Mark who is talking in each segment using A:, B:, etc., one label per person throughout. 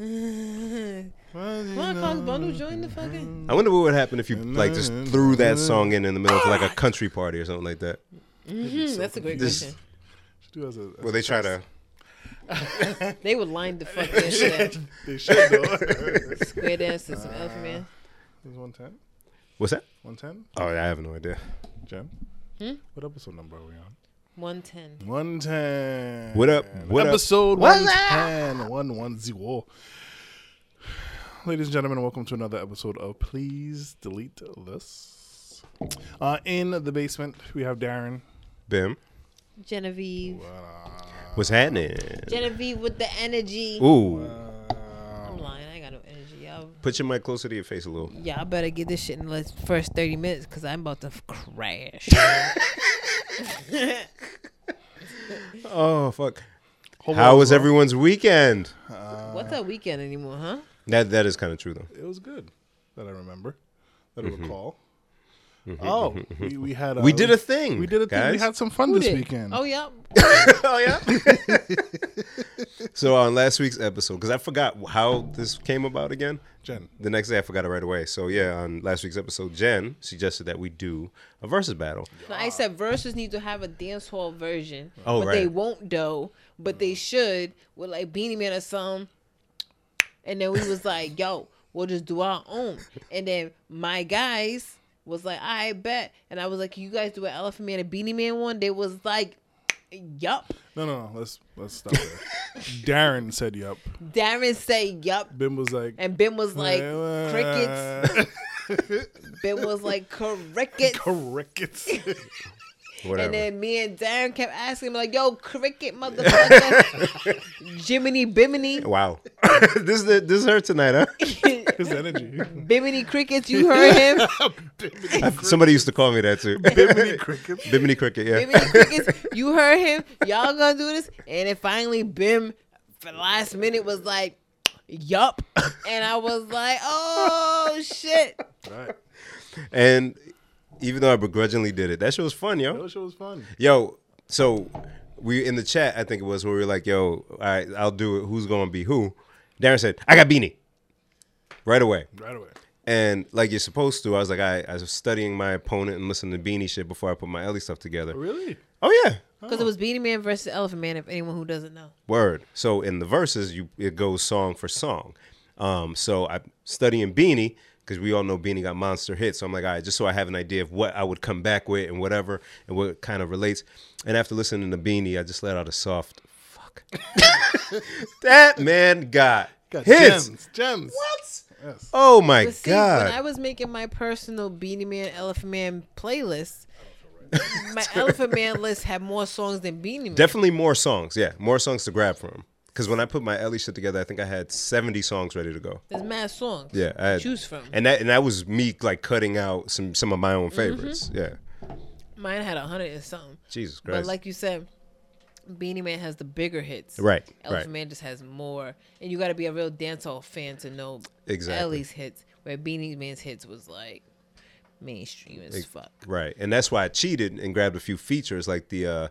A: Mm. Why Fox Bundle join the fucking?
B: I wonder what would happen if you like just threw that song in in the middle of like a country party or something like that.
A: Hmm, that's a great
B: This-
A: question.
C: Do as a-
B: Well, they try to.
A: They would line the fuck that shit up.
C: They should though. There's
A: Square dance to some Elephant Man.
C: one ten.
B: What's that?
C: One ten.
B: Oh, I have no idea.
C: Jen.
A: Hmm?
C: What episode number are we on?
A: 110.
C: One ten.
B: What up? What e-, up?
C: episode
B: What's
C: one ten. One one zero. Ladies and gentlemen, welcome to another episode of Please Delete This. Uh, in the basement, we have Darren.
B: Bim,
A: Genevieve.
B: what's happening?
A: Genevieve with the energy.
B: Ooh,
A: I'm lying. I ain't got no energy. Y'all,
B: put your mic closer to your face a little.
A: y'all better get this shit in the first 30 minutes because I'm about to f- crash.
B: Oh fuck!
C: Hope
B: How
C: all
B: was
C: is well.
B: everyone's weekend?
A: What's that weekend anymore, huh?
B: That that is kind of true though.
C: It was good. That I remember. That I recall. Oh, we, we had a,
B: Mm-hmm. We did a thing.
C: We did a thing. We
B: guys.
C: had some fun
A: Who
C: this
A: did?
C: weekend.
A: Oh, yeah.
B: oh yeah. so on last week's episode, because I forgot how this came about again.
C: Jen.
B: The next day, I forgot it right away. So yeah, on last week's episode, Jen suggested that we do a versus battle.
A: No, I said verses need to have a dance hall version.
B: Oh,
A: but they
B: right. Mm.
A: won't though. But they should with like Beanie Man or something. And then we was like, yo, we'll just do our own. And then my guys was like, I bet. And I was like, you guys do an Elephant Man and Beanie Man one? They was like, yup.
C: No, no, no. Let's let's stop there. Darren said, "Yup."
A: Darren say yup.
C: Ben was like,
A: And Ben was like,
C: "Eh,
A: crickets. Ben was like, crickets.
C: crickets.
B: Whatever.
A: And then me and Darren kept asking him, like, yo, cricket motherfucker. Jiminy Bimini.
B: wow, this is this is her tonight, huh?
C: His energy.
A: Bimini Crickets, you heard him?
B: I- somebody used to call me that too.
C: Bimini crickets.
B: Bimini cricket, yeah.
A: Bimini Crickets, you heard him? Y'all gonna do this? And then finally, Bim, for the last minute, was like, yup. And I was like, oh, shit.
C: Right.
B: And even though I begrudgingly did it, that shit was fun, yo.
C: That show was fun.
B: Yo, so we in the chat, I think it was where we were like, "Yo, all right, I'll do it. Who's gonna be who?" Darren said, "I got Beanie," right away,
C: Right away.
B: and like you're supposed to. I was like, I, I was studying my opponent and listening to Beanie shit before I put my Ellie stuff together.
C: Really?
B: Oh yeah,
A: Because it was Beanie Man versus Elephant Man, if anyone who doesn't know.
B: word. So in the verses, you it goes song for song. Um, so I'm studying Beanie because we all know Beanie got monster hits. So I'm like, all right, just so I have an idea of what I would come back with and whatever and what kind of relates. And after listening to Beanie, I just let out a soft fuck. that man got,
C: Got
B: hits.
C: gems. Gems. What? Yes.
B: Oh my
A: But see, when I
B: god!
A: was making my personal Beanie Man, Elephant Man playlist, my Elephant Man list had more songs than Beanie Man.
B: Definitely more songs. Yeah, more songs to grab from. Because when I put my Ellie shit together, I think I had 70 songs ready to go.
A: There's mad songs.
B: Yeah, I had,
A: choose from.
B: and that and that was me like cutting out some some of my
A: Mm-hmm.
B: own favorites. Yeah,
A: Mine had a hundred and something.
B: Jesus Christ.
A: But like you said, Beanie Man has the bigger hits.
B: right,
A: Elephant
B: right,
A: Man just has more. And you got to be a real dancehall fan to know
B: Exactly.
A: Ellie's hits, where Beanie Man's hits was like mainstream as fuck.
B: right, and that's why I cheated and grabbed a few features like the. uh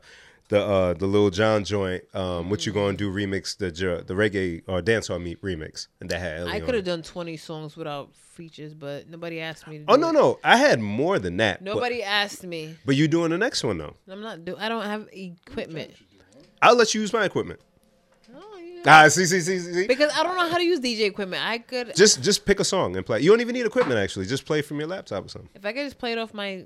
B: the uh the Lil John joint, um, what you
A: Mm-hmm.
B: gonna do remix the ju- the reggae or dancehall meet remix, and that had Ellie
A: I
B: on
A: could
B: it.
A: have done 20 songs without features, but nobody asked me to do
B: Oh no
A: it.
B: no, I had more than that. but-
A: Nobody asked me.
B: But, you doing the next one though?
A: I'm not do I don't have equipment.
B: I'll let you use my equipment.
A: Oh, yeah.
B: Ah, see see see see. see.
A: Because I don't know how to use DJ equipment. I could
B: Just just pick a song and play. You don't even need equipment actually. Just play from your laptop or something.
A: if I could just play it off my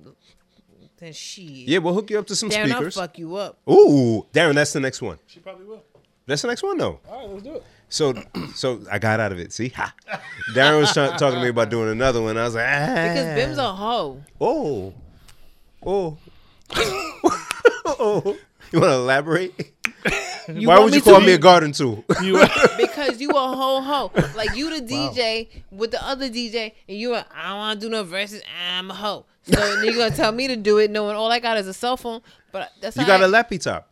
A: then she
B: Yeah, we'll hook you up to some
A: Darren, I'll
B: speakers.
A: fuck you up.
B: Ooh, Darren, that's the next one.
C: She probably will.
B: That's the next one though.
C: All right, let's do it.
B: So, so I got out of it. See, ha. Darren was trying, talking to me about doing another one. I was like, ah.
A: Because Bim's a hoe.
B: oh, oh, oh. You want to elaborate?
A: You
B: Why
A: want
B: would you
A: to
B: call
A: be-
B: me a garden tool?
C: You.
A: Because you a whole hoe. Like you the DJ with the other DJ, and you a I don't want to do no verses. I'm a hoe. So then you gonna tell me to do it, knowing all I got is a cell phone. But that's
B: you
A: all
B: got
A: I,
B: a lappy top.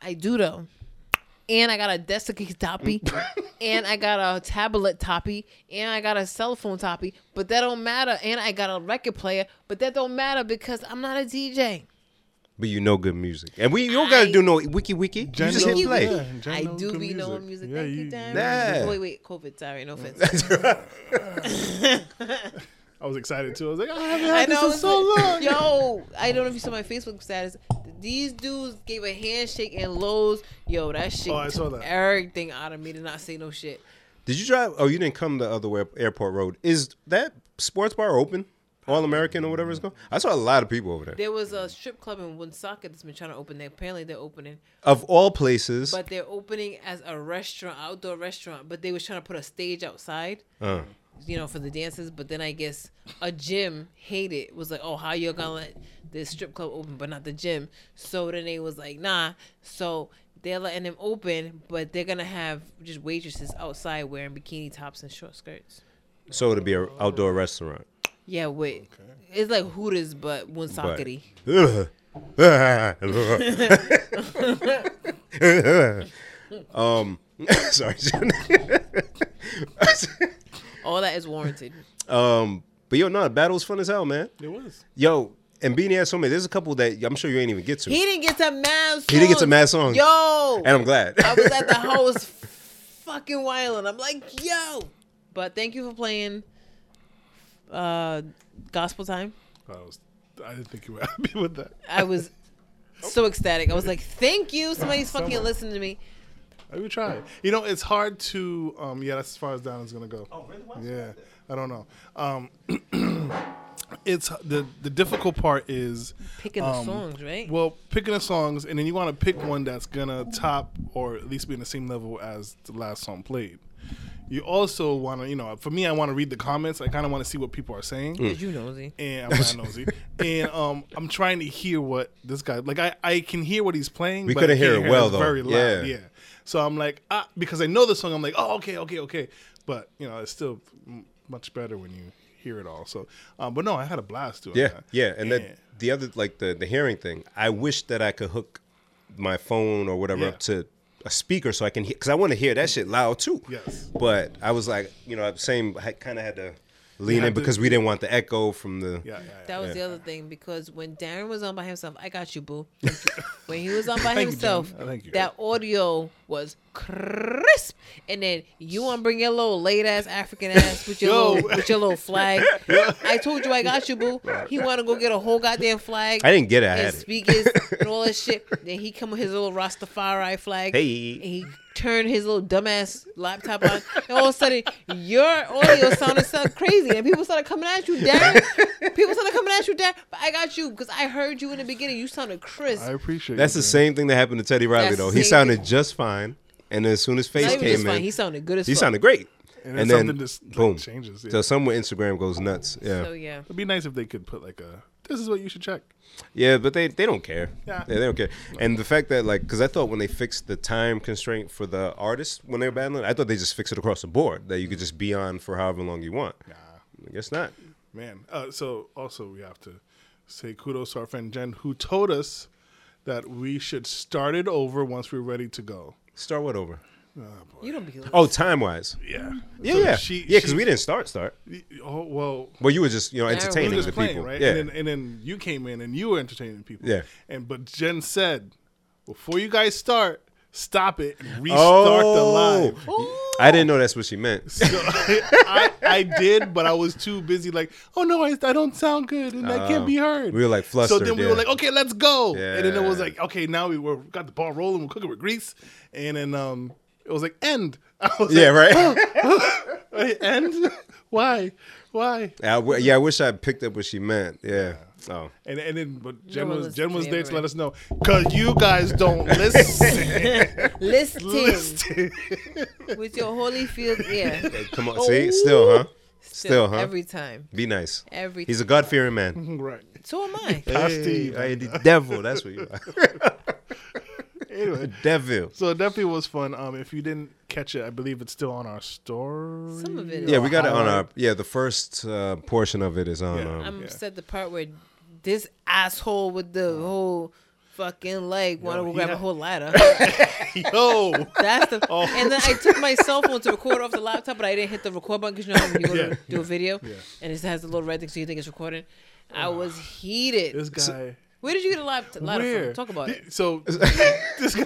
A: I do though. And I got a desktop toppy, and I got a tablet toppy, and I got a cell phone toppy. But that don't matter. And I got a record player, but that don't matter because I'm not a DJ.
B: but you know good music. And we you don't gotta
A: I-
B: do no wiki wiki. You
C: Jen
B: just hit
C: knows-
A: Wiki
B: play.
A: wiki.
C: yeah, Jen
A: I
C: knows
A: do
C: good
A: be knowing music. Thank you, Darren.
B: Yeah.
A: Oh, wait, wait, COVID. Sorry, no offense.
C: I was excited too. I was like, "Oh, I haven't had
A: I know.
C: this in so
A: it's like-
C: long.
A: Yo, I don't know if you saw my Facebook status. These dudes gave a handshake and Lowe's. Yo, that shit
C: Oh, I saw
A: took
C: that.
A: everything out of me to not say no shit.
B: Did you drive? Oh, you didn't come the other way up Airport Road. Is that sports bar open? All American or whatever it's called. I saw a lot of people over there.
A: There was a strip club in Woonsocket that's been trying to open. They apparently they're opening,
B: Of all places,
A: but they're opening as a restaurant, outdoor restaurant. But they was trying to put a stage outside,
B: uh,
A: you know, for the dances. But then I guess a gym hated was like, oh, how you gonna let the strip club open but not the gym? So then they was like, nah. So they're letting them open, but they're gonna have just waitresses outside wearing bikini tops and short skirts.
B: so it'd be an outdoor restaurant.
A: Yeah, wait. It's like Hooters, but
B: But,
A: Woonsockety.
B: um, sorry. Jen.
A: All that is warranted.
B: um, but yo, no, the battle was fun as hell, man.
C: It was.
B: Yo, and Beanie had so many. There's a couple that I'm sure you ain't even get to,
A: He didn't get to mad songs.
B: didn't get to mad songs.
A: Yo.
B: and I'm glad.
A: I was at the house fucking wilding. I'm like, yo. But thank you for playing uh Gospel Time.
C: I was. I didn't think you were happy with that.
A: I was so ecstatic. I was like, thank you. Somebody's fucking
C: Someone.
A: listening to me.
C: I would try. You know, it's hard to. Um, yeah, that's as far as down is gonna go.
B: really? Why
C: Yeah, I don't know. Um, it's the the difficult part is
A: Picking the songs, right?
C: Um, well picking the songs, and then you want to pick one that's gonna top or at least be in the same level as the last song played. You also want to, you know, for me, I want to read the comments. I kind of want to see what people are saying
A: Did you know Z?
C: and I'm not nosy. and um, I'm trying to hear what this guy like. I, I can hear what he's playing.
B: We
C: but
B: coulda
C: I can't
B: hear it well,
C: it's
B: though.
C: Very loud.
B: Yeah.
C: Yeah. So I'm like, ah, because I know the song. I'm like, oh, okay, okay, okay. But you know, it's still m- much better when you hear it all. So, um, but no, I had a blast doing
B: Yeah,
C: that.
B: yeah, and then the other like the the hearing thing. I wish that I could hook my phone or whatever
C: Yeah.
B: up to a speaker so I can hear because I want to hear that shit loud too.
C: Yes.
B: but I was like, you know, same. I kind of had to lean
C: had
B: in
C: to-
B: because we didn't want the echo from the.
C: yeah, yeah,
A: That
C: yeah.
A: was the other thing because when Darren was on by himself, I got you, boo. when he was on by
C: Thank you,
A: himself,
C: Jen. Thank you.
A: that audio was crisp. And then you want to bring your little late ass African ass with your
C: Yo.
A: little with your little flag. I told you I got you, boo. He want to go get a whole goddamn flag.
B: I didn't get it. I
A: and
B: had it.
A: speakers and all that shit. Then he come with his little Rastafari flag.
B: Hey.
A: And he turned his little dumbass laptop on. And all of a sudden, your audio sounded so crazy. And people started coming at you, Dad. People started coming at you, Dad. But I got you because I heard you in the beginning. You sounded crisp.
C: I appreciate.
B: That's
C: you,
B: the same thing that happened to Teddy Riley
A: That's
B: though.
A: the
B: He
A: same
B: sounded just fine, and as soon as
A: Not
B: face
A: even
B: came
A: just
B: in,
A: fine. He sounded good as
B: he
A: fuck.
B: sounded great.
C: And
B: And,
C: then
B: then
C: something just, like,
B: boom
C: changes, yeah.
B: So somewhere Instagram goes nuts. Yeah,
A: So yeah.
C: It'd be nice if they could put like a. This is what you should check.
B: Yeah, but they, they don't care.
C: Yeah.
B: Yeah. they don't care. And the fact that like, because I thought when they fixed the time constraint for the artists when they were battling, I thought they just fixed it across the board that you could just be on for however long you want.
C: Nah,
B: I guess not.
C: man. Uh, so also we have to say kudos to our friend Jen who told us that we should start it over once we're ready to go.
B: Start what over?
A: You don't be. Oh.
B: Oh, time wise.
C: Yeah.
B: Yeah,
C: So
B: yeah,
C: She,
B: yeah. Because
C: she-
B: we didn't start start.
C: Oh well.
B: Well, you were just you
A: Yeah,
B: know
A: we were
B: entertaining
C: we were
B: the
C: just playing,
B: people.
C: right?
B: Yeah.
C: And, then, and then you came in and you were entertaining people.
B: Yeah.
C: And but Jen said, before you guys start, stop it and restart
B: oh,
C: the live.
B: I didn't know that's what she meant.
C: So I, I did, but I was too busy. Like, oh no, I, I don't sound good, and I can't
B: Oh.
C: be heard.
B: We were, like,
C: So
B: flustered,
C: then we
B: yeah.
C: were like, okay, let's go. And then it was
B: Yeah.
C: like, okay, now we were got the ball rolling. We're cooking with grease, and then um, it was like end. I was
B: Yeah,
C: like,
B: right.
C: right. end. Why? Why?
B: I w- yeah, I wish I picked up what she meant. Yeah. Oh.
C: And and then but Jen
A: one
C: was
A: listens
C: Jen
A: to
C: was
A: me
C: there to
A: anyway.
C: let us know because you guys don't listen.
A: Listen,
C: listen.
A: with your Holyfield ear.
B: Oh. Come on. See, still, huh? Still, huh?
A: Every time.
B: Be nice.
A: Every.
B: He's a God fearing man.
C: right.
A: so am I.
C: Pasty.
B: I am the devil. That's what you are.
C: Anyway.
B: devil.
C: So it definitely was fun. Um, if you didn't catch it, I believe it's still on our story.
A: Some of it is
B: Yeah, we got it on our. Yeah, the first uh, portion of it is on.
C: Yeah.
B: Um,
A: I'm
C: Yeah.
A: said the part where this asshole with the whole fucking leg wanted to
C: he
A: grab
C: had-
A: a whole ladder.
C: Yo,
A: That's the.
C: Oh.
A: And then I took my cell phone to record off the laptop, but I didn't hit the record button because you know how when you go
C: Yeah. Oh.
A: to do a video and it has the little red thing, so you think it's recording. I was heated.
C: this guy.
A: Where did you get a lot, a lot
C: Where?
A: of from? Talk about it.
C: Th- So this guy,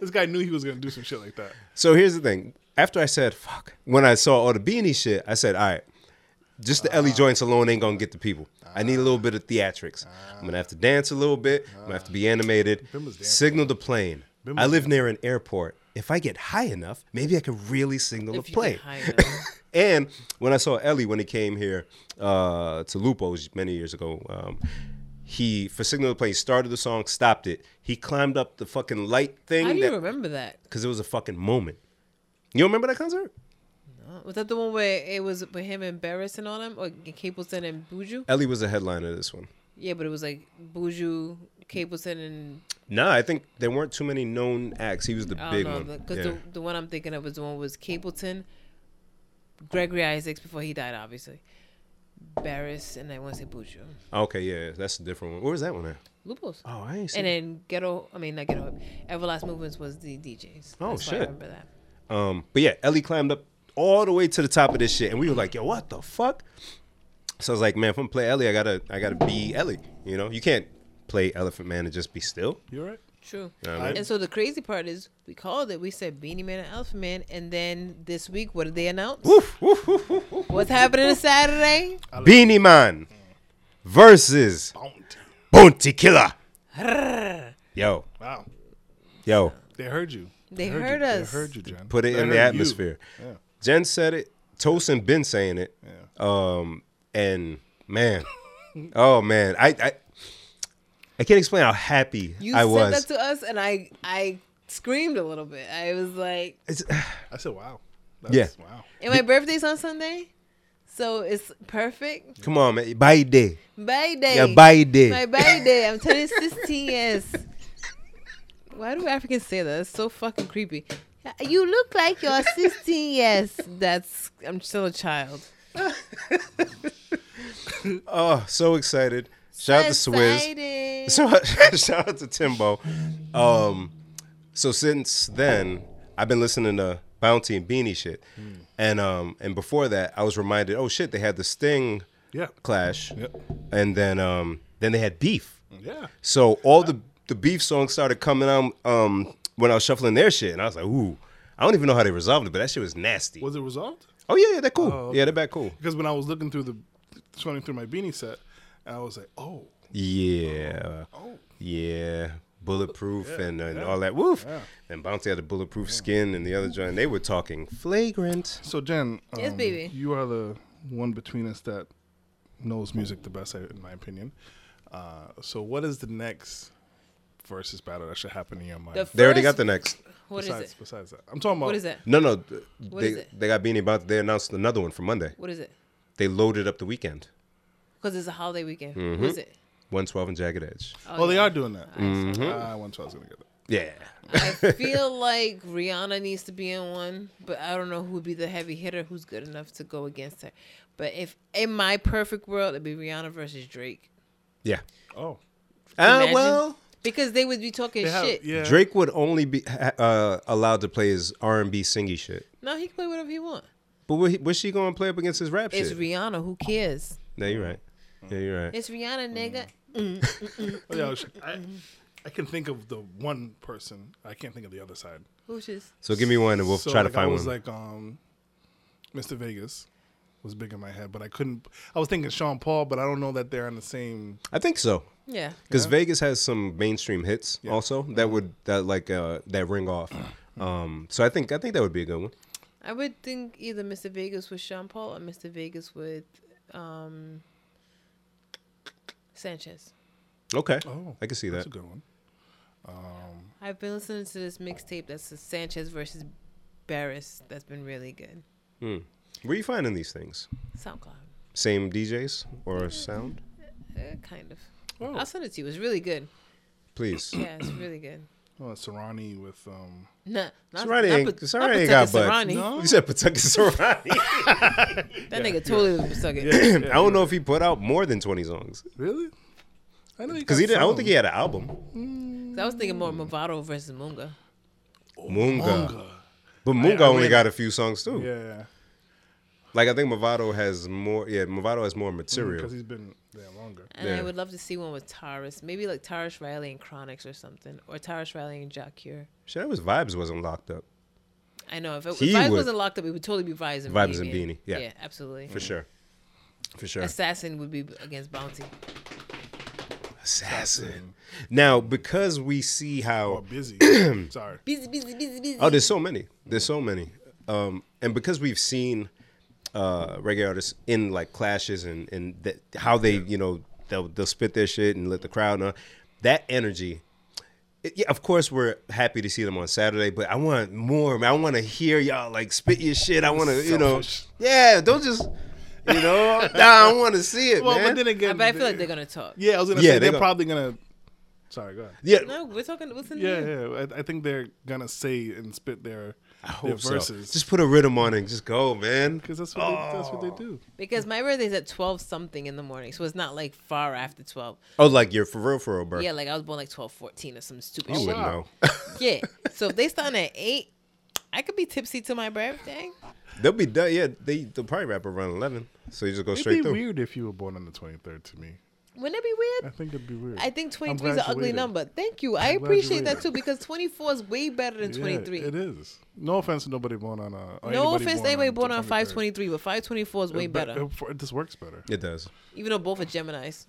C: this guy knew he was gonna do some shit like that.
B: So here's the thing. After I said fuck, when I saw all the beanie shit, I said, all right, just the
C: Ah.
B: Ellie joints alone ain't gonna get the people. I need a little bit of theatrics. I'm gonna have to dance a little bit. I'm gonna have to be animated.
C: Bimbo's Ah. dancing.
B: Signal the plane.
C: Bimbo's
B: I live near an airport. If I get high enough, maybe I could really signal
A: If
B: the
A: you can
B: plane.
A: hide it.
B: And when I saw Ellie when he came here uh, to Lupo's many years ago, um, he for Signal the Plane he started the song, stopped it. He climbed up the fucking light
A: How do
B: thing
A: you
B: that
A: remember that?
B: because it was a fucking moment. You don't remember that concert?
A: Uh, Was that the one where it was with him and Barris and all them, or Capleton and Buju?
B: Ellie was a headliner of this one.
A: Yeah, but it was like Buju, Capleton, and
B: No, I think there weren't too many known acts. He was the
A: I
B: big
A: don't know
B: one.
A: because
B: Yeah.
A: the, the one I'm thinking of is the one was Capleton, Gregory Isaacs before he died, obviously, Barris, and I want to say Buju,
B: Okay, yeah, that's a different one. Where was that one at?
A: Lupos,
B: Oh, I ain't seen.
A: and then Ghetto. I mean, not Ghetto. Hip, Everlast Movements was the DJs.
B: Oh,
A: That's why I
B: shit.
A: remember that.
B: Um, but yeah, Ellie climbed up all the way to the top of this shit, and we were like, "Yo, what the fuck?" So I was like, "Man, if I'm gonna play Ellie, I gotta, I gotta be Ellie." You know, you can't play Elephant Man and just be still.
C: You all right?
A: True.
B: know what I mean?
A: And so the crazy part is we called it. We said Beanie Man and Elephant Man, and then this week, what did they announce?
B: Woof, woof, woof, woof, woof.
A: What's happening on Saturday?
B: Beanie Man versus Bounty Killer. Yo,
C: Wow.
B: yo,
C: They heard you.
A: They
C: you.
A: heard us.
C: They heard you, Jen.
B: put it
C: They
B: in
C: heard
B: the
C: you.
B: atmosphere.
C: Yeah.
B: Jen said it. Tosin been saying it. Um, and man, oh man, I, I, I can't explain how happy
A: You
B: I
A: said
B: was.
A: that to us, and I I screamed a little bit. I was like,
B: It's,
C: I said, wow.
B: Yeah.
C: Wow.
A: and my birthday's on Sunday, so it's perfect.
B: come on, man. Bye day.
A: Birthday.
B: Yeah, bye day.
A: My birthday. I'm turning 16 years. Why do Africans say that? That's so fucking creepy. You look like you're 16 years. That's I'm still a child.
B: Oh, so excited. Shout out to Swizz.
A: Excited.
B: So shout out to Timbo. Um, so since then, I've been listening to Bounty and Beanie shit, and um, and before that, I was reminded, oh shit, they had the Sting
C: Yeah.
B: clash,
C: Yep.
B: and then um, then they had beef.
C: Yeah.
B: So all the the beef songs started coming out um when I was shuffling their shit, and I was like, ooh, I don't even know how they resolved it, but that shit was nasty.
C: Was it resolved?
B: oh yeah, yeah, they're cool.
C: Oh,
B: Yeah, they're back cool.
C: Because when I was looking through the, scrolling through my beanie set, I was like, oh,
B: Yeah.
C: oh,
B: Yeah, bulletproof and, and all that. Woof. And Bounty had a bulletproof skin, and the other joint. They were talking flagrant.
C: So Jen,
A: Yes,
C: um,
A: baby.
C: you are the one between us that knows music the best, I- in my opinion. Uh, so what is the next versus battle that should happen in your mind?
A: The
B: They already
A: first-
B: got the next.
A: What is
C: besides,
A: it?
C: besides that, I'm talking about.
A: What is that?
B: No, no. th- they
A: is it?
B: they got Beanie Bounty. They announced another one for Monday.
A: What is it?
B: They loaded up the weekend.
A: Because it's a holiday weekend.
B: Mm-hmm.
A: What is it?
B: One twelve and Jagged Edge.
C: Oh, they are doing that. Mm-hmm. I went to. I was gonna get that.
B: Yeah.
A: I feel like Rihanna needs to be in one, but I don't know who would be the heavy hitter who's good enough to go against her. But if in my perfect world, it'd be Rihanna versus Drake.
B: Yeah.
C: Oh,
B: Ah,
A: Imagine.
B: well,
A: Because they would be talking
C: they have,
A: shit.
C: yeah.
B: Drake would only be ha- uh, allowed to play his R and B singy shit.
A: No, he can play whatever he wants.
B: But what he- what's she going to play up against his rap
A: It's
B: shit?
A: Rihanna. Who cares?
B: no, you're right. Yeah, you're right.
A: It's
C: Mm.
A: Rihanna, nigga.
C: Oh, yeah, I was- I, I can think of the one person. I can't think of the other side.
A: Who's just
B: So give me one, and we'll
C: so
B: try to
C: like, I
B: find
C: was
B: one.
C: like, um, Mr. Vegas was big in my head, but I couldn't. I was thinking Sean Paul, but I don't know that they're on the same.
B: I think so.
A: yeah.
B: because Vegas has some mainstream hits also that would that like uh, that ring off. Um, so I think I think that would be a good one.
A: I would think either Mr. Vegas with Sean Paul or Mr. Vegas with um, Sanchez.
B: Okay,
C: Oh,
B: I can see
C: That's
B: that.
C: a good one.
A: I've been listening to this mixtape that's the Sanchez versus Barris that's been really good.
B: Where you finding these things?
A: SoundCloud.
B: Same DJs or sound?
A: Uh, kind of.
C: Oh.
A: I'll send it to you. It's really good.
B: Please.
A: Yeah, it's really good.
C: Oh, Serrani with um.
A: No, not,
B: Sorority
A: not
B: ain't-
A: Pat-
B: sorority
A: not
B: ain't got
A: Pateka
B: butt.
A: Serrani.
C: No.
B: You said Pawtucket Sorority.
A: That nigga totally was Pawtucket.
B: I don't know if he put out more than twenty songs
C: Really? I know
B: because he didn't. I don't think he had an album.
A: I was thinking more Movado versus Munga.
B: Munga,
C: Munga.
B: but Munga
C: I
B: only
C: read-
B: got a few songs too.
C: Yeah.
B: Like I think Movado has more. Yeah, Movado has more
C: Mm,
B: material.
C: because he's been there longer.
A: And
B: Yeah.
A: I would love to see one with Taurus. Maybe like Taurus Riley and Chronix or something. Or Taurus Riley and Jacure.
B: Shit, I wish Vibes wasn't locked up
A: I know. If, it, if
B: He
A: Vibes
B: would-
A: wasn't locked up, it would totally be Vibes and
B: Vibes
A: Beanie.
B: and Beanie, yeah.
A: absolutely.
B: for sure. For sure.
A: Assassin would be against Bounty.
B: Assassin. Now, because we see
C: Or
B: how
C: busy. Sorry.
A: Busy, busy, busy, busy.
B: oh, there's so many, there's so many, um, and because we've seen uh, reggae artists in like clashes and and that, how they you know they'll they'll spit their shit and let the crowd know that energy. it- yeah, of course we're happy to see them on Saturday, but I want more. man. I want to hear y'all like spit your shit. I want to you know
C: Selfish.
B: yeah, don't just. You know, nah, I want to see it,
C: Well,
B: man.
C: but then again,
A: but I feel like they're gonna talk.
C: yeah, I was gonna
B: Yeah,
C: say
B: they
C: they're
B: go-
C: probably gonna. Sorry, go ahead.
B: yeah,
A: No, we're talking. What's in
C: Yeah,
A: there?
C: yeah. I, I think they're gonna say and spit their, their
B: hope so.
C: verses.
B: Just Oh. put a rhythm on it and just go, man.
C: because that's what they, that's what they do.
A: Because my birthday's at twelve something in the morning, so it's not like far after twelve.
B: Oh, like you're for real, for real, bro.
A: Yeah, like I was born like twelve fourteen or some stupid
B: you
A: shit.
B: wouldn't
C: Oh, wow.
B: know.
A: Yeah. So if they starting at eight, I could be tipsy to my birthday.
B: They'll be done. Yeah, they they'll probably wrap around eleven. So you just go
C: It'd
B: straight
C: be
B: through.
C: weird if you were born on the 23rd to me.
A: Wouldn't that be
C: I
A: weird?
C: think it'd be weird.
A: I think
C: I'm
A: 23 is an ugly
C: graduated.
A: number. Thank you. I appreciate that
C: graduated.
A: too because 24 is way better than
C: Yeah,
A: 23.
C: it is. No offense to nobody born on a. or
A: no
C: anybody
A: offense to anybody
C: the
A: born on
C: 23rd.
A: 523, but 524 is way
C: It- but
A: better.
C: It, it just works better.
B: It does.
A: Even though both are Geminis.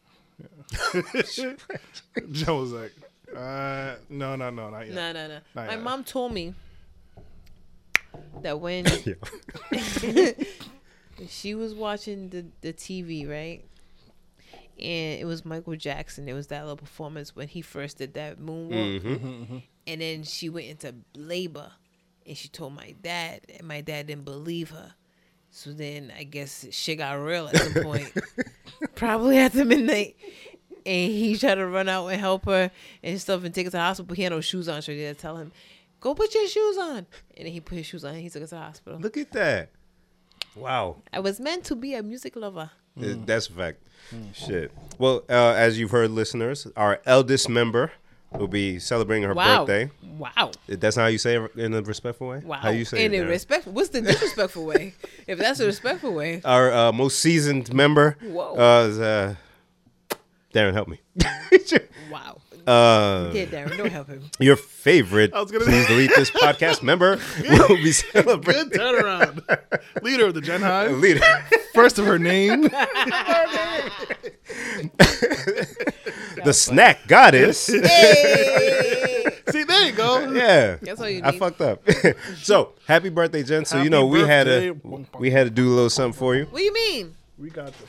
C: Joe was like, uh, no, no, no, not yet.
A: No, no, no.
C: Nah,
A: My
C: yeah.
A: mom told me that when
B: Yeah.
A: she was watching the, the TV, right? And it was Michael Jackson. It was that little performance when he first did that moonwalk. And then she went into labor and she told my dad, and my dad didn't believe her. So then I guess shit got real at some point, probably after midnight. And he tried to run out and help her and stuff and take her to the hospital, but he had no shoes on. So they had to tell him, go put your shoes on. And then he put his shoes on and he took her to the hospital.
B: Look at that. Wow.
A: I was meant to be a music lover.
B: It- That's a fact. Shit. Well, uh, as you've heard, listeners, our eldest member will be celebrating her
A: Wow.
B: birthday.
A: Wow.
B: That's how you say it in a respectful way.
A: Wow.
B: How you say
A: In
B: it?
A: a
B: Darren?
A: respect what's the disrespectful way? If that's a respectful way.
B: our uh, most seasoned member.
A: Whoa.
B: Uh, is, uh, Darren, help me.
A: Wow.
B: uh,
A: Yeah, Darren, don't help him.
B: Your favorite,
C: I was gonna-
B: please delete this podcast member, will be
C: Good
B: celebrating
C: turnaround. Leader of the Gen High.
B: leader.
C: First of her name.
B: the snack goddess.
A: Hey!
C: See, there you go.
B: yeah,
A: That's all you
B: I
A: need.
B: fucked up. so happy birthday, Jen. So you
C: Happy
B: know we had to
C: birthday.
B: we had to do a little something for you.
A: What do you mean?
C: We got the. Th-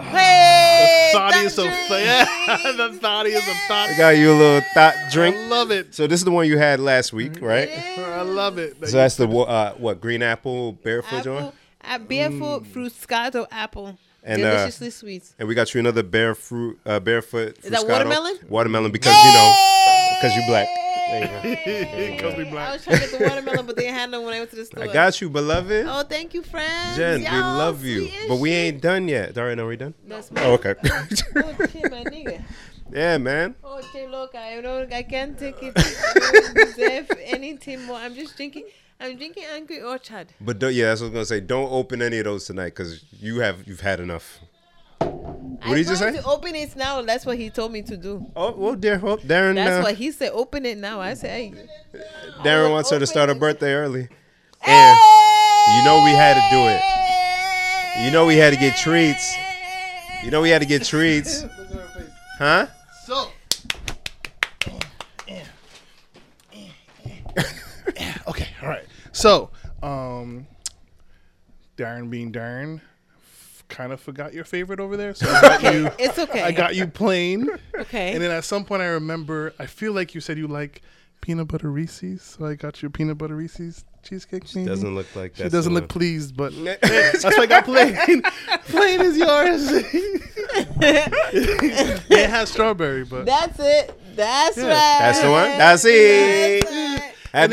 A: Hey!
C: Thaddeus of
A: Dr.
C: yeah, the Thaddeus of
B: We
C: Thaddeus.
B: got you a little thought drink.
C: I love it.
B: So this is the one you had last
A: Mm-hmm.
B: week, right?
C: I love it.
B: So that's the wa- uh, what green apple barefoot joint,
A: Apple, a barefoot fruscato apple.
B: Mm. And, uh,
A: Deliciously sweet.
B: and we got you another bare fruit, uh, barefoot.
A: Is that
B: Fruscato.
A: watermelon?
B: Watermelon because you know because you black. There you
C: Because we
A: I
C: black.
A: was trying to get the watermelon, but they had none when I went to the store.
B: go. I got you, beloved.
A: Oh, thank you, friends.
B: Jen, we
A: Y'all
B: love you,
A: sweet as
B: but we
A: shit.
B: ain't done yet. Darren, are we done?
A: That's
B: Oh,
A: my.
B: okay.
A: Oh, shit, my nigga.
B: yeah, man.
A: Oh, Jay, look, I don't, I can't take it. I don't deserve anything more. I'm just drinking. I'm drinking Angry Orchard.
B: But don't, yeah, that's what I was gonna say. Don't open any of those tonight because you have you've had enough.
A: I
B: did you
A: tried
B: say?
A: To open it now. That's what he told me to do.
B: Oh well, Darren, oh, Darren,
A: That's
B: uh,
A: what he said. Open it now. I said, hey.
B: Darren
A: would
B: wants her to
A: open
B: start her
A: it.
B: birthday early, and you know we had to do it. You know we had to get treats. You know we had to get treats, huh?
C: So. okay, all right. So, um, Darren being Darren, f- kind of forgot your favorite over there. So I got you.
A: It's okay.
C: I got you plain.
A: Okay.
C: And then at some point, I remember. I feel like you said you like peanut butter Reese's, so I got you peanut butter Reese's cheesecake. She
B: Doesn't look like that.
C: She doesn't look pleased, but that's why I got plain. plain is yours. it has strawberry, but
A: That's it. That's
C: Yeah.
A: right.
B: That's the one. That's it.
A: right.
C: And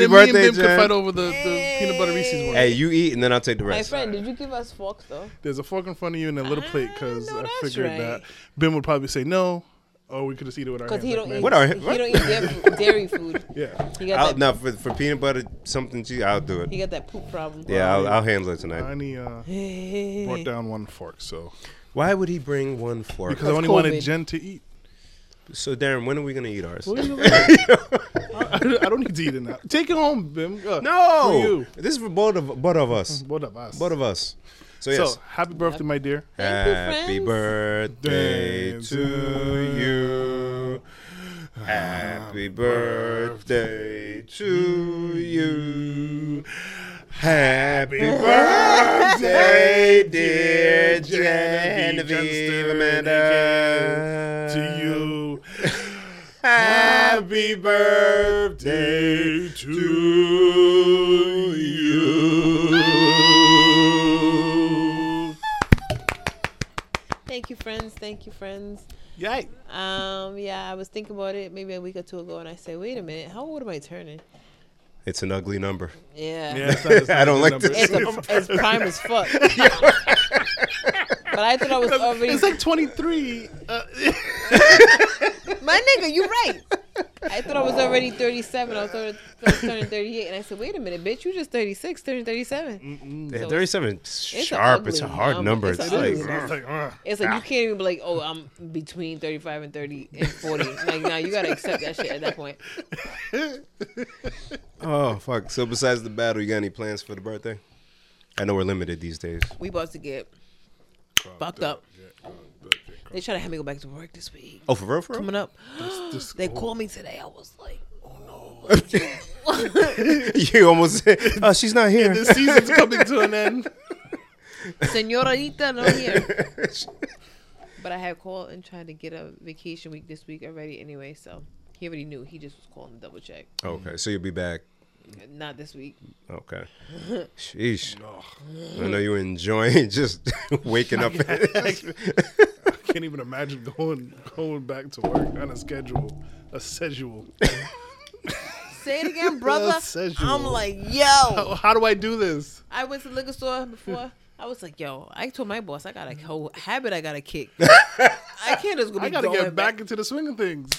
B: Happy
C: then me
B: birthday,
C: and Bim can fight
B: Jen.
C: over the, the peanut butter Reese's one.
B: Hey, you eat and then I'll take the
A: My
B: rest.
A: friend, did you give us forks though?
C: There's a fork in front of you and a little plate because
A: Ah, no,
C: I
A: that's
C: figured
A: right.
C: that Bim would probably say no. Oh, we could have seen it with our
A: Because
C: hands.
A: he
C: like
A: don't
C: men.
A: eat.
B: What are-
A: he
B: what?
A: don't eat dairy, dairy food.
C: Yeah.
A: He got
B: I'll,
A: that.
B: now for, for peanut butter something, gee, I'll do
A: He
B: it.
A: got that poop problem.
B: Yeah, I'll, I'll handle it tonight.
C: Ani uh, brought down one fork, so
B: Why would he bring one fork?
C: because I only
A: COVID.
C: wanted Jen to eat.
B: So Darren, when are we gonna eat ours?
C: What are you I, I don't need to eat it now. Take it home, Bim. Uh,
B: No,
C: for you.
B: this is for both of both of us.
C: What of us?
B: Both of us. So yes.
C: So happy birthday, my dear.
A: Thank you,
B: Happy
A: friends.
B: birthday
C: Day
B: to you. Happy birthday to you. Happy birthday, dear
C: Genevieve,
B: Genevieve
C: Jenster,
B: Amanda.
C: To you.
B: Happy birthday to you.
A: Thank you, friends. Thank you, friends.
C: Yay.
A: Um, yeah, I was thinking about it maybe a week or two ago, and I said, wait a minute, how old am I turning?
B: It's an ugly number.
A: Yeah.
C: Yeah, it's not- it's not
B: I don't
C: a
B: like
C: good
B: this.
A: It's, a, it's prime as fuck. but I thought I was already.
C: It's like 23. Uh,
A: My nigga, you right. I thought I was already 37. I was, already, I was turning 38. And I said, wait a minute, bitch, you just 36, turning 37.
B: Yeah,
A: So
B: 37 is
A: a
B: sharp. Mm. It's a
A: ugly
B: hard
A: number.
B: number.
A: It's
B: It's,
A: a
B: like,
A: ugly
C: it's like, uh,
A: It's like, you can't even be like, oh, I'm between 35 and 30 and 40. Like, now you got to accept that shit at that point.
B: oh, fuck. So, besides the battle, you got any plans for the birthday? I know we're limited these days.
A: We about to get fucked up. They try to have me go back to work this week.
B: Oh, for real? For real?
A: Coming up.
C: this-
A: They called me today. I was like,
B: you almost said, oh, she's not here.
C: the season's coming to an end.
A: Senorita, no here. but I had called and tried to get a vacation week this week already anyway, so he already knew. He just was calling to double check.
B: okay, so you'll be back.
A: Not this week.
B: Okay. Sheesh. I know you're enjoying just waking up.
C: Can't even imagine going going back to work on a schedule, a schedule.
A: Say it again, brother.
C: says you
A: I'm
C: will.
A: like, yo.
C: How, how do I do this?
A: I went to the liquor store before. I was like, yo, I told my boss I got a whole habit I gotta kick. I can't just go be
C: I gotta
A: going
C: get back into the swing of things.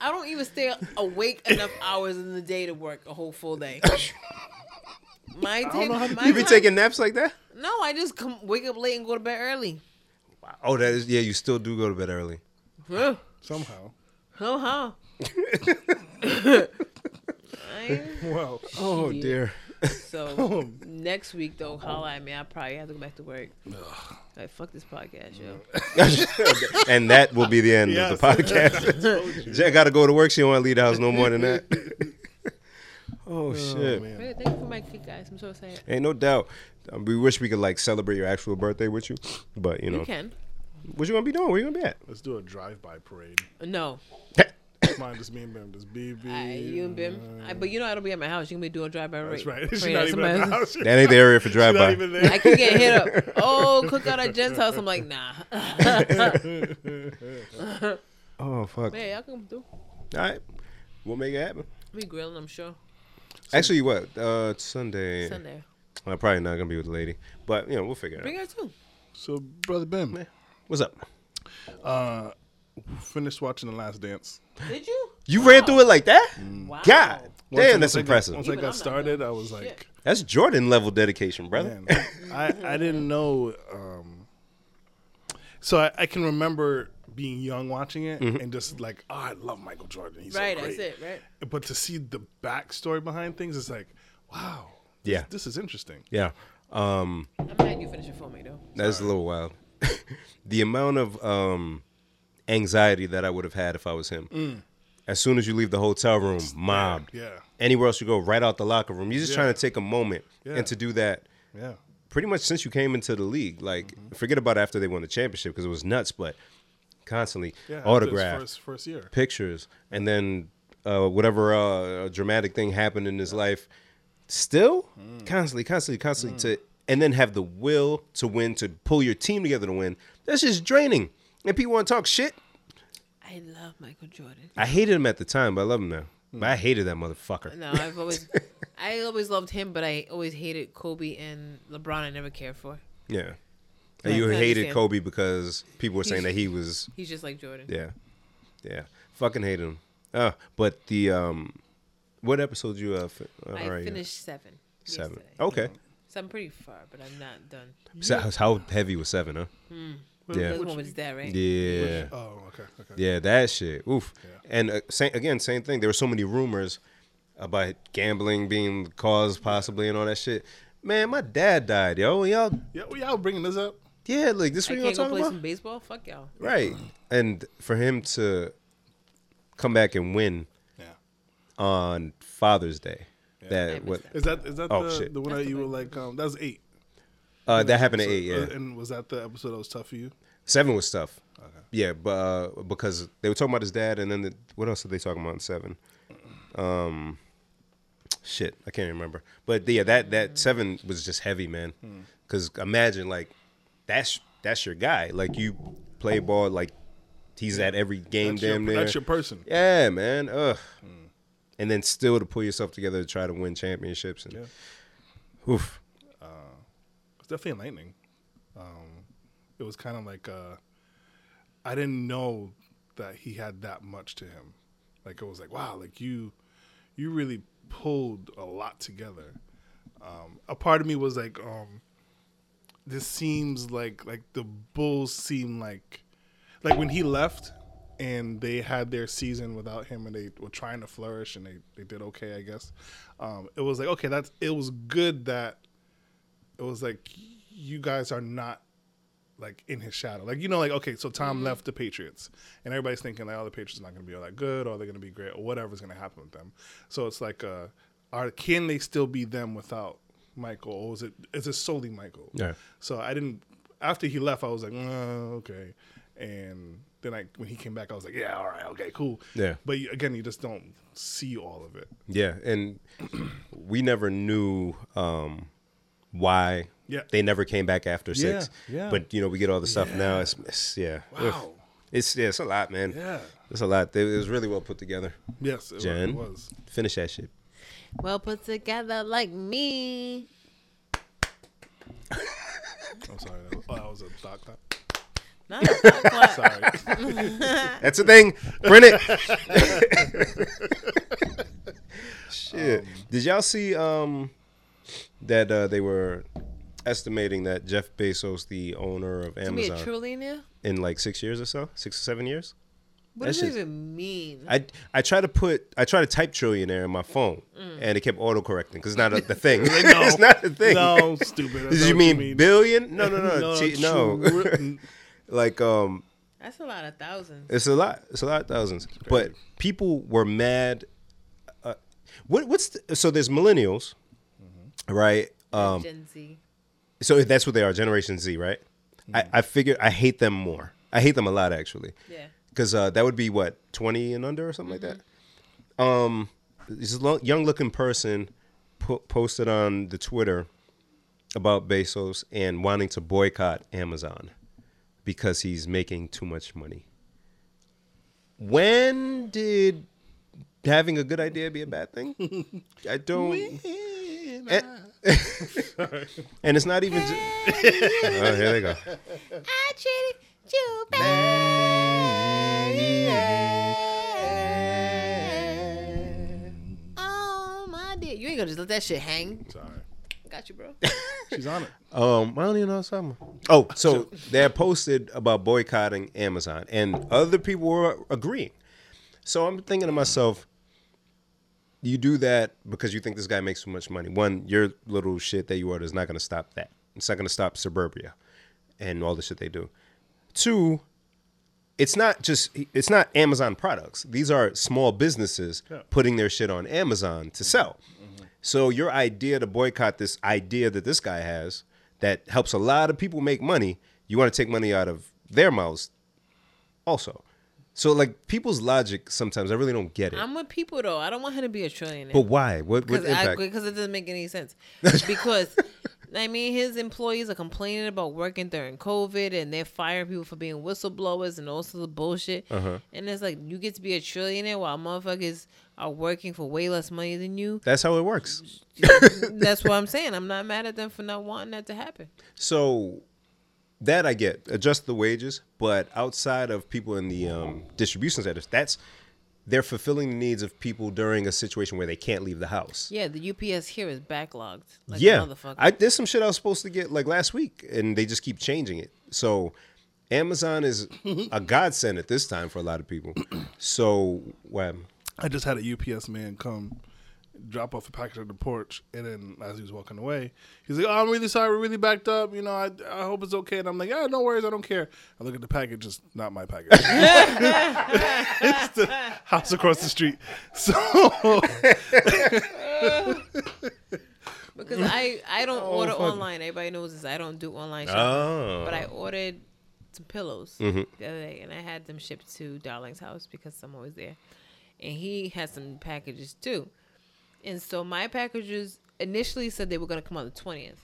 A: I don't even stay awake enough hours in the day to work a whole full day. My
C: don't know how
A: time,
C: to
A: my
B: you be
A: time-
B: taking naps like that?
A: No, I just come wake up late and go to bed early.
B: Oh, that is, yeah, you still do go to bed early.
A: Huh.
C: Somehow.
A: Oh, huh. I-
C: Wow.
B: Oh,
A: Yeah.
B: dear.
A: so
C: um,
A: next week though, holla at me. I probably have to go back to work. Like fuck this podcast, yo.
B: and that will be the end of
C: Yes.
B: the podcast. Jack got to go to work. She don't want to leave the house no more than that. oh, shit.
C: man.
A: Wait, thank you for my kick, guys. I'm so excited.
B: Ain't no doubt. Um, we wish we could like celebrate your actual birthday with you, but you know
A: You can.
B: what you gonna be doing? Where you gonna be at?
C: Let's do a drive-by parade.
A: No,
C: Mine, just me and Bim, just BB.
A: I, you and Bim. I, but you know I don't be at my house. You can be doing drive by
C: That's
A: right.
C: right. She's not even at the house. She's
B: That ain't the area for drive
C: not
B: by.
C: even there.
A: I can get hit up. Oh, cook out at Jen's house. I'm like, nah.
B: Oh fuck!
A: Hey, y'all come through.
B: All right, we'll make it happen.
A: We grilling, I'm sure.
B: Actually, what uh it's Sunday?
A: Sunday.
B: I'm probably not gonna be with the lady, but you know we'll figure it
A: Bring
B: out.
A: her too.
C: So, brother Bim,
B: What's up?
C: uh, finished watching The Last Dance.
A: Did you?
B: You ran through it like that?
C: Mm.
A: Wow.
B: God
C: Once-
B: damn, that's
C: once I got-
B: impressive.
C: Once I
A: Even I'm
C: got
A: not
C: started,
A: done.
C: I was
A: Shit.
C: like,
B: That's Jordan level dedication, brother.
C: man, I, I didn't know. Um, so I, I can remember being young watching it
B: Mm-hmm.
C: and just like, oh, I love Michael Jordan. He's so
A: Right,
C: great."
A: that's it, right?
C: But to see the backstory behind things, it's like, wow, this-
B: Yeah.
C: this is interesting.
B: yeah. Um,
A: I'm glad you finished it for me though.
B: That's a little wild. the amount of um, anxiety that I would have had if I was him. As soon as you leave the hotel room, mobbed.
C: Mm. Yeah,
B: Anywhere else you go, right out the locker room. You're just
C: Yeah.
B: trying to take a moment
C: Yeah.
B: and to do that
C: yeah.
B: pretty much since you came into the league. Like,
C: Mm-hmm.
B: forget about after they won the championship because it was nuts, but constantly
C: Yeah, after his
B: autograph,
C: first, first year.
B: pictures, and then uh, whatever uh, dramatic thing happened in his life, still
A: Mm.
B: constantly, constantly, constantly to, and then have the will to win, to pull your team together to win. That's just draining. And people want to talk shit.
A: I love Michael Jordan.
B: I hated him at the time, but I love him now.
A: Mm.
B: But I hated that motherfucker.
A: No, I've always, I always loved him, but I always hated Kobe and LeBron. I never cared for.
B: Yeah.
A: Yeah,
B: And you
A: I
B: hated
A: understand.
B: Kobe because people were saying that he was,
A: He's just like Jordan.
B: yeah. Yeah, fucking hated him. Uh, but the um, what episode you uh, fi- uh
A: I
B: all right, yeah.
A: finished seven.
B: seven?
A: yesterday.
B: Okay,
A: So I'm pretty far, but I'm not done.
B: so how- how heavy was seven? Huh?
A: The
B: Yeah,
A: other one was dead, right?
B: yeah,
C: Oh, okay, okay.
B: yeah. That shit. Oof. And uh, same, again, same thing. There were so many rumors about gambling being the cause possibly and all that shit. Man, my dad died, yo. Y'all,
C: Yeah, we all bringing this up.
B: yeah, like this.
A: I
B: What you
A: can't go
B: gonna talk
A: play
B: about?
A: some baseball. Fuck y'all.
B: Right. And for him to come back and win
C: Yeah.
B: on Father's Day.
A: I
B: That
A: missed
B: what
A: that.
C: Is that is that
B: Oh,
C: the,
B: shit.
C: the one
A: That's
C: that you
A: the
C: were like? Um, that was eight.
B: uh, that happened at
C: So-
B: eight, yeah.
C: uh, And was that the episode that was tough for you?
B: Seven was tough. Yeah, but uh, because they were talking about his dad and then the, what else did they talking about in seven? Um shit, I can't remember. But yeah, that that seven was just heavy, man.
C: Hmm.
B: Cause imagine like that's that's your guy. Like you play ball like he's at every game
C: That's,
B: damn
C: your,
B: near.
C: that's your person. Hmm.
B: Yeah, man. Ugh. And then still to pull yourself together to try to win championships and oof.
C: It's definitely enlightening. Um, it was kind of like uh, I didn't know that he had that much to him. Like it was like wow, like you, you really pulled a lot together. Um, a part of me was like, um, this seems like like the Bulls seem like like when he left and they had their season without him and they were trying to flourish and they, they did okay I guess. Um, it was like okay that's it was good that it was like you guys are not like in his shadow. Like you know, like okay, so Tom left the Patriots, and everybody's thinking like, oh, the Patriots are not going to be all that good, or they're going to be great, or whatever's going to happen with them. So it's like, uh, are can they still be them without Michael, or is it is it solely Michael?
B: Yeah.
C: So I didn't. After he left, I was like, "Uh, okay, and then I when he came back, I was like, yeah, all right, okay, cool.
B: Yeah.
C: But you, again, you just don't see all of it.
B: Yeah. And we never knew um why
C: Yeah.
B: they never came back after six.
C: yeah.
B: But you know, we get all the stuff now. It's, it's yeah. Ugh.
C: Wow.
B: It's yeah, it's a lot, man.
C: Yeah.
B: It's a lot. It, it was really well put together.
C: Yes, it,
B: Jen.
C: it was.
B: Finish that shit.
A: Well put together like me.
C: I'm sorry. That was, oh, that was a thought clap.
A: Not a fuck lot.
C: Sorry.
B: That's a thing. Print it. Shit. Did y'all see um that uh, they were estimating that Jeff Bezos, the owner of
A: to be a
B: Amazon,
A: trillionaire?
B: in like six years or so, six or seven years?
A: What
B: That
A: does that
B: shit's-
A: even mean?
B: I I try to put I try to type trillionaire in my phone,
C: Mm.
B: and it kept autocorrecting because it's not a, the thing. it's not a thing.
C: No, stupid. I know
B: Did you
C: what
B: mean, billion? No, no, no,
C: No,
B: T- no.
C: true.
B: like um,
A: That's a lot of thousands.
B: It's a lot. It's a lot of thousands. But people were mad. Uh, what, what's the, so? There's millennials,
C: Mm-hmm.
B: right? Um,
A: Gen Z.
B: so that's what they are, Generation Z, right?
C: Mm-hmm.
B: I, I figure I hate them more. I hate them a lot, actually.
A: Yeah.
B: Because uh, that would be what twenty and under or something like that. Um, this young looking person po- posted on the Twitter about Bezos and wanting to boycott Amazon because he's making too much money. When did having a good idea be a bad thing? I don't. And, and it's not even. ju- oh, here they go.
A: I treated you Oh my dear. You ain't gonna just let that shit hang.
C: Sorry.
A: Got you, bro.
C: She's on it.
B: Um, I don't even know what's happening. Oh, so they had posted about boycotting Amazon, and other people were agreeing. So I'm thinking to myself, you do that because you think this guy makes too much money. One, your little shit that you order is not going to stop that. It's not going to stop suburbia and all the shit they do. Two, it's not just it's not Amazon products. These are small businesses putting their shit on Amazon to sell. So your idea to boycott this idea that this guy has that helps a lot of people make money, you want to take money out of their mouths also. So like people's logic sometimes I really don't get it.
A: I'm with people though. I don't want him to be a trillionaire.
B: But why? What, what impact?
A: because it doesn't make any sense. because I mean, his employees are complaining about working during COVID, and they're firing people for being whistleblowers and all sorts of bullshit.
B: Uh-huh.
A: And it's like you get to be a trillionaire while motherfuckers are working for way less money than you.
B: That's how it works.
A: That's what I'm saying. I'm not mad at them for not wanting that to happen.
B: So that I get. Adjust the wages, but outside of people in the um, distribution centers, that's they're fulfilling the needs of people during a situation where they can't leave the house.
A: Yeah, the UPS here is backlogged. Like
B: yeah,
A: motherfucker.
B: I there's some shit I was supposed to get like last week, and they just keep changing it. So Amazon is a godsend at this time for a lot of people. So well,
C: I just had a UPS man come drop off a package at the porch, and then as he was walking away, he's like, "Oh, I'm really sorry, we're really backed up. You know, I, I hope it's okay." And I'm like, "Yeah, no worries, I don't care." I look at the package; it's not my package. it's the house across the street. So
A: because I I don't order online. Everybody knows this. I don't do online shopping.
B: oh,
A: But I ordered some pillows the other day, and I had them shipped to Darling's house because I'm always there, and he had some packages too, and so my packages initially said they were gonna come on the twentieth,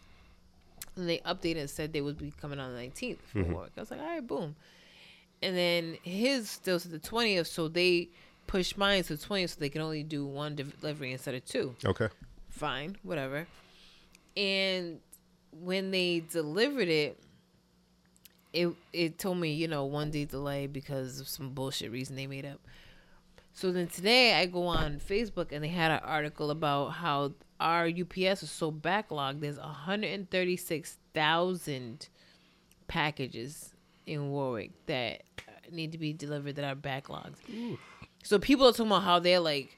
A: and they updated and said they would be coming on the nineteenth for work. I was like, all right, boom, and then his still said the twentieth, so they pushed mine to the twentieth, so they can only do one delivery instead of two
B: okay,
A: fine, whatever. And when they delivered it, it it told me, you know, one day delay because of some bullshit reason they made up. So then today I go on Facebook and they had an article about how our UPS is so backlogged. There's 136,000 packages in Warwick that need to be delivered that are backlogged. So people are talking about how they're like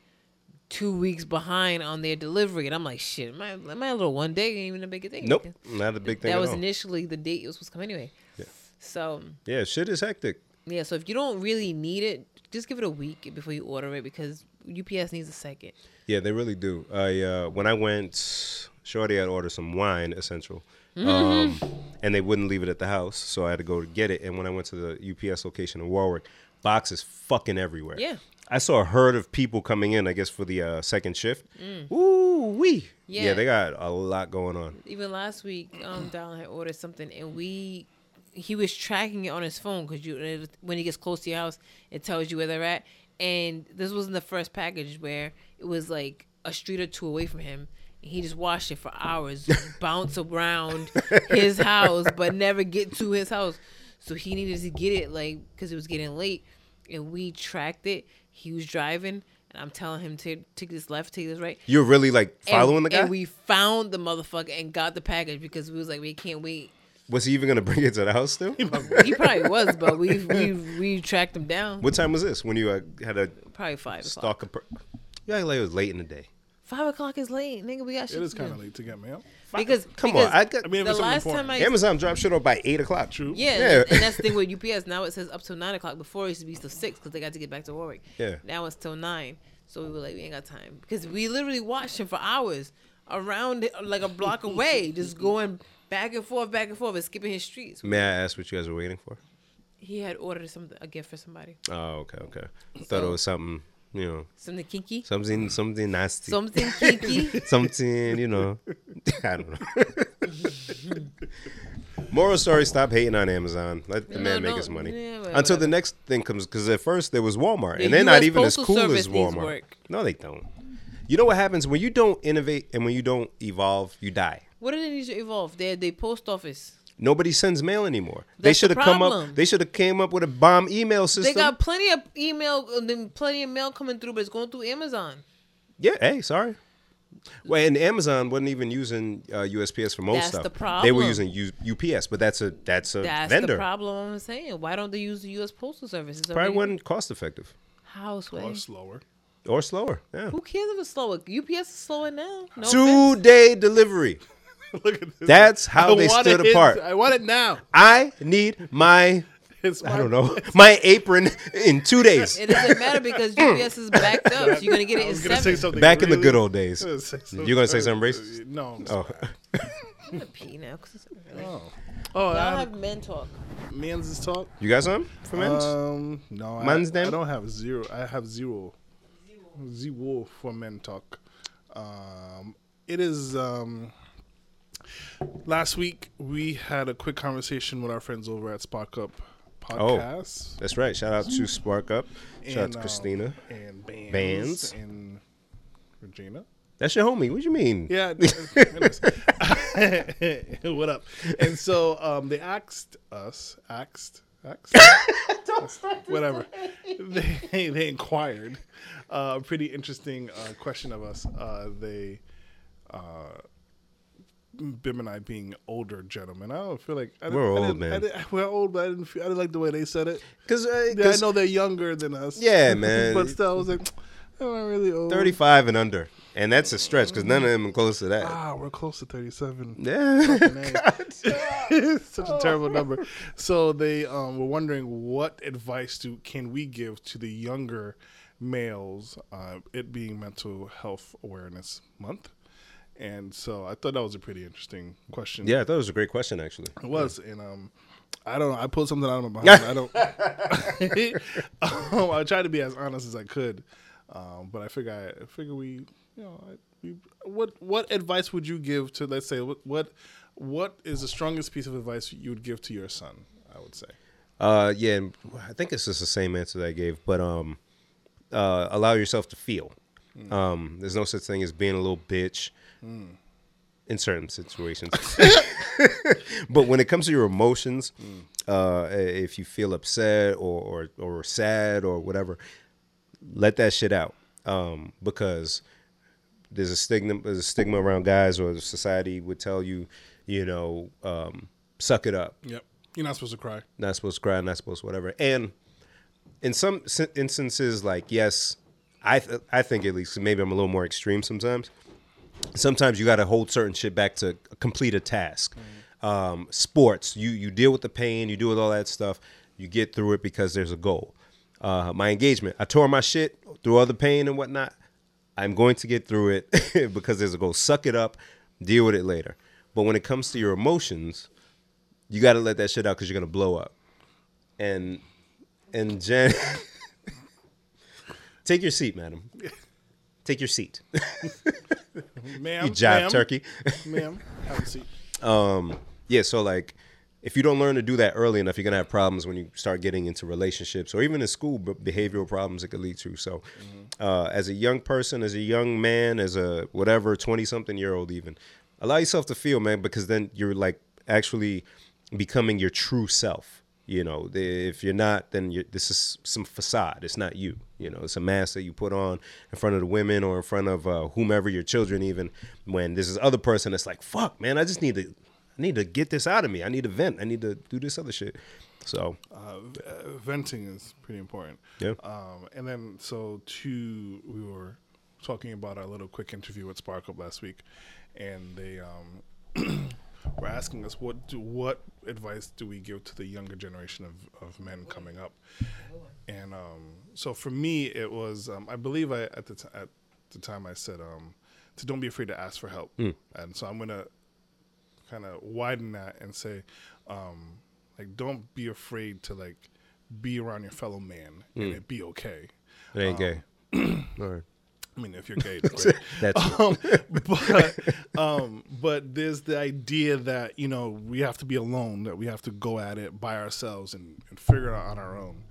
A: two weeks behind on their delivery, and I'm like, shit, my my little one day ain't even a big thing.
B: nope, not a big thing.
A: That
B: at
A: was
B: all.
A: initially the date it was supposed to come anyway. Yeah. So um,
B: Yeah, shit is hectic.
A: yeah, so if you don't really need it, just give it a week before you order it because UPS needs a second.
B: Yeah, they really do. I uh, when I went, Shorty had ordered some wine essential,
A: Mm-hmm.
B: um, and they wouldn't leave it at the house, so I had to go to get it. And when I went to the UPS location in Warwick, boxes fucking everywhere.
A: Yeah.
B: I saw a herd of people coming in. I guess for the uh, second shift. Ooh wee. Yeah.
A: Mm. Yeah.
B: they got a lot going on.
A: Even last week, um, Donald had ordered something, and we he was tracking it on his phone because you it was- when he gets close to your house, it tells you where they're at. And this wasn't the first package where it was like a street or two away from him. and He just watched it for hours, bounce around his house, but never get to his house. So he needed to get it like because it was getting late, and we tracked it. He was driving, and I'm telling him to take this left, take this right
B: You're really like
A: and-
B: following the guy.
A: And we found the motherfucker and got the package because we was like, we can't wait.
B: was he even gonna bring it to the house still?
A: He probably was, but we we we tracked him down.
B: what time was this when you uh, had a
A: Probably five o'clock.
B: stalker? Per- you act like it was late in the day.
A: Five o'clock is late, nigga. We got shit.
C: it is
A: to do.
C: kind of late to get mail.
A: Because
B: Come
A: because
B: on, I got.
C: I mean, if
A: the
C: it's something
A: last time
C: important.
A: I
B: Amazon dropped shit off by eight o'clock.
C: True.
A: yeah,
B: Yeah.
A: and that's the thing with UPS now. It says up till nine o'clock. Before it used to be till six because they got to get back to Warwick.
B: Yeah.
A: Now it's till nine, so we were like, we ain't got time because we literally watched him for hours around it, like a block away, just going back and forth, back and forth, and skipping his streets.
B: May I ask what you guys were waiting for?
A: He had ordered some a gift for somebody.
B: Oh, okay, okay. Thought it was something, you know,
A: Something kinky.
B: something, something nasty,
A: Something kinky.
B: something, you know. I don't know. Moral story: Stop hating on Amazon. Let the
A: No,
B: man make
A: no,
B: his money
A: yeah, but
B: until
A: whatever.
B: the next thing comes. Because at first there was Walmart,
A: The
B: and they're not
A: US
B: even as
A: Postal
B: cool
A: Service
B: as
A: needs
B: Walmart.
A: work.
B: No, they don't. You know what happens when you don't innovate and when you don't evolve, you die.
A: what do they need to evolve? They're the post office.
B: Nobody sends mail anymore. they
A: That's the
B: should have come
A: problem.
B: up. They should have came up with a bomb email
A: They
B: system.
A: got plenty of email and then plenty of mail coming through, but it's going through Amazon.
B: Yeah. Hey, sorry. Well, and Amazon wasn't even using uh, USPS for most
A: That's
B: stuff.
A: the
B: They were
A: problem.
B: using U- UPS, but that's a that's a
A: That's
B: vendor.
A: the problem I'm saying. Why don't they use the U.S. Postal Service? It's
B: Probably
A: already
B: wasn't cost effective
C: Or
A: houseway.
C: slower.
B: or slower. Yeah.
A: Who cares if it's slower? UPS is slower now. No
B: Two
A: offense.
B: day delivery.
C: Look at this.
B: That's how
C: I
B: they
C: want
B: stood
C: it-
B: apart.
C: I want it now.
B: I need my
C: It's
B: I
C: my-
B: don't know my apron in two days.
A: It doesn't matter because UPS is backed up. So you're gonna get it
C: I
A: in
C: was gonna say
A: seven.
C: something.
B: Back in the
C: really-
B: good old days.
C: I was gonna say
B: You gonna say
C: something- Uh,
B: something racist?
C: No. I'm
B: Oh,
C: sorry.
A: I'm gonna pee now. 'cause it's-
C: Oh. Oh, I
A: Y'all
C: had
A: have men talk.
C: a man's this talk.
B: you got some for men's?
C: Um, no, I,
B: Man's them?
C: I don't have zero. I have zero, zero for men talk. Um, it is. Um, last week we had a quick conversation with our friends over at Spark Up Podcast.
B: That's right. Shout out to Spark Up. Oh. Shout out
C: and,
B: to
C: um,
B: Christina.
C: and bands,
B: Bands.
C: and Regina.
B: That's your homie. What you mean?
C: Yeah. it- it is. what up? And so um, they asked us, asked, asked, whatever. They they inquired uh, a pretty interesting uh, question of us. Uh, they uh, Bim and I being older gentlemen. I don't feel like I didn't-
B: We're
C: I
B: old,
C: didn't- I
B: man.
C: didn't- we're old, but I didn't. Feel, I didn't like the way they said it.
B: Because
C: Yeah, I know they're younger than us.
B: Yeah, man.
C: but still, I was like, am I really old?
B: 35 and under. And that's a stretch because none of them are close to that.
C: Ah, we're close to thirty-seven.
B: Yeah.
C: It's such a terrible number. So they um, were wondering what advice do can we give to the younger males? Uh, it being Mental Health Awareness Month, and so I thought that was a pretty interesting question.
B: yeah, I thought it was a great question, actually.
C: it was. And um, I don't know. I pulled something out of my behind. I don't. um, I tried to be as honest as I could, um, but I figure I, I figure we, you know, I, we, what what advice would you give to let's say what what what is the strongest piece of advice you would give to your son? I would say.
B: Uh, yeah, and I think it's just the same answer that I gave, but um, uh, allow yourself to feel. Um, there's no such thing as being a little bitch in certain situations. but when it comes to your emotions, uh, if you feel upset or, or, or sad or whatever, let that shit out. Um, because there's a stigma there's a stigma around guys or society would tell you, you know, um, suck it up
C: Yep. You're not supposed to cry.
B: not supposed to cry, not supposed to whatever. And in some s- instances, like yes, I th- I think at least maybe I'm a little more extreme sometimes. Sometimes you got to hold certain shit back to complete a task. Um, sports, you you deal with the pain, you deal with all that stuff, you get through it because there's a goal. Uh, my engagement, I tore my shit through all the pain and whatnot. I'm going to get through it because there's a goal. Suck it up, deal with it later. But when it comes to your emotions, you got to let that shit out because you're gonna blow up. And and Jen, take your seat, madam. Take your seat.
C: Ma'am.
B: Good job,
C: ma'am,
B: turkey.
C: Ma'am, have a seat.
B: yeah. So like, if you don't learn to do that early enough, you're gonna have problems when you start getting into relationships or even in school b- behavioral problems it could lead to. So, uh, as a young person, as a young man, as a whatever twenty something year old, even allow yourself to feel, man, because then you're like actually becoming your true self. You know, the- if you're not, then you're, this is some facade. It's not you. You know, it's a mask that you put on in front of the women or in front of uh, whomever your children. Even when this is other person, it's like, fuck, man, I just need to, I need to get this out of me. I need to vent. I need to do this other shit. So,
C: Uh, v- uh, venting is pretty important.
B: yeah,
C: Um, and then, so two, we were talking about our little quick interview with Sparkle last week, and they um, were asking us what do, what advice do we give to the younger generation of, of men coming up, and um, so for me it was um, I believe I at the t- at the time I said um, to don't be afraid to ask for help, and so I'm gonna kind of widen that and say, um, like, don't be afraid to like be around your fellow man and it be okay.
B: it ain't gay. All right.
C: I mean, if you're gay, it's great.
B: That's
C: um, but um, but there's the idea that you know we have to be alone, that we have to go at it by ourselves and, and figure it out on our own.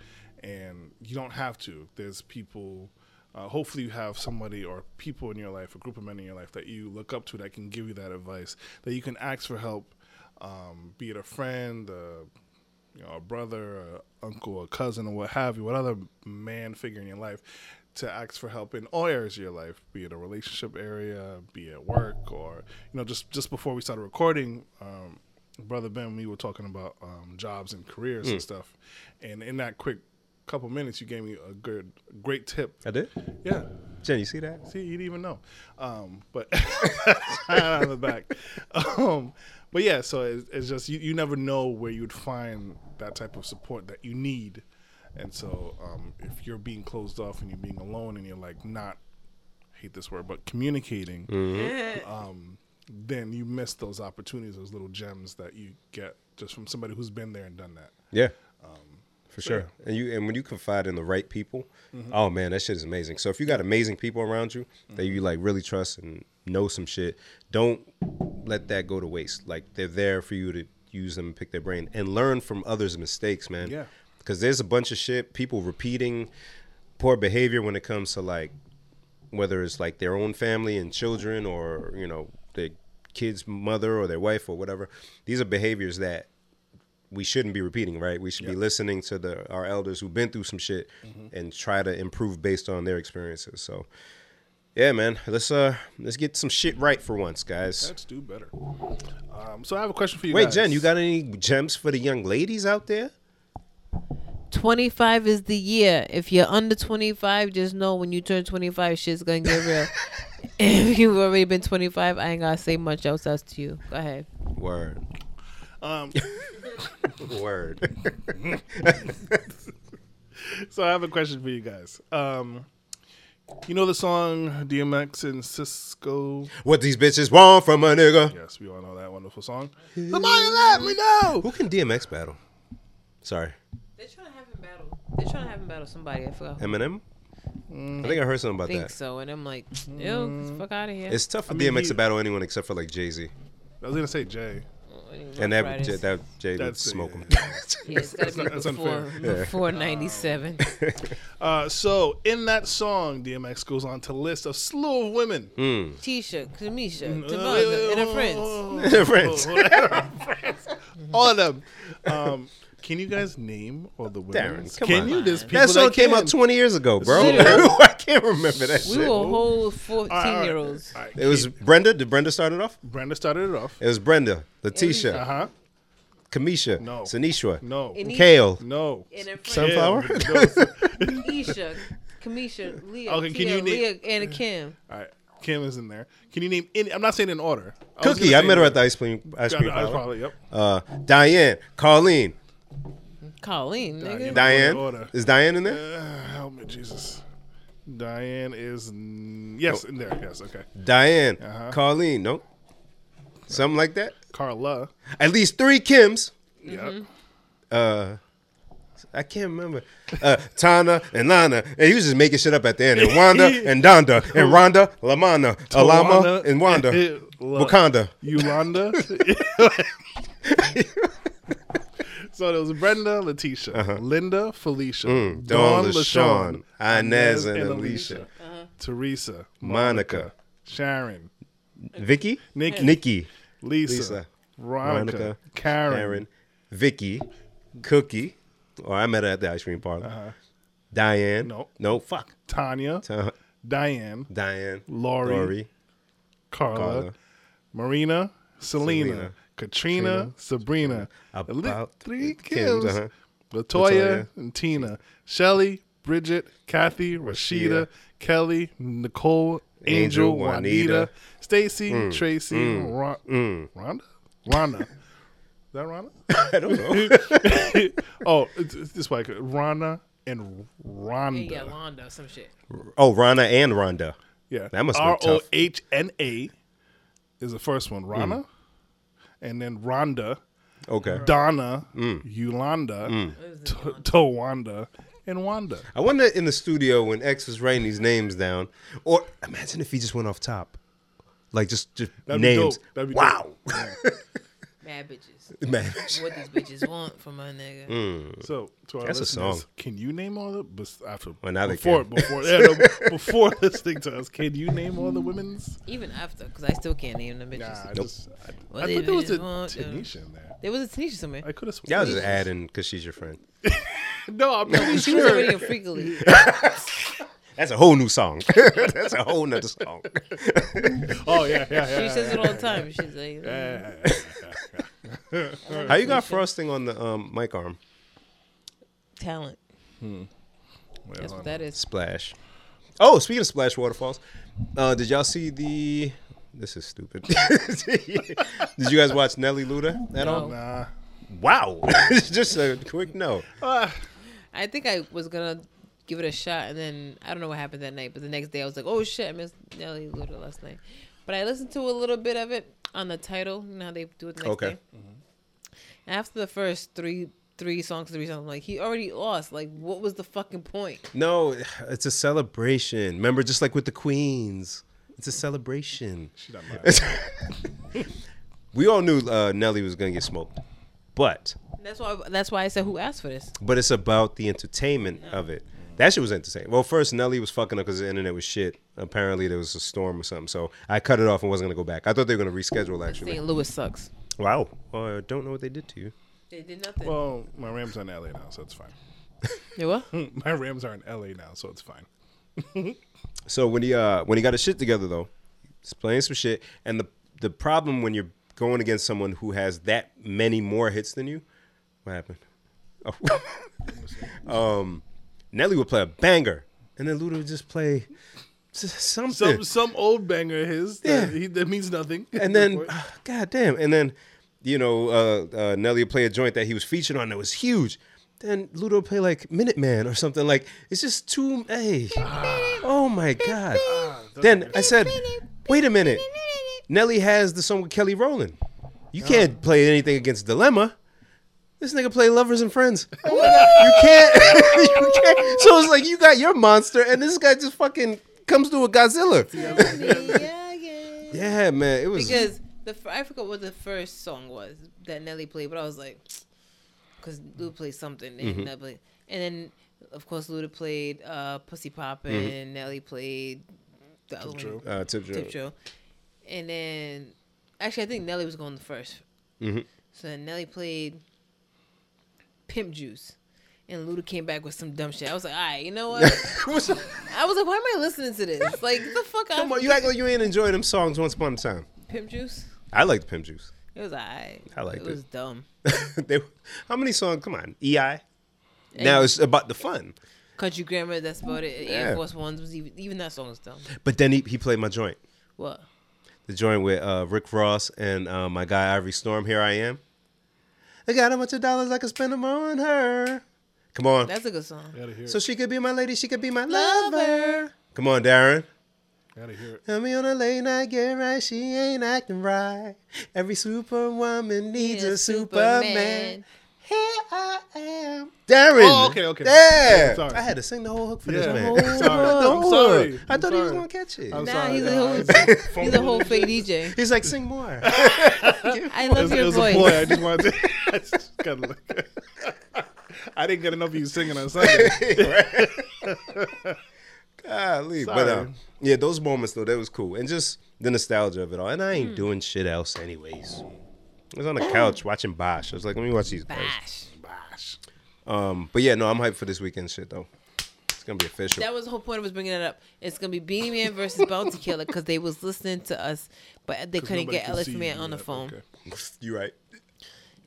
C: And you don't have to. There's people. Uh, hopefully, you have somebody or people in your life, a group of men in your life that you look up to that can give you that advice, that you can ask for help, um, be it a friend, a you know, a brother, a uncle, a cousin, or what have you, what other man figure in your life to ask for help in all areas of your life, be it a relationship area, be it work, or you know, just just before we started recording, um, brother Ben, we were talking about um, jobs and careers and stuff, and in that quick couple minutes, you gave me a good, great tip.
B: I did.
C: Yeah,
B: Jen, you see that?
C: See, you didn't even know. Um, but out of the back. Um, but yeah, so it's, it's just you, you never know where you'd find that type of support that you need. And so um, if you're being closed off and you're being alone and you're like not hate this word, but communicating, um, then you miss those opportunities, those little gems that you get just from somebody who's been there and done that.
B: Yeah. Um, for sure. And you and when you confide in the right people, oh man, that shit is amazing. So if you got amazing people around you that you like really trust and know some shit, don't let that go to waste. Like they're there for you to use them and pick their brain and learn from others' mistakes, man.
C: Yeah.
B: Cuz there's a bunch of shit people repeating poor behavior when it comes to like whether it's like their own family and children or, you know, their kid's mother or their wife or whatever. These are behaviors that we shouldn't be repeating, right? We should be listening to the our elders who've been through some shit
C: Mm-hmm.
B: and try to improve based on their experiences. So, yeah, man, let's uh let's get some shit right for once, guys.
C: Let's do better. Um, so I have a question for you.
B: Wait,
C: guys.
B: Jen, you got any gems for the young ladies out there?
A: 25 is the year. If you're under 25, just know when you turn 25, shit's gonna get real. if you've already been 25, I ain't gotta say much else. That's to you. Go ahead.
B: Word,
C: Um,
B: word.
C: so I have a question for you guys. Um, you know the song DMX and Cisco?
B: what these bitches want from a nigga?
C: Yes, we all know that wonderful song. Somebody let me know.
B: Who can DMX battle? Sorry,
A: They're trying to have him battle. They're trying to have him battle somebody. I forgot. I
B: Eminem.
C: Mm-hmm.
B: I think I heard something about
A: think
B: that.
A: so. And I'm like, yo, get the fuck out of here.
B: It's tough for
C: mean,
B: DMX
C: he-
B: to battle anyone except for like Jay Z,
C: I was gonna say Jay.
B: and that Jay, that Jay would
C: That's-
B: smoke him.
A: yeah, it's gotta
C: that's not-
A: be
C: that's
A: before,
C: unfair.
A: before 97.
C: Uh, so in that song, DMX goes on to list a slew of women.
B: Hmm.
A: Tisha, Kamisha,
C: Uh, wait, wait,
A: Demonza, and her
C: wait,
A: friends.
C: wait, wait, wait.
B: They're friends.
C: Oh, all of them. Um, can you guys name all the women?
B: Darren, come
C: can
B: on.
C: you? There's people
B: That song came
C: can.
B: out 20 years ago, bro.
A: Literally.
B: I can't remember that
A: We
B: shit.
A: were whole
C: All right, all
A: 14
C: right,
A: year olds.
C: all right.
B: It was Brenda. Did Brenda start it off?
C: Brenda started it off.
B: It was Brenda,
C: Uh
B: Letitia,
C: huh.
B: Kamisha,
C: No.
B: Sanishwa,
C: No.
A: Any-
B: Kale,
C: No.
A: And her friends.
B: Sunflower.
C: No.
A: Isha, Kamisha, Leah,
C: Okay, can
A: Tia,
C: you name-
A: Leah, and Kim.
C: All right. Kim is in there. Can you name any? I'm not saying in order. I was
B: Cookie.
C: gonna
B: I
C: say
B: met her
C: in
B: at the ice cream ice
C: order.
B: cream
C: I was
B: parlor.
C: probably, yep.
B: Uh, Diane, Colleen,
A: Colleen, nigga.
C: Di-
B: Diane.
C: order.
B: Is Diane in there?
C: Uh, help me, Jesus. Diane is n- yes
B: Oh.
C: in there. Yes, okay.
B: Diane,
C: Uh-huh.
B: Colleen. Nope. Something like that.
C: Carla.
B: At least three Kims.
C: Yep.
B: uh I can't remember. Uh, Tana and Lana. And he was just making shit up at the end. And Wanda and Donda and Rhonda, Lamana, Alama
C: Tawana
B: and Wanda.
C: Look.
B: Wakanda.
C: Yolanda. so there was Brenda, Letitia, Linda, Felicia,
B: Uh-huh. Mm. Dawn,
C: Dawn,
B: LaShawn,
C: LaShawn,
B: Inez, and Alicia,
C: Teresa,
B: Monica.
C: Sharon,
B: Vicky?
C: Nikki.
B: Nikki.
C: Lisa,
B: Lisa,
C: Veronica,
B: Veronica,
C: Karen,
B: Aaron. Vicky. Cookie. Or I met her at the ice cream parlor. Diane.
C: Uh-huh. Nope.
B: No, fuck.
C: Tanya,
B: Ta-
C: Diane,
B: Diane.
C: Lori,
B: Lori.
C: Carla,
B: Carla.
C: Marina, Selena,
B: Selena,
C: Katrina, Sabrina,
B: Sabrina.
C: Eli-
B: About
C: three
B: Kims,
C: Kims,
B: uh-huh.
C: Latoya,
B: Latoya.
C: and Tina, Shelly, Bridget, Kathy, Rashida,
B: Rashida,
C: Kelly, Nicole,
B: Angel,
C: Angel, Juanita,
B: Juanita, Mm,
C: Stacy, Tracy, Ron- Rhonda, Rhonda. Is that Rhonda?
B: I don't know.
C: oh, it's, it's this way. Rhonda and Rhonda.
A: Yeah, Londa or some shit.
B: oh, Rana and Rhonda.
C: Yeah.
B: That must be
C: R
B: tough.
C: O H N A is the first one.
B: Mm.
C: Rana. And then Rhonda,
B: Okay.
C: Donna,
B: Mm.
C: Yolanda, T- Tawanda, and Wanda.
B: I wonder in the studio when X was writing these names down, or imagine if he just went off top, like just just
C: That'd be
B: names.
C: dope. That'd be
B: wow,
C: dope.
A: Mad bitches.
B: man,
A: What these bitches want from a nigga.
C: So, to our
B: That's a
C: listeners,
B: song.
C: can you name all the bes- after
B: Well, now they
C: before
B: can.
C: before yeah, no, before listening to us? Can you name all the women's?
A: Even after, because I still can't name them
C: Nah,
A: bitches.
C: I, just, I,
A: Well,
C: I
A: they-
C: thought there
A: they
C: was a
A: just want to-
C: Tanisha in there.
A: There was a Tanisha somewhere.
C: I could have
B: y'all
C: sworn.
B: just adding because she's your friend.
C: No, I'm pretty
A: She was
C: sure.
A: already a freakly.
B: That's a whole new song. That's a whole nother song.
C: Oh yeah, yeah, yeah.
A: She says it all the time. She's like,
B: How you got frosting on the um, mic arm?
A: talent. That's what that is.
B: Splash. Oh, speaking of splash waterfalls, uh, did y'all see the? This is stupid. did you guys watch Nelly Luda at all?
A: No.
C: Nah.
B: Wow, just a quick no.
C: Ah,
A: I think I was gonna give it a shot, and then I don't know what happened that night. But the next day, I was like, "Oh shit, I missed Nelly Luda last night." But I listened to a little bit of it on the title. You know how they do it the next
B: Okay.
A: day. After the first three three songs, three songs, I'm like he already lost. Like, what was the fucking point?
B: No, it's a celebration. Remember, just like with the queens, it's a celebration.
C: she's not mine.
B: We all knew uh, Nelly was gonna get smoked, but
A: And that's why. That's why I said, "Who asked for this?"
B: but it's about the entertainment of it. That shit was entertaining. Well, first Nelly was fucking up because the internet was shit. Apparently there was a storm or something, so I cut it off and wasn't gonna go back. I thought they were gonna reschedule actually.
A: St. Louis sucks.
B: Wow. Well, I don't know what they did to you.
A: They did nothing.
C: Well, my Rams are in LA now, so it's fine.
A: You what?
C: my Rams are in LA now, so it's fine.
B: So when he uh when he got his shit together though, he's playing some shit. And the the problem when you're going against someone who has that many more hits than you, what happened? Oh. um, Nelly would play a banger, and then Luda would just play s- something.
C: Some some old banger of his that,
B: Yeah.
C: he, that means nothing.
B: and then, god damn, and then you know uh, uh, Nelly would play a joint that he was featured on that was huge. Then Luda would play like Minuteman or something like it's just too. Hey, oh my god. Then I said, wait a minute. Nelly has the song with Kelly Rowland. You can't play anything against Dilemma. This nigga play Lovers and Friends. you can't. you can't. So it's like you got your monster, and this guy just fucking comes through with Godzilla. Yeah, man. It was
A: because the fir- I forgot what the first song was that Nelly played, but I was like, because Luda played something and Nelly played, and then of course Luda played uh, "Pussy Poppin'" and Nelly played the other
C: Joe.
A: one,
B: uh, Tip Drill.
A: Tip Drill, and then actually I think Nelly was going the 1st
B: Mhm.
A: so then Nelly played "Pimp Juice." And Luda came back with some dumb shit. I was like, all right, you know what?
B: What's up?
A: I was like, why am I listening to this? Like, the fuck?
B: Come
A: I'm
B: on, you act like you ain't enjoyed them songs once upon a time.
A: Pimp Juice?
B: I liked Pimp Juice.
A: It was all right.
B: I liked
A: It was dumb.
B: they, how many songs? Come on, EI. Now it's about the fun.
A: Country grammar, that's about it.
B: Yeah.
A: Air Force Ones was even even that song was dumb.
B: But then he, he played my joint,
A: What?
B: the joint with uh, Rick Ross and uh, my guy Ivory Storm. Here I am. I got a bunch of dollars I can spend them on her. Come on,
A: That's a good song.
C: Gotta hear
B: so
C: it.
B: she could be my lady, she could be my lover. Come on, Darren.
C: Gotta hear it.
B: Tell me on a late night get right, she ain't acting right. Every superwoman needs
A: Yeah,
B: a superman.
A: Superman.
B: Here I am. Darren.
C: Oh, okay, okay.
B: Yeah.
C: Yeah, sorry.
B: I had to sing the whole hook for this
C: Yeah.
B: man.
C: I'm sorry. I'm
B: Don't
C: sorry.
B: worry. I
C: I'm
B: thought he was
C: sorry.
B: gonna catch it.
C: I'm
A: Nah,
C: sorry.
A: he's a
C: nah,
A: whole-
C: it's-
A: He's a whole fake DJ.
B: He's like, sing more.
A: I
C: It
A: love
C: was, it
A: your
C: was a ploy. I
A: voice.
C: just wanted to. I, just gotta look. I didn't get enough of you singing on Sunday.
B: Golly. But uh,
C: Sorry.
B: yeah, those moments though, that was cool. And just the nostalgia of it all. And I ain't doing shit else anyways. I was on the couch watching Bosch. I was like, let me watch these guys.
A: Bash.
C: Bosh.
B: Um, but yeah, no, I'm hyped for this weekend shit though. It's gonna be official.
A: That was the whole point of us bringing it up. It's gonna be Beanie Man versus Bounty Killer because they was listening to us, but they couldn't
C: Nobody
A: get
C: can
A: LA
C: see
A: Man
C: you
A: on the
C: yet.
A: phone.
C: Okay.
B: you right.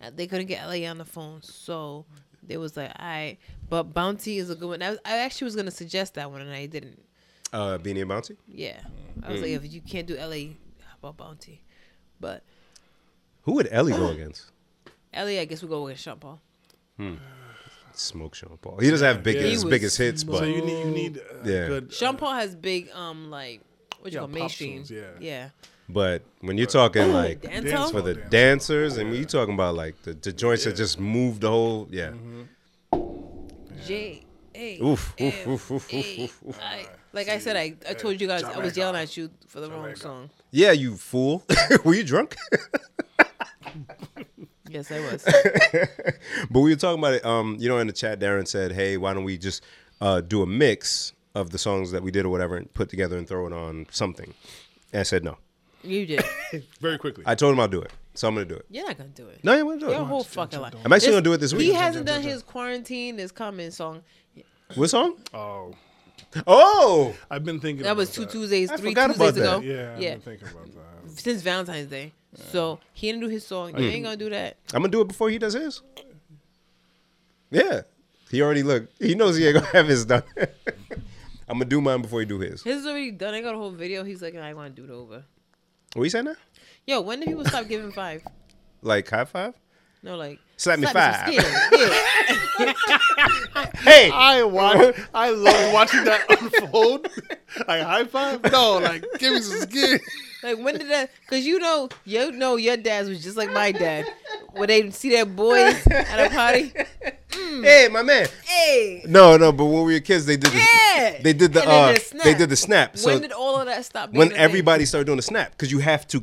A: Uh, They couldn't get LA on the phone, so they was like, all right. But Bounty is a good one. I, was, I actually was gonna suggest that one and I didn't.
B: Uh, Beanie and Bounty.
A: Yeah, I was like,
C: Mm.
A: if you can't do LA, how about Bounty? But
B: Who would Ellie go against?
A: LA, I guess we go with Sean Paul.
B: Smoke Sean Paul. He doesn't have big
C: Yeah.
B: his
A: He
B: biggest
A: was
B: hits,
C: So
B: but
C: you need you need a
B: Yeah.
C: good. uh,
A: Sean Paul has big, um, like what you
C: Yeah,
A: call
C: pop
A: mainstream.
C: songs, yeah.
A: yeah.
B: but when you're talking like
A: Danto?
C: dance
B: for the
C: Dancehall.
B: dancers and when you're talking about like the, the joints that
C: Yeah.
B: just move the whole yeah.
A: Mm-hmm. J A.
B: Oof, oof,
A: M,
B: oof, oof, oof,
A: A,
B: oof, oof.
A: I- Like I said, I, I told you guys I was yelling at you for the wrong
C: Jamaica.
A: song.
B: Yeah, you fool. were you drunk?
A: Yes, I was.
B: but we were talking about it. Um, you know, in the chat, Darren said, "Hey, why don't we just uh, do a mix of the songs that we did or whatever, and put together and throw it on something?" And I said, "No."
A: you did.
C: very quickly.
B: I told him I'll do it, so I'm gonna do it.
A: You're not gonna do it.
B: No, I'm gonna do it.
A: Your whole fucking life.
B: I'm actually gonna do it this
A: He
B: week.
A: hasn't done his quarantine, his comment song.
B: what song?
C: oh,
B: Oh,
C: I've been thinking.
A: That
C: about
A: was two Tuesdays,
B: I
A: three
B: forgot
A: Tuesdays ago.
B: about that.
C: Yeah, I've
A: yeah.
C: been thinking about that.
A: Since Valentine's Day, so he didn't do his song. You
B: Mm.
A: ain't gonna do that.
B: I'm gonna do it before he does his. Yeah, he already looked. He knows he ain't gonna have his done. I'm gonna do mine before he do his.
A: His is already done. I got a whole video. He's like, I want to do it over.
B: What you saying now?
A: Yo, when do people stop giving five?
B: Like high five?
A: No, like
B: Slap me
A: slap
B: five.
A: some skin. Yeah.
B: Hey,
C: I watch. I love watching that unfold. Like high five. No, like give me some skin.
A: Like when did that? Because you know, you know, your dad was just like my dad. When they see that boys at a party,
B: hey, my man.
A: hey,
B: No, no, but when we were kids, they did the,
A: Yeah.
B: they did the
A: And then
B: uh,
A: the snap.
B: they did the snap. So
A: when did all of that stop? Being a
B: when
A: thing?
B: everybody started doing the snap, because you have to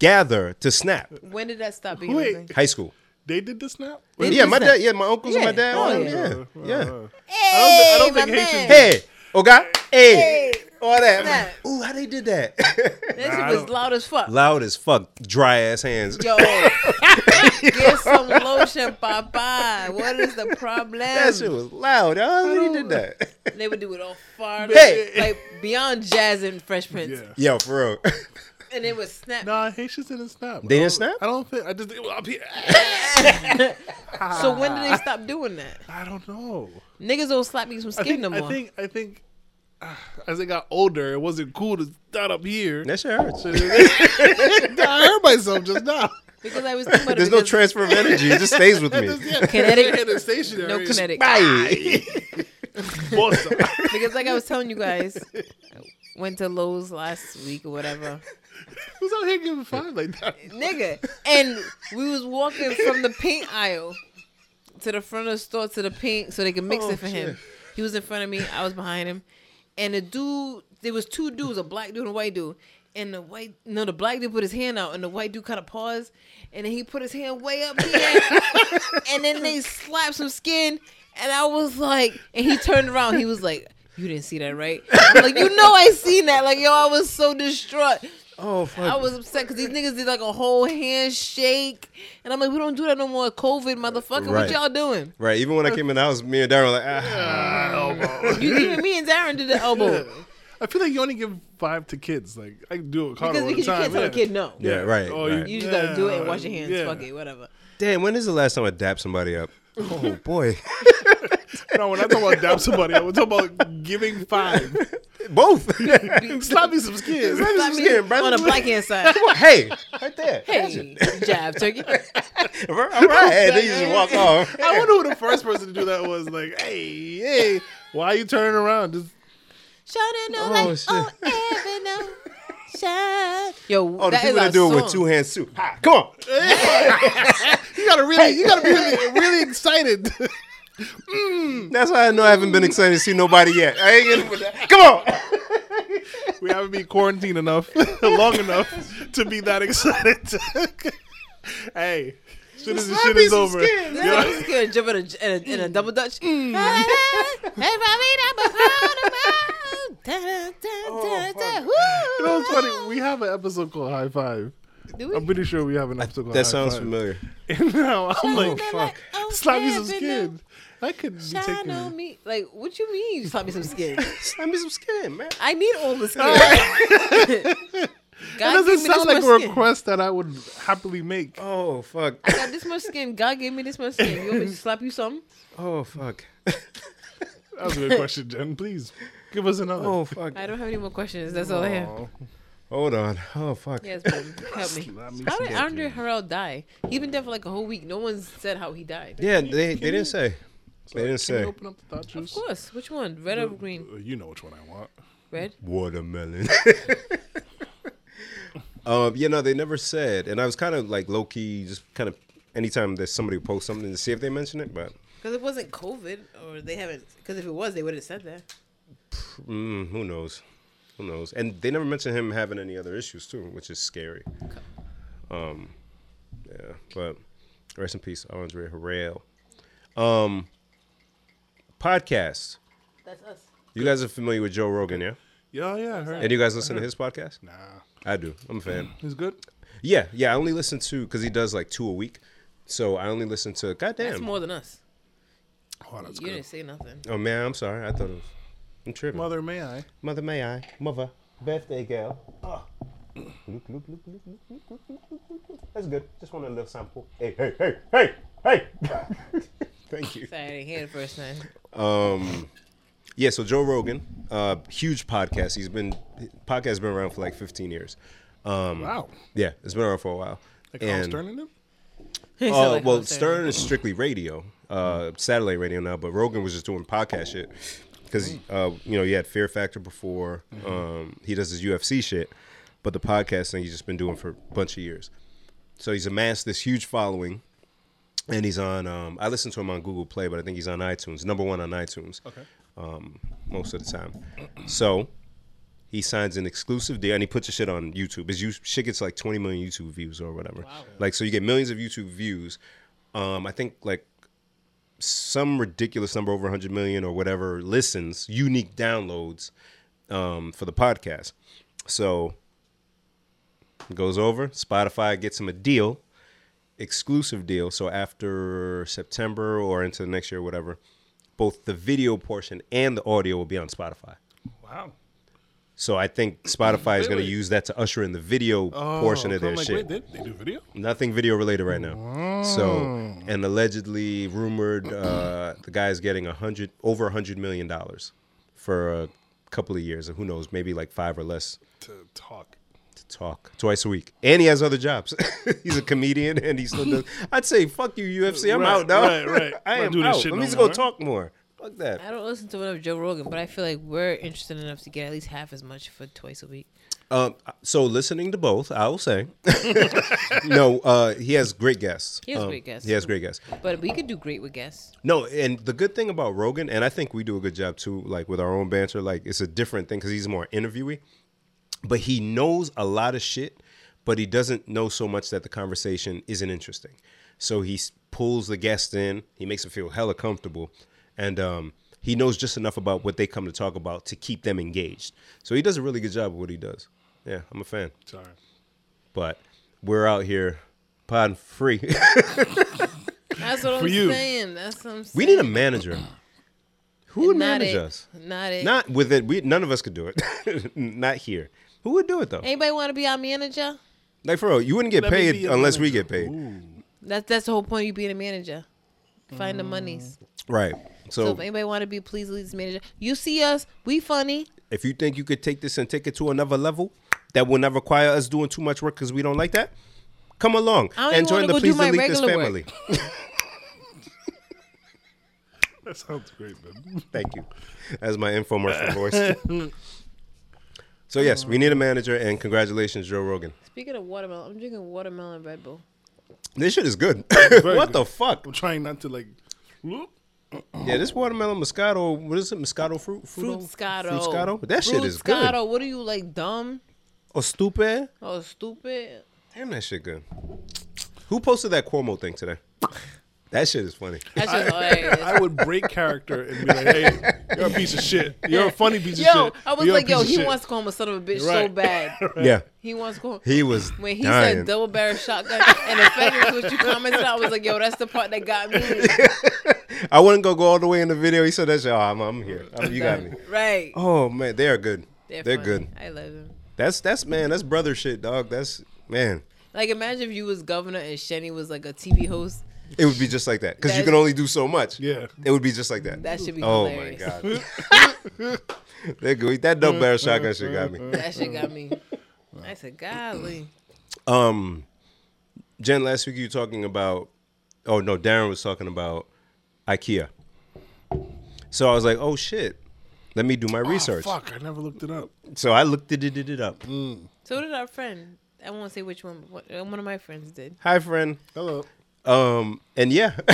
B: gather to snap.
A: when did that stop being? a
C: Wait.
A: thing?
B: High school.
C: They did the snap.
A: They
B: yeah,
A: do
B: my
A: snap.
B: dad. Yeah, my uncles and my
A: Yeah.
B: dad.
A: Oh,
B: all
A: yeah.
B: them, yeah, yeah.
C: I don't thi- I
A: Hey,
C: don't
A: my
C: think Haitians-
A: man.
B: Hey, oh God, hey, all that.
A: Snap.
B: Ooh, how they did that?
A: That
C: Nah, I
A: shit was
C: don't-
A: loud as fuck.
B: Loud as fuck, dry ass hands.
A: Yo, get some lotion, Papa. What is the problem?
B: That shit was loud. How they did that?
A: They would do it all far,
B: Hey!
A: like beyond jazz and Fresh Prince,
C: Yeah.
B: Yo, for real.
A: and it was snap.
C: Nah, Haitians didn't snap.
B: They didn't
C: I don't-
B: snap?
C: I don't think. I just think it was up here.
A: So when did they stop doing that?
C: I don't know.
A: Niggas don't slap me some
C: I
A: skin
C: think.
A: no more.
C: I think. I think. ah, As I got older, it wasn't cool to start up here.
B: That shit hurts.
C: I hurt myself just now.
A: because I was thinking about it.
B: There's no
A: because
B: transfer of energy. It just stays with me.
A: Kinetic.
C: and stationary.
A: no kinetic.
B: Bye.
C: Bossa.
A: Because like I was telling you guys, I went to Lowe's last week or whatever.
C: Who's out here giving five like that?
A: Uh, nigga. And we was walking from the paint aisle to the front of the store to the paint so they could mix
C: Oh,
A: it for him. He was in front of me, I was behind him, and the dude, there was two dudes, a black dude and a white dude. And the white, no, the black dude put his hand out, and the white dude kind of paused, and then he put his hand way up here, and then they slapped some skin, and I was like, and he turned around, he was like, "You didn't see that, right?" I'm like, you know, I seen that. Like, yo, I was so distraught.
B: Oh
A: I
B: fuck.
A: was upset because these niggas did like a whole handshake, and I'm like, we don't do that no more. COVID, motherfucker, what
B: Right.
A: y'all doing?
B: Right. Even when I came in the house, me and Darren were like, ah.
A: You even me and Darren did the elbow
C: I feel like you only give five to kids. Like I can do it
A: because,
C: all the
A: because you
C: time.
A: can't tell a kid no.
B: Yeah, right.
C: Oh,
B: right.
A: You just gotta do it and wash your hands.
C: Yeah.
A: Fuck it, whatever.
B: Damn, when is the last time I dapped somebody up? Oh boy.
C: No, when I talk about dab somebody, I was talking about giving five.
B: Both.
C: Slap me some skins.
B: Slap
A: Slap
B: some
A: me
B: skin, brother.
A: on the black hand side.
B: Come on, hey, right there.
A: Hey, jab turkey.
B: All right. And then you just walk off.
C: I wonder who the first person to do that was. Like, hey, hey, why are you turning around? Just
A: Shining no
B: Oh,
A: light
B: shit.
A: on Avenue. Shine. Yo,
B: Oh, the
A: that is
B: people
A: our
B: that do it with
A: song.
B: two hands too. Ha, come on.
C: you gotta really, you gotta be really, really excited.
A: Mm.
B: That's how I know I haven't been excited to see nobody yet. I ain't gonna put that. Come on.
C: we haven't been quarantined enough, long enough to be that excited. hey, soon as the
B: Slap
C: shit
B: me
C: is
B: some
C: over,
B: skin.
A: This nigga just gonna jump in a, in a, in a double dutch.
B: Mm. Oh,
C: You know what's funny? We have an episode called High Five.
A: Do we?
C: I'm pretty sure we have an episode called
B: That
C: High
B: sounds
C: Five.
B: familiar.
C: And now I'm like,
A: fuck.
C: slap me some skin. I could be taking
A: on me. Like, what you mean you slap me some skin?
B: Slap me some skin, man.
A: I need all the skin. God
C: It
A: gave me
C: doesn't
A: this
C: sound
A: much
C: like a
A: skin.
C: request that I would happily make.
B: Oh fuck.
A: I got this much skin. God gave me this much skin. You want me to slap you some?
B: Oh fuck.
C: That was a good question, Jen. Please give us another.
B: Oh fuck.
A: I don't have any more questions. That's all I have.
C: Aw.
B: Hold on. Oh fuck.
A: Yes, babe. help me.
C: Slap me
A: How
C: some
A: did Andre Harrell die? He been dead for like a whole week. No one said how he died.
B: Yeah, they, they didn't say. They
C: Can
B: didn't
C: you
B: say.
C: open up the thought
A: Of
C: juice?
A: course. Which one? Red or green?
C: Uh, You know which one I want.
A: Red.
B: Watermelon. um, you know, they never said, and I was kind of like low key, just kind of anytime that somebody posts something to see if they mention it, but
A: Because it wasn't COVID, or they haven't. Because if it was, they would have said that.
B: mm, who knows? Who knows? And they never mentioned him having any other issues too, which is scary. Um, yeah, but rest in peace, Andre Harrell. Um, podcast.
A: That's us.
B: You guys are familiar with Joe Rogan, yeah?
C: Yeah, yeah, I heard.
B: And you guys listen to his podcast?
C: nah,
B: Uh-huh. I do. I'm a fan.
C: he's good.
B: Yeah, yeah. I only listen to because he does like two a week, so I only listen to. Goddamn.
A: That's more than us.
C: Oh, that's
A: you
C: good.
A: didn't say nothing.
B: oh man, I'm sorry. I thought it was. I'm tripping. Mother,
C: Mother, may
B: may
C: I?
B: I? Mother, birthday girl. Oh. That's good. Just want a little sample. Hey, hey, hey, hey, hey. Thank you.
A: Sorry, I didn't hear the first time.
B: Yeah, so Joe Rogan, uh, huge podcast. He's been podcast has been around for like 15 years. Um,
C: Wow.
B: Yeah, it's been around for a while.
C: Like Howard
B: And-
C: Stern in him?
A: It
B: Uh,
A: sounded like
B: well,
A: Howard Stern.
B: Stern is strictly radio, uh, satellite radio now, but Rogan was just doing podcast shit because uh, you know he had Fear Factor before. Um, he does his UFC shit, but the podcast thing he's just been doing for a bunch of years. So he's amassed this huge following, and he's on. Um, I listen to him on Google Play, but I think he's on iTunes, number one on iTunes
C: Okay.
B: most of the time. So he signs an exclusive deal and he puts your shit on YouTube. His you- shit gets like 20 million YouTube views or whatever. Like, so you get millions of YouTube views. Um, I think like some ridiculous number over 100 million or whatever listens, unique downloads um, for the podcast. So it goes over. Spotify gets him a deal, exclusive deal. So after September or into next year, whatever, both the video portion and the audio will be on Spotify.
C: Wow.
B: So I think Spotify is going to
C: Really?
B: use that to usher in the video
C: Oh,
B: portion of
C: so I'm
B: their
C: like,
B: shit.
C: Wait, they, they do video?
B: Nothing video related right now. So,
C: Mm.
B: and allegedly rumored, uh, the guy's getting a hundred over a hundred million dollars for a couple of years, and who knows, maybe like five or less
C: To talk.
B: to talk twice a week. And he has other jobs. he's a comedian, and he still does. I'd say, fuck you, UFC. I'm
C: Right,
B: out, dog.
C: right, right.
B: I
C: Not
B: am
C: doing this
B: out.
C: shit
B: Let
C: no
B: me just
C: more.
B: go talk more. Fuck that.
A: I don't listen to enough Joe Rogan, but I feel like we're interested enough to get at least half as much for twice a week.
B: Um, so listening to both, I will say, no, uh, he has great guests.
A: He has
B: Um,
A: great guests.
B: He has great guests.
A: But we could do great with guests.
B: No, and the good thing about Rogan, and I think we do a good job too, like with our own banter, like it's a different thing because he's more interviewee, but he knows a lot of shit, but he doesn't know so much that the conversation isn't interesting. So he s- pulls the guest in, he makes them feel hella comfortable, and um, he knows just enough about what they come to talk about to keep them engaged. So he does a really good job of what he does. Yeah, I'm a fan
C: Sorry.
B: but we're out here pod free.
A: That's what
C: For
A: I'm
C: you.
A: saying. That's what I'm saying.
B: we need a manager. Who would
A: Not
B: manage
A: it.
B: us?
A: Not it.
B: Not with it. We none of us could do it. Not here. Who would do it though?
A: Anybody want to be our manager?
B: Like for real, you wouldn't get
C: Let me
B: paid
C: be a
B: unless we
C: manager.
B: get paid,
A: That's that's the whole point. of You being a manager, find the monies.
B: right?
A: So
B: So,
A: if anybody want to be please leads manager, you see us. We funny.
B: if you think you could take this and take it to another level, that will not require us doing too much work because we don't like that. Come along
A: I don't
B: and
A: even
B: join
A: wanna
B: the
A: go do
B: please
A: my
B: delete this
A: regular work.
B: family.
C: That sounds great, man.
B: Thank you. As my infomercial voice. so yes, we need a manager, and congratulations, Joe Rogan.
A: Speaking of watermelon, I'm drinking watermelon Red Bull.
B: This shit is good. what
C: good.
B: the fuck?
C: I'm trying not to like. Whoop.
B: Yeah, this watermelon moscato. What is it? Moscato fruit?
A: Fruit
B: Fruito?
A: Scotto.
B: Fruitscato? That shit is good.
A: What are you like dumb
B: Oh, stupid.
A: or stupid?
B: Damn, that shit good. Who posted that Cuomo thing today? That shit is funny.
A: That's just hilarious.
C: I would break character and be like, "Hey, you're a piece of shit. You're a funny piece of
A: Yo,
C: shit."
A: I was
C: You're a
A: like,
C: piece
A: yo,
C: of
A: he
C: shit."
A: wants to call him a son of a bitch so
C: Right.
A: bad.
B: Yeah,
A: He wants to call.
B: he was.
A: When he
B: dying.
A: said double barrel shotgun and effective is what you commented, I was like, yo, that's the part that got me.
B: I wouldn't go go all the way in the video. He said that shit. Oh, I'm, I'm here. Oh, you got me.
A: Right.
B: Oh man, they are good. They're,
A: funny.
B: good.
A: I love him.
B: That's that's man. That's brother shit, dog. That's man.
A: Like imagine if you was governor and Shenny was like a TV host.
B: It would be just like that because you
A: That's-
B: can only do so much.
C: Yeah.
B: It would be just like that.
A: That should be
B: oh
A: hilarious.
B: my god. They're good. That double barrel shotgun shit got me.
A: That shit got me. I said, golly.
B: Um, Jen, last week you were talking about. Oh no, Darren was talking about IKEA. So I was like, oh shit, let me do my
C: Oh,
B: research.
C: fuck, Mm. I never looked it up.
B: So I looked it, it, it, it up.
A: So did our friend. I won't say which one. But uh, one one of my friends did.
B: Hi, friend.
C: Hello.
B: Um, and yeah,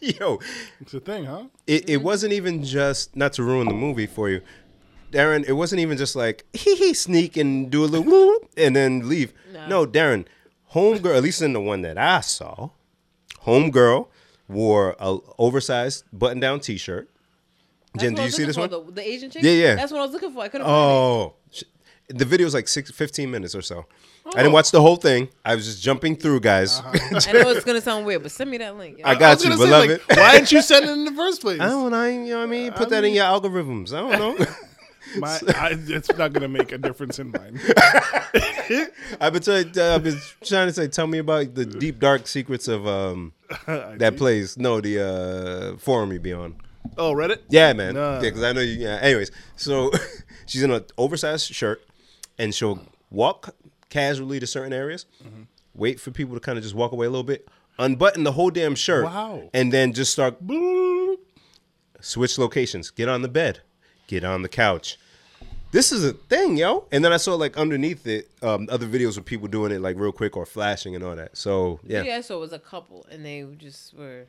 B: yo,
C: It's a thing, huh?
B: it, it wasn't even just not to ruin the movie for you, Darren. It wasn't even just like hee hee sneak and do a little whoop and then leave.
A: No.
B: No, Darren, homegirl. At least in the one that I saw, homegirl wore a oversized button-down T-shirt.
A: That's
B: Jen,
A: what
B: do
A: I
B: you
A: was
B: see
A: looking
B: this
A: for,
B: one?
A: The, the Asian chick?
B: Yeah, yeah.
A: That's what I was looking for. I couldn't find
B: Oh, sh- the video's like six, 15 minutes or so. I didn't watch the whole thing. I was just jumping through, guys.
A: it. I know it's gonna sound weird, but send me that link. yo.
B: I got
C: was
B: you,
C: gonna say,
B: beloved.
C: Like, why didn't you send it in the first place?
B: I don't know. You know what I mean? Put that in your algorithms. I don't know.
C: My, I, it's not gonna make a difference in mine.
B: I've been, trying uh, I've been trying to say, tell me about the deep dark secrets of um that place. No, the uh, forum you be on.
C: Oh, Reddit.
B: Yeah, man.
C: Nah.
B: Yeah, because I know you. Yeah. Anyways, so she's in an oversized shirt, and she'll walk casually to certain areas,
C: Mm-hmm.
B: wait for people to kind of just walk away a little bit, unbutton the whole damn shirt,
C: Wow.
B: and then just start
C: Boop.
B: switch locations, get on the bed, get on the couch. This is a thing, yo. And then I saw like underneath it, um, other videos of people doing it like real quick or flashing and all that. So yeah,
A: Yeah, yeah so it was a couple, and they just were.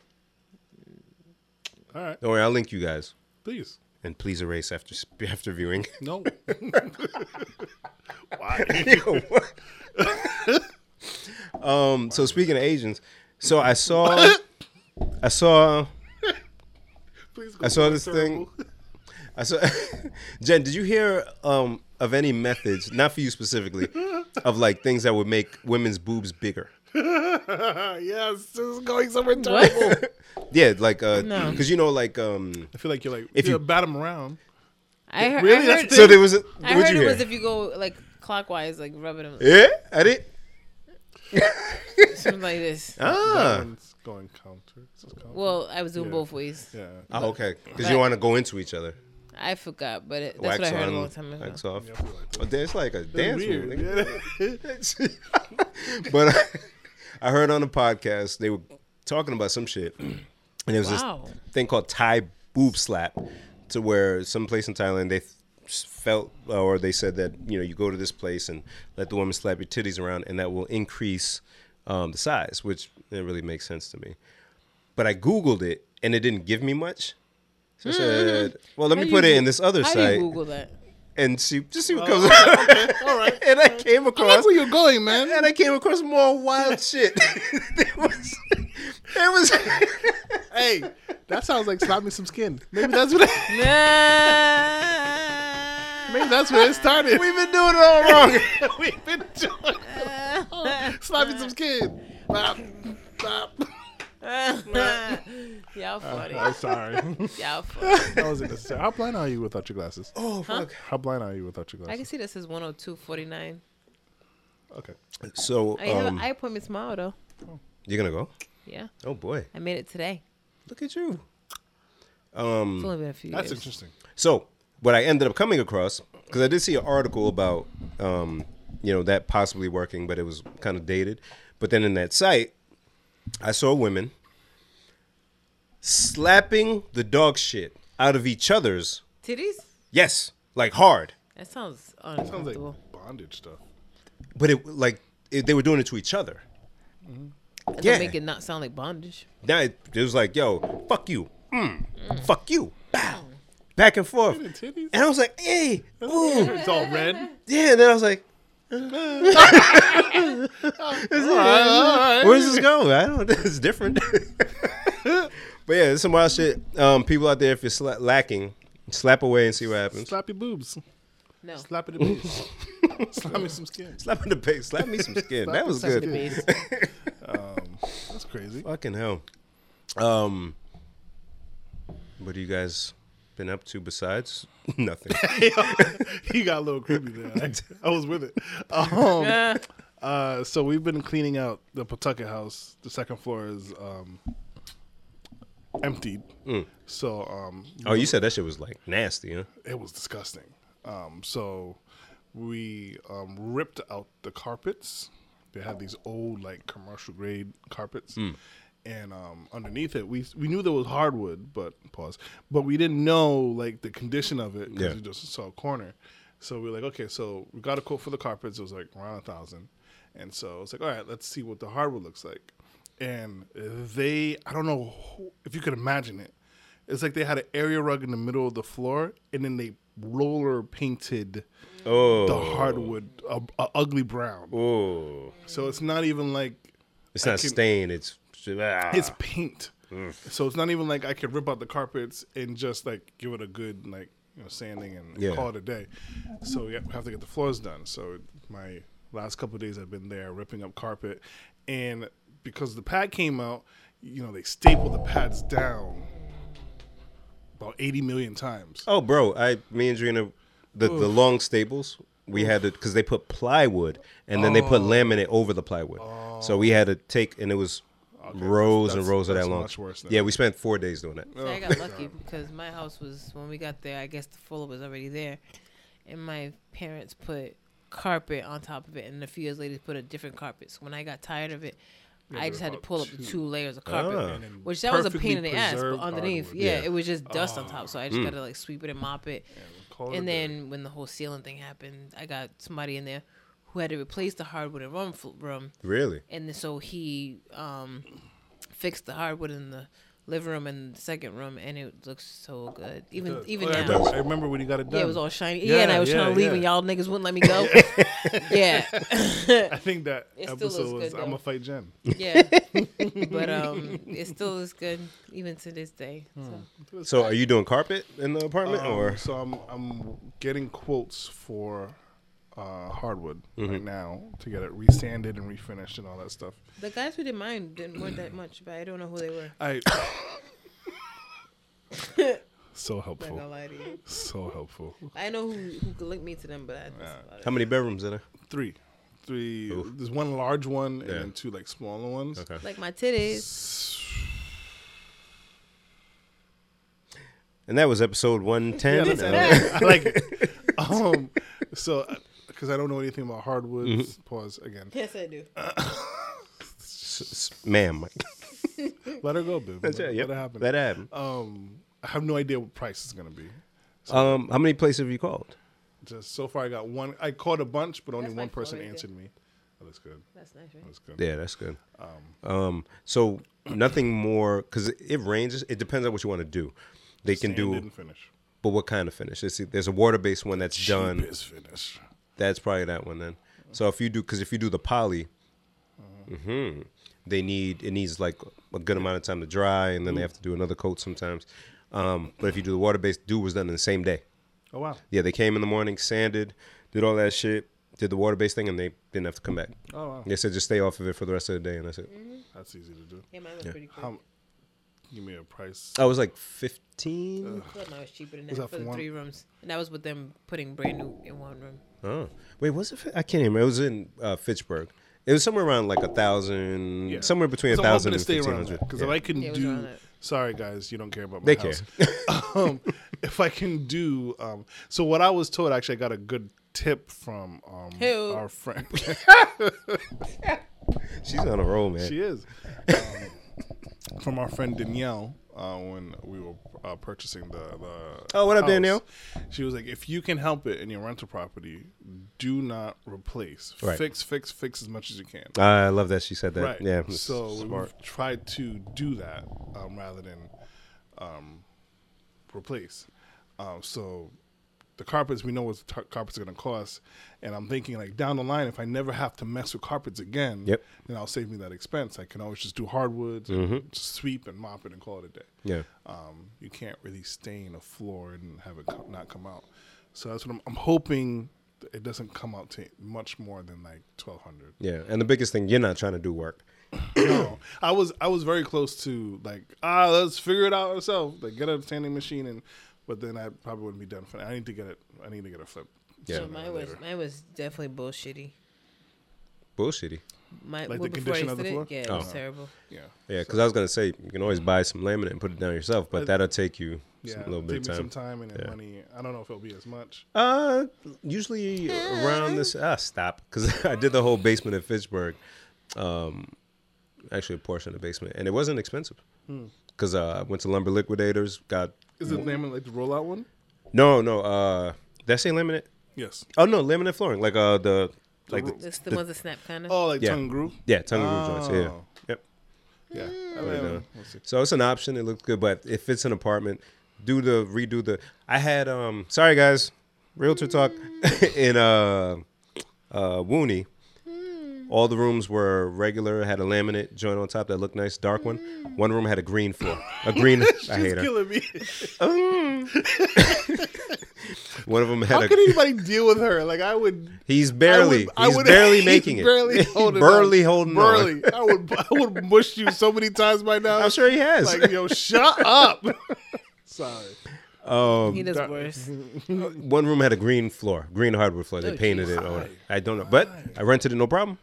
C: All right,
B: don't worry, I'll link you guys.
C: please.
B: And please erase after sp- after viewing.
C: No. why?
B: Yo, what? um. So speaking of Asians, so I saw I saw
C: Please
B: I saw this thing. I saw Jen. Did you hear um, of any methods, not for you specifically, of like things that would make women's boobs bigger?
C: yes, this is going somewhere
A: What?
C: terrible.
B: Yeah, like because
A: No.
B: you know, like um,
C: I feel like you're like
B: If
C: if
B: you-
C: you bat them around.
A: I heard.
C: Really?
A: I
C: That's
A: heard,
C: the-
B: so there was. A,
A: I
B: what'd
A: heard it
B: you hear?
A: was if you go like clockwise, like rubbing them
B: yeah, I did.
A: something like this.
C: that
B: Ah,
C: one's going counter. This is counter.
A: Well, I was doing
C: Yeah.
A: both ways.
C: yeah.
B: oh, okay, because you want to go into each other.
A: I forgot, but it, that's
B: Wax
A: what I heard
B: on,
A: a long time ago.
B: wax off.
C: Yeah, I feel like that.
B: Oh, it's like a
C: That's
B: dance move.
C: weird.
B: nigga.
C: Yeah.
B: but I, I heard on the podcast they were talking about some shit, and there was
A: Wow.
B: this thing called Thai boob slap, to where some place in Thailand they s- felt or they said that you know you go to this place and let the woman slap your titties around, and that will increase um, the size, which didn't really make sense to me. But I googled it, and it didn't give me much. So I said, "Well, let
A: Hmm. How
B: me
A: do
B: put
A: you
B: it
A: Goo-
B: in this other
A: How do
B: site
A: you Google that?
B: and see just see what comes up."
C: All right.
B: and I came
C: I
B: across
C: like where you're going, man.
B: and I came across more wild shit. there was, there was,
C: hey, that sounds like slap me some skin. Maybe that's what. maybe that's where it started.
B: we've been doing it all wrong.
C: We've been doing slap me some skin. Bop, bop.
A: Y'all
B: Uh-huh.
A: funny.
C: I'm sorry.
A: Y'all funny.
C: that wasn't necessary. How blind are you without your glasses?
B: Oh fuck!
C: How blind are you without your
A: I can
C: glasses?
A: see this is 102.49.
C: Okay.
B: So
A: I have an
B: um,
A: eye appointment tomorrow, though.
B: you're gonna go?
A: Yeah,
B: Oh boy,
A: I made it today.
B: look at you. Mm.
A: It's only been a few
C: That's
A: years.
C: interesting.
B: So what I ended up coming across because I did see an article about um, you know that possibly working, but it was kind of dated. But then in that site, I saw women slapping the dog shit out of each other's.
A: Titties?
B: Yes, like hard.
A: That sounds
C: Sounds like
A: uncomfortable.
C: bondage stuff.
B: but it like it, they were doing it to each other.
A: That
B: Yeah.
A: don't make it not sound like bondage.
B: Now it, it was like, yo, fuck you, mm, fuck you, bow, back and forth.
C: The titties?
B: And I was like, hey, ooh,
C: It's all red.
B: yeah. And then I was like, where's this going? I don't. It's different. but yeah, it's some wild shit. Um, people out there, if you're sla- lacking, slap away and see what happens.
C: Slap your boobs.
A: No.
C: Slap it boobs. Slap me some skin.
B: Slap in the face. Slap me some skin. that
C: Slap me
B: was
C: some Um,
B: good.
A: The base.
C: That's crazy.
B: Fucking hell. Um, what do you guys been up to besides nothing?
C: he got a little creepy there. I, I was with it. Um,
A: Uh,
C: uh, so we've been cleaning out the Pawtucket house. The second floor is um, emptied.
B: Mm.
C: So um,
B: Oh, you said that shit was like nasty, huh?
C: it was disgusting. Um, so we um, ripped out the carpets. They had these old like commercial grade carpets, and um, underneath it, we we knew there was hardwood, but pause. But we didn't know like the condition of it because
B: Yeah.
C: we just saw a corner. So we were like, okay, so we got a quote for the carpets. It was like around a thousand, and so it's like, all right, let's see what the hardwood looks like. And they, I don't know who- if you could imagine it. It's like they had an area rug in the middle of the floor, and then they roller painted
B: Oh,
C: the hardwood a, a ugly brown.
B: oh,
C: So it's not even like
B: it's not
C: can-
B: stain. It's ah. Mm.
C: it's paint. So it's not even like I could rip out the carpets and just like give it a good like you know sanding and
B: Yeah.
C: call it a day. So we ha- have to get the floors done. So my last couple of days I've been there ripping up carpet, and because the pad came out, you know they staple the pads down about eighty million times.
B: oh, bro. I, me and Drina, the the long staples. We had to because they put plywood and then they
C: Oh.
B: put laminate over the plywood. So we had to take and it was rows and
C: that's-
B: rows of that
C: that's
B: long.
C: much worse than- Uh,
B: yeah, we spent four days doing that.
A: See, I
C: Oh.
A: got lucky because my house was when we got there. I guess the floor was already there, and my parents put carpet on top of it, and a few years later put a different carpet. So when I got tired of it, I just had to
C: about
A: pull up the two layers of carpet,
B: Ah. And
C: then
A: which that was a pain in
C: perfectly
A: the ass. But
C: preserved
A: underneath,
C: hardwood. Ah.
A: yeah,
B: Yeah.
A: it was just dust on top. So I just gotta like sweep it and mop it.
C: call it a
A: and
C: day.
A: then when the whole ceiling thing happened, I got somebody in there who had to replace the hardwood and rum room
B: Really?
A: and then so he um, fixed the hardwood in the living room and the second room, and it looks so good. Even even
C: Oh, I,
A: now,
C: remember, I remember when you got it done.
A: yeah, it was all shiny. Yeah, and I was
C: Yeah,
A: trying to
C: yeah,
A: leave, and
C: yeah.
A: y'all niggas wouldn't let me go. yeah,
C: I think that
A: It still looks
C: episode was
A: good,
C: I'm
A: though.
C: gonna fight Jen.
A: yeah. But um, it still is good even to this day. So.
B: So are you doing carpet in the apartment or
C: Um, so I'm I'm getting quotes for uh, hardwood
B: Mm-hmm.
C: right now to get it resanded and refinished and all that stuff.
A: The guys who did mine didn't work that much, but I don't know who they were.
C: I so
A: I'm not
C: helpful,
A: gonna lie to you.
C: so helpful.
A: I know who who could link me to them, but I, that's about it.
B: how many bedrooms are there?
C: Three, three. There's one large one and
B: Yeah.
C: then two like smaller ones.
B: Okay.
A: like my titties.
B: And that was episode one
C: Yeah,
B: ten.
C: that's it. I like it. Um, so because I don't know anything about hardwoods.
B: Mm-hmm.
C: Pause again.
A: Yes, I do.
B: ma'am, Mike.
C: Let her go, boo.
B: That's
C: Let-
B: it. Yep.
C: Let it happen.
B: That happened. Uh,
C: um, I have no idea what price it's gonna be.
B: Um, how many places have you called?
C: Just so far, I got one. I called a bunch, but only
A: That's my
C: one person
A: phone right
C: answered me. That looks good.
A: That's nice,
C: That
A: right?
C: looks good.
B: Yeah, that's good. Um, so nothing more because it, it ranges. It depends on what you want to do. They can do,
C: Didn't finish.
B: but what kind of finish? It's, there's a water-based one that's done.
C: Cheapest finish.
B: That's probably that one then. So if you do, because if you do the poly, hmm they need it needs like a good amount of time to dry, and then they have to do another coat sometimes. Um, but if you do the water-based, do was done in the same day.
C: Oh wow.
B: Yeah, they came in the morning, sanded, did all that shit, did the water based thing, and they didn't have to come back.
C: Oh wow.
B: They said just stay off of it for the rest of the day, and that's it.
C: That's easy to do.
A: Yeah, mine was pretty cool.
C: How? Give me a price.
B: I was like 15.
A: I thought mine was cheaper than
C: Was
A: that
C: that
A: for
C: for
A: the
C: one?
A: three rooms, and that was with them putting brand new in one room.
B: Oh, wait, was it? Fi- I can't remember. It was in uh, Fitchburg. It was somewhere around like a thousand,
C: Yeah.
B: somewhere between a
C: So I'm hoping
B: thousand
C: to
B: and
C: stay
B: fifteen
C: around
B: hundred.
C: because if I can
A: Yeah, it was around
C: do,
A: that.
C: sorry guys, you don't care about my
B: They
C: house. um, if I can do, um, so what I was told, actually, I got a good tip from um,
A: Who?
C: our friend.
B: She's on a roll, man.
C: she is um, from our friend Danielle uh, when we were uh, purchasing the, the.
B: Oh, what up, Danielle?
C: She was like, if you can help it in your rental property, do not replace.
B: Right.
C: Fix, fix, fix as much as you can.
B: I love that she said that.
C: Right.
B: Yeah. it's
C: So
B: smart.
C: we've tried to do that um, rather than um, replace. Um, so the carpets, we know what the tar- carpets are going to cost, and I'm thinking like down the line, if I never have to mess with carpets again,
B: Yep.
C: then I'll save me that expense. I can always just do hardwoods,
B: Mm-hmm.
C: and just sweep and mop it, and call it a day.
B: Yeah.
C: Um, you can't really stain a floor and have it co- not come out. So that's what I'm, I'm hoping. that It doesn't come out to much more than like twelve hundred.
B: Yeah. And the biggest thing, you're not trying to do work.
C: No, I was I was very close to like ah let's figure it out ourselves like get a sanding machine and but then I probably wouldn't be done for I need to get it I need to get a flip.
B: Yeah.
A: so mine was mine was definitely bullshitty.
B: Bullshitty.
A: My
C: Like the
A: well, before I
C: condition of the
A: did it,
C: floor?
A: yeah, it was terrible.
C: Yeah,
B: Yeah, because I was gonna say you can always buy some laminate and put it down yourself, but that'll take you
C: yeah.
B: some- a little
C: it'll
B: bit of
C: take me
B: time.
C: some time and then
B: Yeah.
C: money. I don't know if it'll be as much.
B: Uh, usually around this. Ah, stop. Because I did the whole basement at Fitchburg. Um, actually, a portion of the basement, and it wasn't expensive. Because uh, I went to Lumber Liquidators. Got
C: Is
B: Mm-hmm.
C: it laminate like the rollout one?
B: no, no. Uh, did I say laminate?
C: Yes.
B: Oh no, laminate flooring. Like uh, the like the,
A: It's the, ones that snap kind of.
C: Oh, like
B: Yeah.
C: tongue groove.
B: yeah, tongue and groove joints. Yeah,
C: Oh.
B: yep.
C: Yeah. I
B: Right
C: mean,
B: on.
C: we'll see.
B: So it's an option. It looks good, but if it's an apartment, do the redo the. I had um. Sorry guys, realtor talk in uh, uh Wooney.
C: Hmm.
B: All the rooms were regular. Had a laminate joint on top that looked nice, dark one. One room had a green floor, a green. I
C: Hmm. She's
B: hate her.
C: killing me.
B: One of them had
C: How
B: a.
C: could anybody deal with her? Like I would.
B: He's barely.
C: I would, I
B: he's
C: would,
B: barely
C: he's
B: making it.
C: Barely holding.
B: barely
C: on.
B: holding on.
C: Barely. I would. I would mush you so many times by now.
B: I'm sure he has.
C: Like yo, shut up. Sorry. Oh,
A: he does worse.
B: One room had a green floor, green hardwood floor. They
A: Oh,
B: painted
A: geez.
B: it. Or, I don't know, but I rented it, no problem.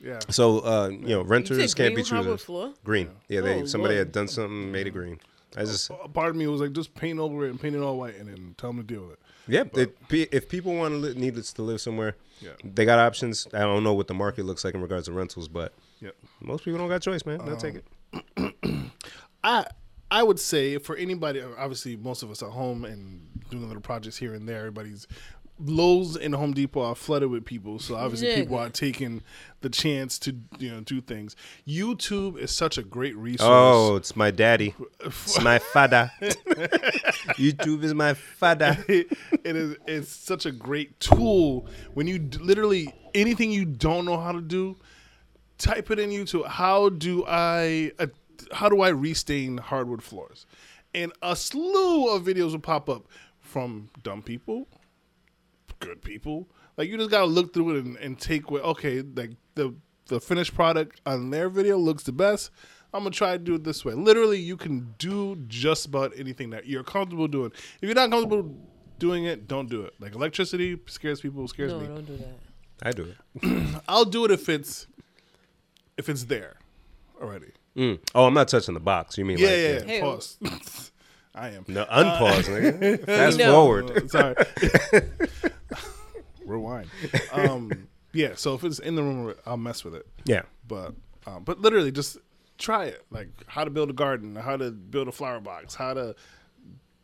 C: Yeah.
B: So uh, you know, renters can't be
A: green hardwood
B: choosers.
A: floor?
B: Green, yeah. They
A: Oh,
B: somebody
A: Lord.
B: had done something, made it green. I just
C: A part of me was like, just paint over it and paint it all white, and then tell them to deal with it.
B: yeah. it- pe- if people want to li- need us to live somewhere,
C: Yeah.
B: they got options. I don't know what the market looks like in regards to rentals, but
C: Yep.
B: most people don't got choice, man. They'll take it.
C: I I would say for anybody, obviously most of us at home and doing little projects here and there, everybody's Lowe's and Home Depot are flooded with people, so obviously
A: Nigga.
C: people are taking the chance to you know do things. YouTube is such a great resource.
B: Oh, it's my daddy. It's my father. YouTube is my father.
C: it is it's such a great tool when you d- literally anything you don't know how to do type it in youtube how do i uh, how do i restain hardwood floors and a slew of videos will pop up from dumb people good people like you just gotta look through it and, and take what okay like the the finished product on their video looks the best i'm gonna try to do it this way literally you can do just about anything that you're comfortable doing if you're not comfortable doing it don't do it like electricity scares people scares
A: No,
C: me
A: don't do that.
B: I do it.
C: I'll do it if it's if it's there already.
B: Mm. Oh, I'm not touching the box. You mean
C: Yeah,
B: like
C: yeah. Uh,
A: Hey. oh.
C: yeah. Pause. I am.
B: No, unpause, nigga. Fast
A: No.
B: forward.
C: Uh, sorry. Rewind. Um, yeah. So if it's in the room, I'll mess with it.
B: Yeah.
C: But um, but literally just try it. Like how to build a garden, how to build a flower box, how to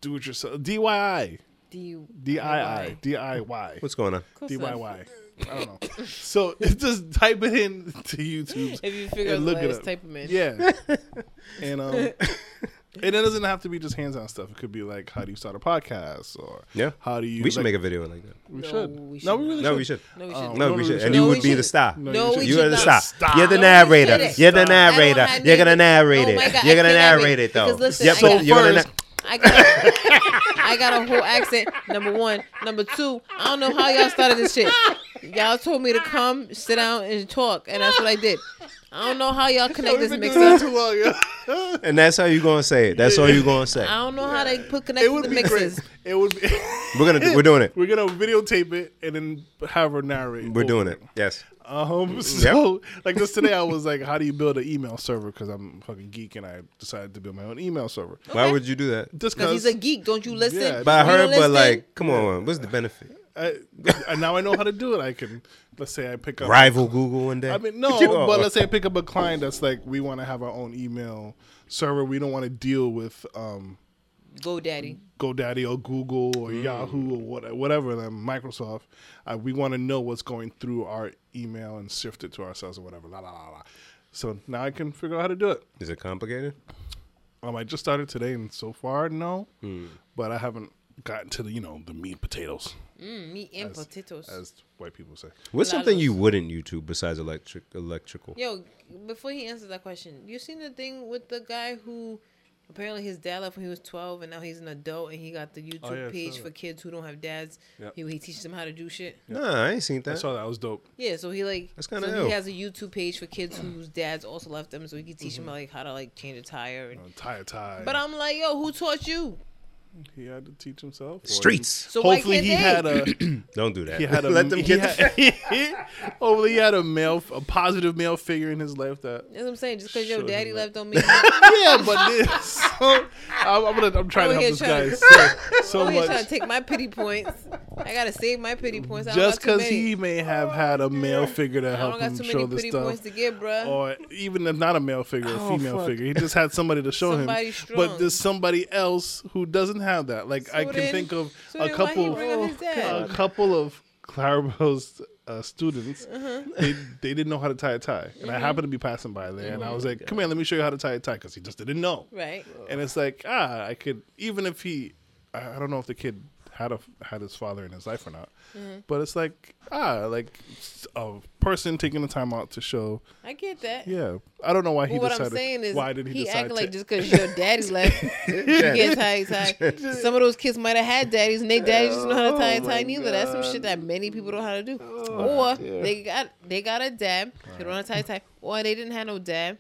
C: do it yourself. DIY.
A: Do you?
C: DIY. DIY.
B: What's going on?
A: Cool stuff.
C: DIY. I don't know. So just type it in to YouTube.
A: If you figure out
C: and
A: the
C: look it
A: last
C: up.
A: type of man.
C: Yeah. and um and it doesn't have to be just hands on stuff. It could be like how do you start a podcast or
B: Yeah.
C: how do you
B: We should
C: like-
B: make a video like that.
C: we
A: No,
C: should.
A: we
C: no,
A: should
C: we really
B: No,
C: should.
B: we should.
A: No, we
C: Oh,
A: should.
B: No,
C: no,
B: we
C: no,
B: should.
C: we
B: And you
A: should.
B: would be
A: No,
B: the
A: we
B: star.
C: No,
A: No, we
C: should.
A: should
B: You are the
A: not.
B: star.
C: Stop.
B: You're the
A: No, we
B: narrator.
A: shouldn't.
B: You're the
C: Stop. I don't
B: narrator.
A: like
B: You're gonna
A: it.
B: narrate
A: Oh
B: it.
A: my God,
B: You're
A: I
B: gonna
A: cannot
B: narrate
A: wait.
B: it though.
A: Because listen,
B: Yep,
A: I
B: so
A: got-
B: you're gonna
C: first-
B: na-
A: I got, I got a whole accent. Number one, number two. I don't know how y'all started this shit. Y'all told me to come, sit down, and talk, and that's what I did. I don't know how y'all connect this
C: We've been
A: mix
C: doing that
A: up.
C: too long.
B: and that's how you gonna say it. That's all you gonna say.
A: I don't know how they put connect
C: it
A: the
C: would be
A: mixes.
C: great. It would be
B: We're gonna do, we're doing it.
C: We're gonna videotape it and then have her narrate.
B: We're
C: over
B: doing it. Yes.
C: Um, so like just today, I was like, "How do you build an email server?" Because I'm a fucking geek, and I decided to build my own email server.
B: Why would you do that?
C: Just
A: Cause he's
C: because
A: a geek, don't you listen?
C: Yeah,
B: But I
A: You don't
B: heard, but
A: listen?
B: like, come on, what's the benefit?
C: I, and now I know how to do it. I can, let's say, I pick up
B: Rival Google one day.
C: I mean, no,
B: Yo.
C: but let's say I pick up a client that's like, we want to have our own email server. We don't want to deal with um,
A: go daddy.
C: GoDaddy or Google or
B: Mm.
C: Yahoo or what, whatever, then Microsoft. Uh, we want to know what's going through our email and shift it to ourselves or whatever. La la la la. So now I can figure out how to do it.
B: Is it complicated?
C: Um, I just started today, and so far, no,
B: Mm.
C: but I haven't gotten to the you know the meat and potatoes,
A: Mm, meat and potatoes.
C: as white people say.
B: What's
A: Lot of
B: something you
A: those.
B: wouldn't YouTube besides electric electrical?
A: Yo, before he answers that question, you seen the thing with the guy who apparently his dad left when he was twelve, and now he's an adult, and he got the YouTube
C: Oh, yeah, I saw
A: page for
C: that.
A: kids who don't have dads.
C: Yep.
A: He, he teaches them how to do shit.
B: Nah, I ain't seen
C: I
B: that.
C: saw that. That was dope.
A: Yeah, so he like
B: That's kinda
A: so
B: ill.
A: he has a YouTube page for kids whose dads also left them, so he can teach
C: Mm-hmm.
A: them like how to like change a tire. And,
C: Uh, tire tie.
A: But um, I'm like, yo, who taught you?
C: he had to teach himself. or-
B: Streets.
A: So
C: Hopefully
A: why can't
C: he
A: they?
C: had a
B: Don't do that.
C: he had a
B: Let them
C: he
B: get the
C: had, hopefully he had a male a positive male figure in his life that
A: That's what I'm saying. Just because your
C: Showed him
A: daddy
C: that.
A: left don't mean
C: yeah but this so I'm, I'm gonna I'm trying
A: Over
C: to
A: here
C: help this
A: trying
C: guy
A: to-
C: so, so
A: oh, he's trying
C: much
A: to take my pity points. I gotta save my pity points. I don't
C: just
A: because
C: because he may have had a male figure to
A: I don't
C: help
A: got
C: him
A: too
C: show
A: many
C: this
A: pity
C: stuff
A: points to get, bruh.
C: or even if not a male figure, a
B: Oh,
C: female
B: fuck.
C: figure. He just had somebody to show
A: Somebody
C: him.
A: strong.
C: But there's somebody else who doesn't have that. Like I
A: So
C: can
A: then-
C: think of
A: so
C: a
A: then why he
C: couple,
A: bring up his dad?
C: a couple of Clarabelle's uh, students.
A: Uh-huh.
C: They, they didn't know how to tie a tie, and
A: Mm-hmm.
C: I happened to be passing by there, and I was like, "Come here, let me show you how to tie a tie," because he just didn't know.
A: Right.
C: And it's like, ah, I could even if he, I I don't know if the kid had a had his father in his life or not,
A: Mm-hmm.
C: but it's like ah, like s- a person taking the time out to show,
A: I get that.
C: yeah, I don't know why he
A: But what
C: decided.
A: I'm saying is,
C: why did he,
A: he,
C: decide
A: acting
C: to?
A: like just because your daddy left, you get tie tie. Some of those kids might have had daddies, and they daddies just know how to tie a
C: Oh,
A: tie
C: my
A: neither. That's some shit that many people don't know how to do.
B: Oh,
A: or
C: dear.
A: they got they got a dad, they don't know how to tie a tie, or they didn't have no dad,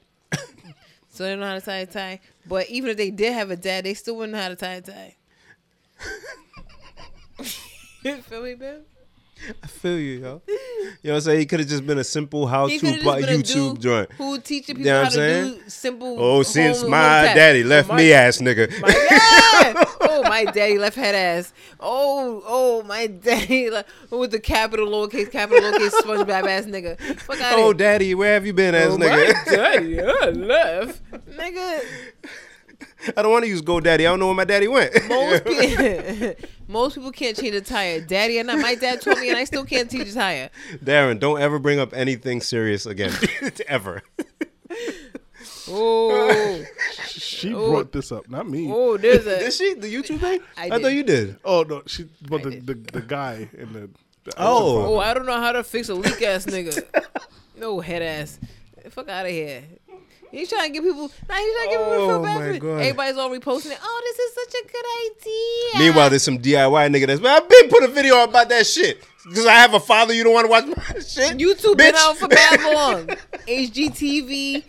A: so they don't know how to tie a tie. But even if they did have a dad, they still wouldn't know how to tie a tie. You Feel me, babe?
B: I feel you, yo. You know what I'm saying? He could have just been a simple how
A: He
B: to
A: could have just been a
B: YouTube
A: dude
B: joint.
A: who teaching
B: You
A: people
B: know what
A: how
B: I'm
A: to
B: saying?
A: do simple.
B: Oh, since
A: home-
B: my
A: home tasks.
B: daddy left
C: my-
B: me ass nigga.
A: Yeah. Oh, my daddy left head ass. Oh, oh, my daddy left with the capital lowercase capital lowercase SpongeBob ass nigga. Fuck out
B: oh,
A: of here.
B: daddy, where have you been, ass nigga?
A: daddy I left, nigga.
B: I don't want to use GoDaddy. I don't know where my daddy went.
A: Most people, most people can't change a tire. Daddy and I, my dad told me, and I still can't change a tire.
B: Darren, don't ever bring up anything serious again, ever.
A: Oh,
C: She
A: Oh.
C: brought this up, not me.
A: oh, there's a.
B: Did she the YouTube thing?
A: I
B: thought
A: did.
B: you did.
C: Oh no, she. But
A: I
C: the,
A: did.
C: the the guy in the. the
B: Oh.
A: Oh, I don't know how to fix a leak ass nigga. No head ass. Fuck out of here. He's trying to get people. Nah, he's trying to get people to
B: Oh,
A: feel bad
B: my
A: for it.
B: God.
A: Everybody's all reposting it. Oh, this is such a good idea.
B: Meanwhile, there's some DIY nigga that's man, I've been put a video out about that shit. Cause I have a father you don't want to watch my shit.
A: YouTube
B: bitch.
A: been out for bad long. HGTV,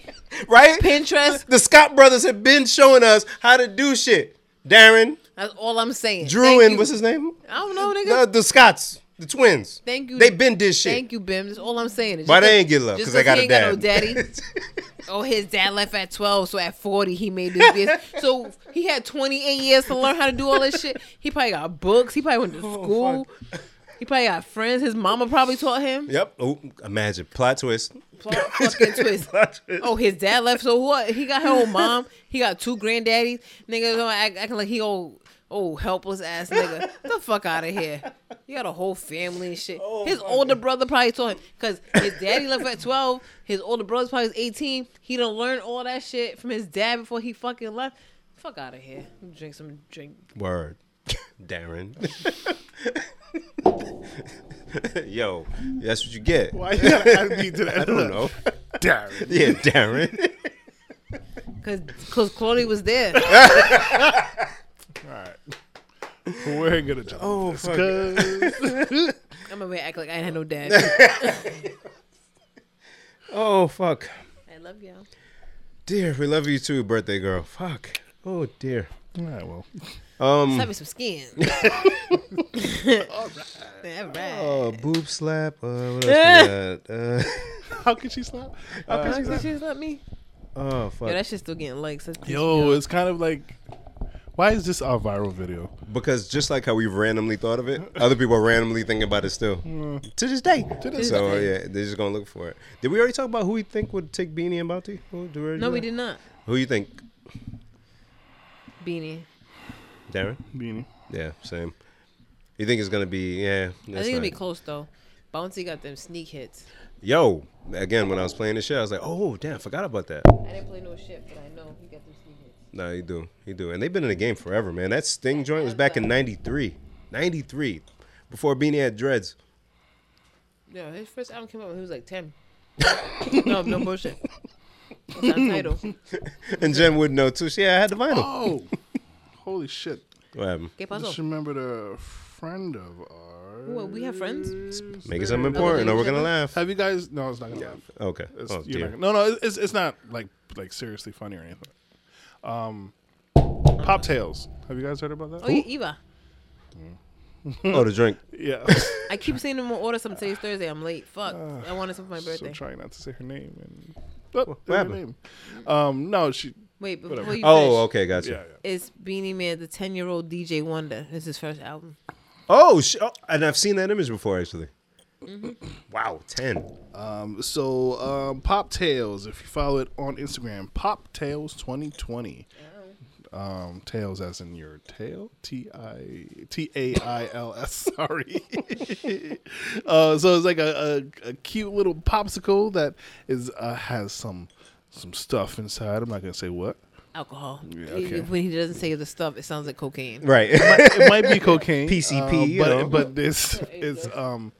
B: right?
A: Pinterest.
B: The Scott brothers have been showing us how to do shit. Darren,
A: That's all I'm saying.
B: Drew,
A: Thank
B: and
A: you.
B: what's his name?
A: I don't know, nigga.
B: The, the Scots, the twins.
A: Thank you.
B: They been did shit.
A: Thank you, Bim. That's all I'm saying. It's
B: Why
A: just
B: they
A: that-
B: ain't get love?
A: just
B: Because they got
A: he
B: a
A: ain't
B: dad.
A: no daddy. oh, his dad left at 12, so at 40 he made this. biz- so he had 28 years to learn how to do all this shit. He probably got books. He probably went to
B: Oh,
A: school. he probably got friends. His mama probably taught him.
B: yep. Oh, imagine plot twist.
A: Plot fucking twist.
B: Plot twist.
A: Oh, his dad left. So what? He got her old mom. He got two granddaddies. Nigga, don't act, acting like he old, oh helpless ass nigga. the fuck out of here. You got a whole family and shit.
B: Oh,
A: his
B: fuck.
A: older brother probably told him because his daddy left at twelve. His older brother probably was eighteen. He done learn all that shit from his dad before he fucking left. Fuck out of here. Drink some drink.
B: Word. Darren. Yo, that's what you get.
C: Why you gotta add me to that?
B: I don't know.
C: Darren.
B: Yeah, Darren.
A: Cause, cause Chloe was there.
C: All right. We're gonna jump.
B: Oh,
C: this
B: fuck.
C: 'cause-
A: I'm gonna act like I ain't had no dad.
B: oh fuck.
A: I love y'all.
B: Dear, we love you too, birthday girl. Fuck. Oh dear.
C: All right. Well.
B: Um
A: Slap me some skin. All right.
B: uh, boob slap. Uh, what else we got? Uh,
C: How could she slap? How could she
A: Did
C: slap?
A: she slap me?
B: oh
A: Yo, that
B: fuck.
A: shit's still getting likes. That's
C: Yo, it's kind of like, why is this our viral video?
B: Because just like how we randomly thought of it, other people are randomly thinking about it still. To this day.
C: this
B: so
A: day.
B: yeah, they're just gonna look for it. Did we already talk about who we think would take Beanie and Bounty? Who, do already
A: no,
B: do
A: we
B: that?
A: did not.
B: Who you think?
A: Beanie.
B: Darren?
C: Beanie.
B: Yeah, same. You think it's gonna be yeah?
A: I
B: that's
A: think it'll be
B: fine.
A: close though. Bouncy got them sneak hits.
B: Yo, again, when I was playing this shit, I was like, oh damn, I forgot about that.
A: I didn't play no shit, but I know he got them sneak hits.
B: No, you do, you do, and they've been in the game forever, man. That Sting joint was back in '93, '93, before Beanie had dreads.
A: No, his first album came out when he was like ten. no, no bullshit. That's not title.
B: And Jen would know too. She had had the vinyl.
C: Oh, holy shit!
B: What happened?
A: Que
C: I just
A: paso?
C: remembered a friend of ours.
A: What, we have friends?
B: Make it something important, or we're gonna laugh.
C: Have you guys? No, it's not gonna laugh.
B: Okay.
C: It's,
B: Oh
C: you're
B: dear.
C: not, no, no, it's it's not like like seriously funny or anything. Um, Pop Tales. Have you guys heard about that?
A: Oh, yeah, Eva.
B: Oh, the drink.
C: yeah.
A: I keep saying I'm gonna order some. Today's Thursday. I'm late. Fuck.
B: Ah,
A: I wanted some for my
C: so
A: birthday.
C: trying not to say her name and oh, there's her
B: happened?
C: name. Um, no, she.
A: Wait, before
C: Whatever.
A: you finish,
B: Oh, okay, gotcha.
C: Yeah, yeah.
A: it's Beanie Man, the ten-year-old DJ Wonder. It's his first album.
B: Oh, sh- oh, and I've seen that image before actually. Wow, ten.
C: Um, so um, Pop Tales, if you follow it on Instagram, Pop Tales 2020. Um, tails as in your tail, T I T A I L S. Sorry. uh, so it's like a, a, a cute little popsicle that is uh, has some some stuff inside. I'm not gonna say what.
A: Alcohol.
C: okay.
A: When he doesn't say the stuff, it sounds like cocaine.
B: Right.
C: it might be cocaine,
B: PCP,
C: um,
B: you
C: but
B: know.
C: but this is um,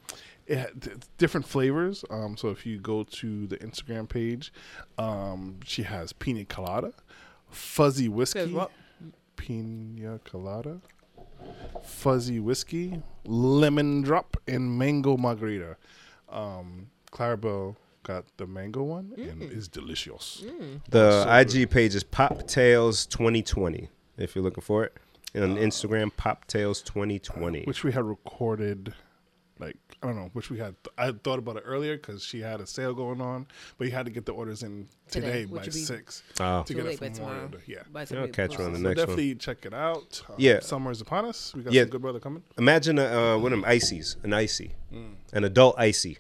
C: it, ha- th- different flavors. Um, so if you go to the Instagram page, um, she has pina colada, fuzzy whiskey,
A: what?
C: pina colada, fuzzy whiskey, lemon drop, and mango margarita. Um, Clarabelle got the mango one and is delicious.
B: The IG page is Poptails 2020. If you're looking for it, and on Instagram, Poptails 2020.
C: which we had recorded like i don't know which we had i thought about it earlier because she had a sale going on but you had to get the orders in
A: Today,
C: today,
A: which
C: by
A: would be-
C: six
B: Oh.
C: to
A: Too
C: get it
A: late by
C: from
A: tomorrow.
C: Orlando. yeah
A: By
B: I'll
A: September.
B: catch her on the
C: so
B: next one.
C: definitely check it out um,
B: Yeah.
C: summer is upon us we got
B: Yeah.
C: some good brother coming
B: Imagine a, uh, what them ices, an icy, an adult icy.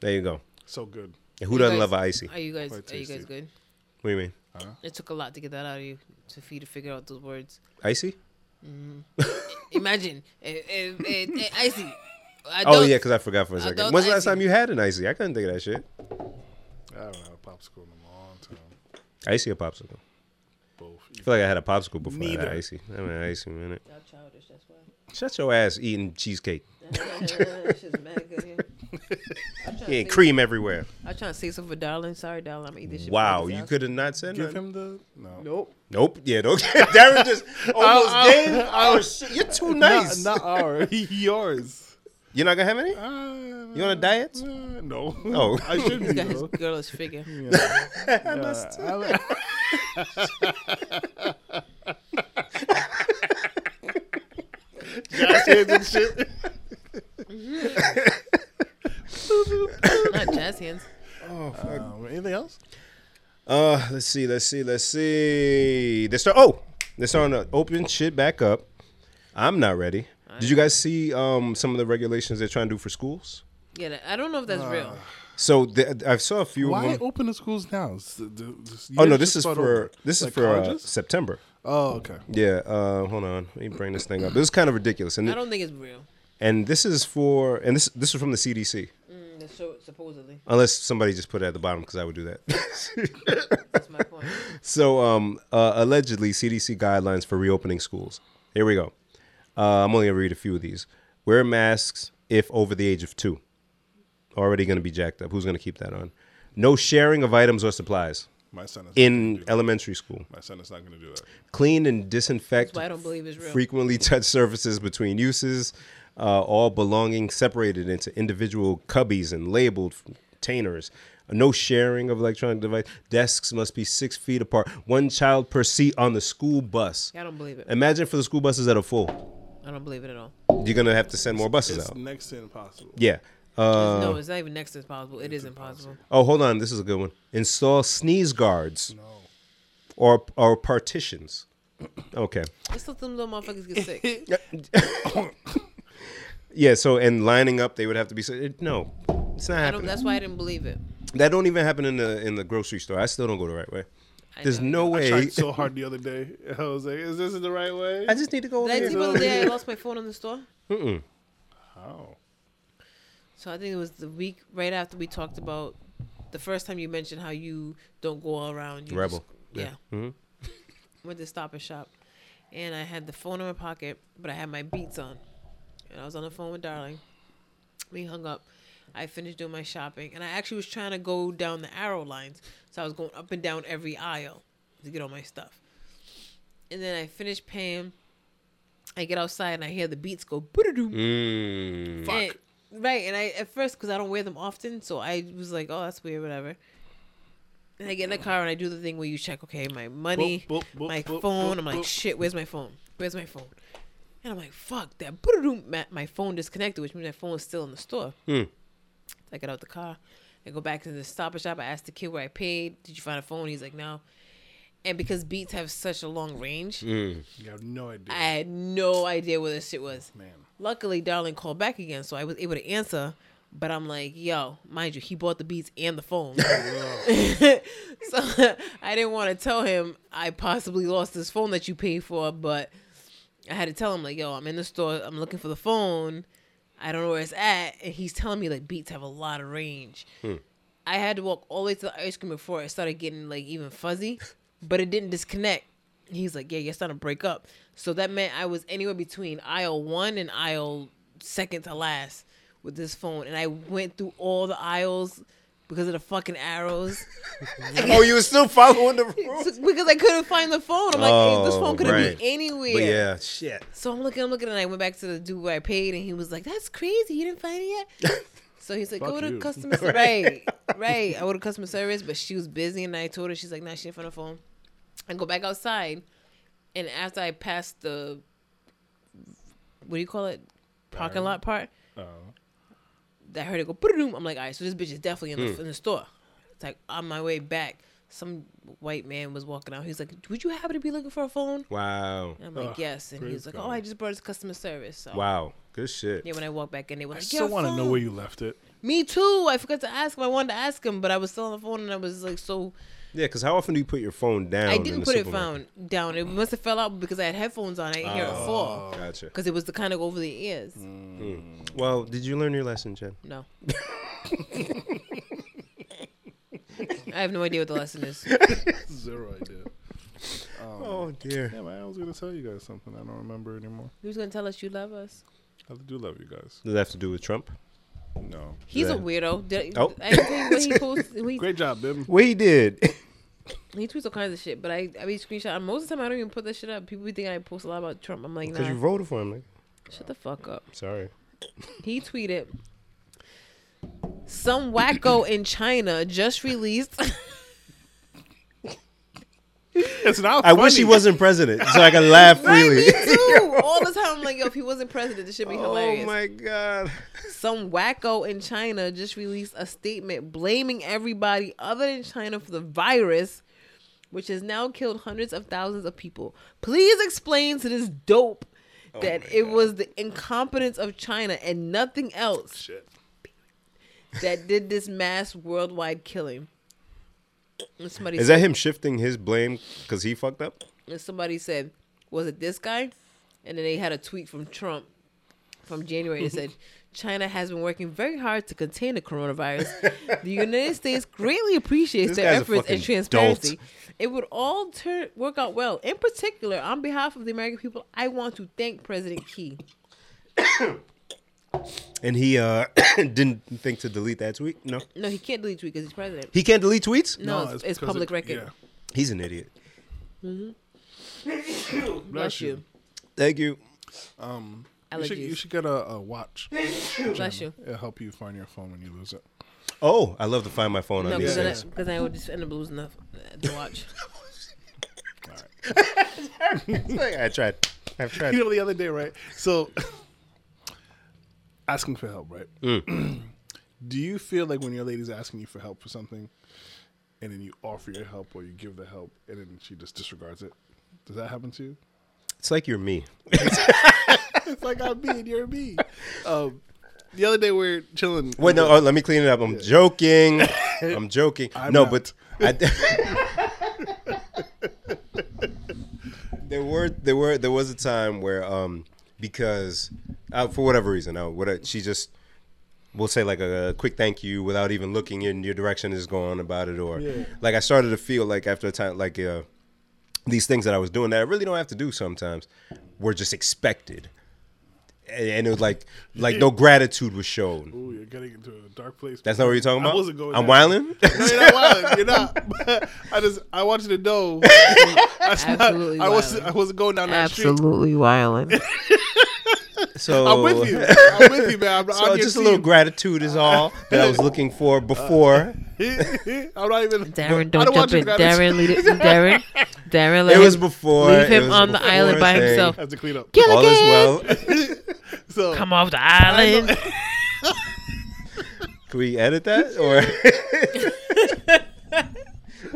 B: There you go.
C: so good
B: And who
A: You
B: doesn't
A: guys-
B: love an icy?
A: Are you guys?
C: Quite
A: Are you guys
C: tasty.
A: good?
B: What do you mean?
A: It took a lot to get that out of you to for you to figure out those words.
B: Icy?
A: Imagine, eh, it, it, it, it, icy. I
B: Oh
A: don't-
B: yeah, because I forgot for a second.
A: thought
B: When's the last
A: icy.
B: time you had an icy? I couldn't think of that shit.
C: I haven't had a popsicle in a long time.
B: Icy or popsicle? I
C: Both.
B: feel like I had a popsicle before I had
C: Neither.
B: an icy. I haven't had an icy in a minute.
A: Y'all childish. That's why.
B: Shut your ass eating cheesecake.
A: That shit's mad good. yeah. I'm trying to
B: Yeah,
A: save-
B: cream everywhere.
A: I'm trying to say something for darling. Sorry, darling. I'm gonna eat this shit.
B: Wow,
A: before this
B: you
A: house.
B: could have not said
C: Give
B: nothing.
C: him the no.
A: Nope.
B: Nope. Yeah, don't. Darren just almost
C: I'll-
B: gave. Oh shit, you're too nice.
C: Not, not ours. Yours.
B: You're not gonna have any.
C: Uh,
B: You on a diet?
C: Uh, no.
B: Oh.
C: I should be.
A: Got his
C: though.
A: girlish figure.
C: Uh, I must. Josh hands and shit.
A: Not jazz hands.
C: Um, anything else?
B: Uh, let's see, let's see, let's see. They start. Oh, they're starting to open shit back up. I'm not ready. Did you guys see um some of the regulations they're trying to do for schools?
A: Yeah, that- I don't know if that's real.
C: Ah.
B: So the, I saw a few
C: Why
B: of them.
C: open the schools now? S- the- the-
B: Oh no, this
C: year's just
B: is
C: about
B: for
C: over.
B: this is
C: Like
B: for uh,
C: colleges?
B: September.
C: oh, okay.
B: Yeah. Uh, hold on. Let me bring this thing up. This is kind of ridiculous, and
A: I don't think it's real.
B: and this is for and this this is from the CDC.
A: Mm, that's so- supposedly,
B: Unless somebody just put it at the bottom because I would do that.
A: that's my point.
B: So, um, uh, allegedly, CDC guidelines for reopening schools. Here we go. Uh, I'm only gonna read a few of these. Wear masks if over the age of two. Already gonna be jacked up. Who's gonna keep that on? No sharing of items or supplies
C: My son is
B: in elementary school.
C: My son is not going to do that.
B: Clean and disinfect
A: why I don't believe it's real.
B: frequently touch surfaces between uses. Uh, all belonging separated into individual cubbies and labeled containers. No sharing of electronic device. Desks must be six feet apart. One child per seat on the school bus.
A: I don't believe it.
B: Imagine for the school buses that are full.
A: I don't believe it at all.
B: You're gonna have to send more buses
C: It's
B: out.
C: next to impossible.
B: Yeah. Uh,
A: no, it's not even next to impossible. It is impossible.
B: oh, hold on. This is a good one. Install sneeze guards or or partitions. Okay.
A: Let's let them little motherfuckers get sick.
B: Yeah. So and lining up, they would have to be. so- it- No, it's not
A: I
B: happening.
A: don't, that's why I didn't believe it.
B: That don't even happen in the in the grocery store. I still don't go the right way.
A: I
B: There's
A: know.
B: no
C: I
B: way. I,
C: tried so hard the other day. I was like, "Is this the right way?"
B: just need to go over
A: Did I
B: here.
A: tell you about the day I lost my phone in the store?
C: How?
A: So I think it was the week right after we talked about the first time you mentioned how you don't go all around. You
B: Rebel.
A: just- yeah. Went to Stop and Shop, and I had the phone in my pocket, but I had my Beats on, and I was on the phone with Darling. We hung up. I finished doing my shopping, and I actually was trying to go down the arrow lines, so I was going up and down every aisle to get all my stuff. And then I finished paying. I get outside and I hear the beats go. "Boo-doo-doo."
B: Mm.
A: And- right, and I at first because I don't wear them often, so I was like, "Oh, that's weird, whatever." And I get in the car and I do the thing where you check, okay, my money,
C: Boop, boop, boop,
A: my
C: boop,
A: phone.
C: boop,
A: I'm like,
C: boop.
A: "Shit, where's my phone? Where's my phone?" And I'm like, "Fuck that!" Boo-doo-doo, ma- My phone disconnected, which means my phone is still in the store. So I get out the car. I go back to the stop and shop. I asked the kid where I paid. Did you find a phone? He's like, no. And because Beats have such a long range,
C: You have no idea,
A: I had no idea where this shit was.
C: man.
A: Luckily, Darling called back again, so I was able to answer. But I'm like, yo, mind you, he bought the beats and the phone. so I didn't want to tell him I possibly lost this phone that you paid for, but I had to tell him, like, yo, I'm in the store, I'm looking for the phone, I don't know where it's at. And he's telling me, like, beats have a lot of range. I had to walk all the way to the ice cream before it started getting, like, even fuzzy, but it didn't disconnect. He's like, yeah, you're starting to break up. So that meant I was anywhere between aisle one and aisle second to last with this phone. And I went through all the aisles because of the fucking arrows.
B: Oh, you were still following the rules.
A: So- because I couldn't find the phone. I'm like, hey, this
B: Oh,
A: phone could have
B: right.
A: been anywhere.
B: But yeah, shit.
A: So I'm looking, I'm looking, and I went back to the dude where I paid, and he was like, "That's crazy, you didn't find it yet." So he's like, "Go
C: Fuck
A: to
C: you.
A: customer service." right, right. I go to customer service, but she was busy, and I told her she's like, "Nah, she didn't find the phone." I go back outside, and after I passed the what do you call it parking lot part,
C: Oh,
A: that I heard it go boom. I'm like, all right, so this bitch is definitely in the,
C: Hmm.
A: in the store. It's like on my way back, some white man was walking out. He's like, "Would you happen to be looking for a phone?"
B: Wow.
A: And I'm like,
C: Ugh,
A: "Yes," and
C: praise
A: he's like,
C: God.
A: "Oh, I just brought his customer service." So.
B: Wow. Good shit.
A: Yeah, when I walked back in, they were
C: I
A: like,
C: still
A: want to
C: know where you left it.
A: Me too. I forgot to ask him. I wanted to ask him, but I was still on the phone and I was like so
B: Yeah, because how often do you put your phone down?
A: I
B: in
A: didn't
B: the
A: put it
B: supermarket?
A: down. down. It must have fell out because I had headphones on. I didn't hear it fall
B: Gotcha.
A: because it was the kind of over the ears.
B: Well, did you learn your lesson, Jen?
A: No. I have no idea what the lesson is.
C: Zero idea. Um,
B: Oh dear.
C: Yeah, man, I was gonna tell you guys something. I don't remember anymore.
A: Who's gonna tell us you love us?
C: I do love you guys.
B: Does that have to do with Trump?
C: No.
A: He's a
B: Yeah.
A: weirdo. Did,
B: Oh.
A: I didn't tell you what he posts. He,
C: Great job, Bim.
B: Well, he did.
A: he tweets all kinds of shit, but I I be screenshot. and Most of the time, I don't even put that shit up. People be thinking I post a lot about Trump. I'm like,
B: Because
A: nah,
B: you voted for him. Like,
A: shut the fuck up.
B: sorry.
A: He tweeted, "Some wacko in China just released."
C: It's not.
B: I wish he wasn't president so I could laugh
A: Right, me
B: freely.
A: too. All the time, I'm like, yo, if he wasn't president, this should be
B: Oh
A: hilarious.
B: my god.
A: Some wacko in China just released a statement blaming everybody other than China for the virus, which has now killed hundreds of thousands of people. Please explain to this dope that it was the incompetence of China and nothing else
C: Shit.
A: that did this mass worldwide killing. And somebody
B: Is
A: said,
B: that him shifting his blame because he fucked up?
A: and somebody said, was it this guy? And then they had a tweet from Trump from January that said, China has been working very hard to contain the coronavirus. the United States greatly appreciates
B: This
A: their
B: guy's a
A: efforts and
B: fucking
A: transparency.
B: dolt.
A: It would all turn work out well. In particular, on behalf of the American people, I want to thank President Key.
B: And he uh didn't think to delete that tweet? No.
A: No, he can't delete tweet because he's president.
B: He can't delete tweets?
A: No, it's, it's
C: because
A: public
C: it-
A: record.
C: yeah.
B: He's an idiot.
A: Bless you.
B: Thank you.
C: Um, you
A: Allergies.
C: should, you should get a, a watch.
A: Bless you.
C: It'll help you find your phone when you lose it.
B: Oh, I love to find my phone
A: No,
B: on these
A: because then I-
B: things.
A: 'cause I would just end up losing the, the watch.
B: I tried. I've tried.
C: You know, the other day, right? So, asking for help, right?
B: Mm.
C: Do you feel like when your lady's asking you for help for something, and then you offer your help or you give the help, and then she just disregards it? Does that happen to you?
B: It's like you're me.
C: It's like I'm me and you're me. Um, the other day we we're chilling.
B: Wait, no, oh, let me clean it up. I'm joking. I'm joking.
C: I'm
B: no,
C: not.
B: but I, there were there were there was a time where um because uh, for whatever reason, uh, what she just will say like a, quick thank you without even looking in your direction is going about it or
C: Yeah.
B: like I started to feel like after a time like uh these things that I was doing that I really don't have to do sometimes were just expected. And and it was like, like no gratitude was shown.
C: Ooh, you're getting into a dark place.
B: That's not what you're talking about.
C: I wasn't going.
B: I'm
C: there.
B: wilding.
C: No, you're not wild. You're not. But I just I want you to know. That's not-
A: Absolutely
C: I wasn't.
A: wildin'.
C: I wasn't going down that street.
A: Absolutely wild.
B: So
C: I'm with you. I'm with you, man. I'm
B: So
C: on your
B: just a little
C: team. Uh,
B: gratitude is all that I was looking for before.
C: I'm not even.
A: Darren,
C: I
A: don't
C: want
A: jump
C: you
A: in.
C: to grab
A: Darren, lead it. Darren, Darren, let
B: It
A: him-
B: was before.
A: Leave
B: it
A: him
B: was
A: on the
B: before
A: island by
B: thing.
A: himself.
C: I have to clean up.
B: All is well.
C: So
A: Come off the island.
B: Can we edit that or?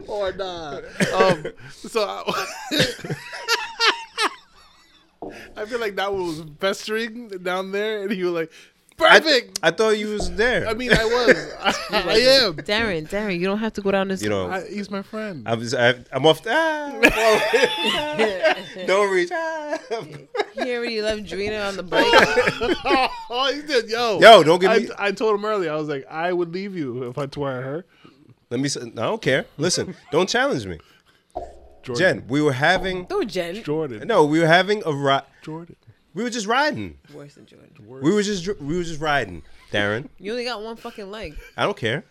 C: or not. oh, Um, so I, I feel like that one was festering down there, and he was like,
B: I,
C: "Perfect."
B: I thought you was there.
C: I, mean, I was. I, I am.
A: Darren, Darren, you don't have to go down this.
B: you know,
C: I, he's my friend.
B: I, am just, I, I'm off. Ah, don't reach. Ah.
A: he already left Drina on the bike.
C: oh, he said, "Yo,
B: Yo, don't give
C: I,
B: me.
C: I told him earlier. I was like, I would leave you if I twire her.
B: Let me. s- I don't care. Listen, don't challenge me,
C: Jordan.
B: Jen. We were having.
A: Oh, Jen.
C: Jordan.
B: No, we were having a ride.
C: Jordan.
B: We were just riding.
A: Worse than Jordan.
B: We were just dr- we were just riding, Darren.
A: You only got one fucking leg.
B: I don't care.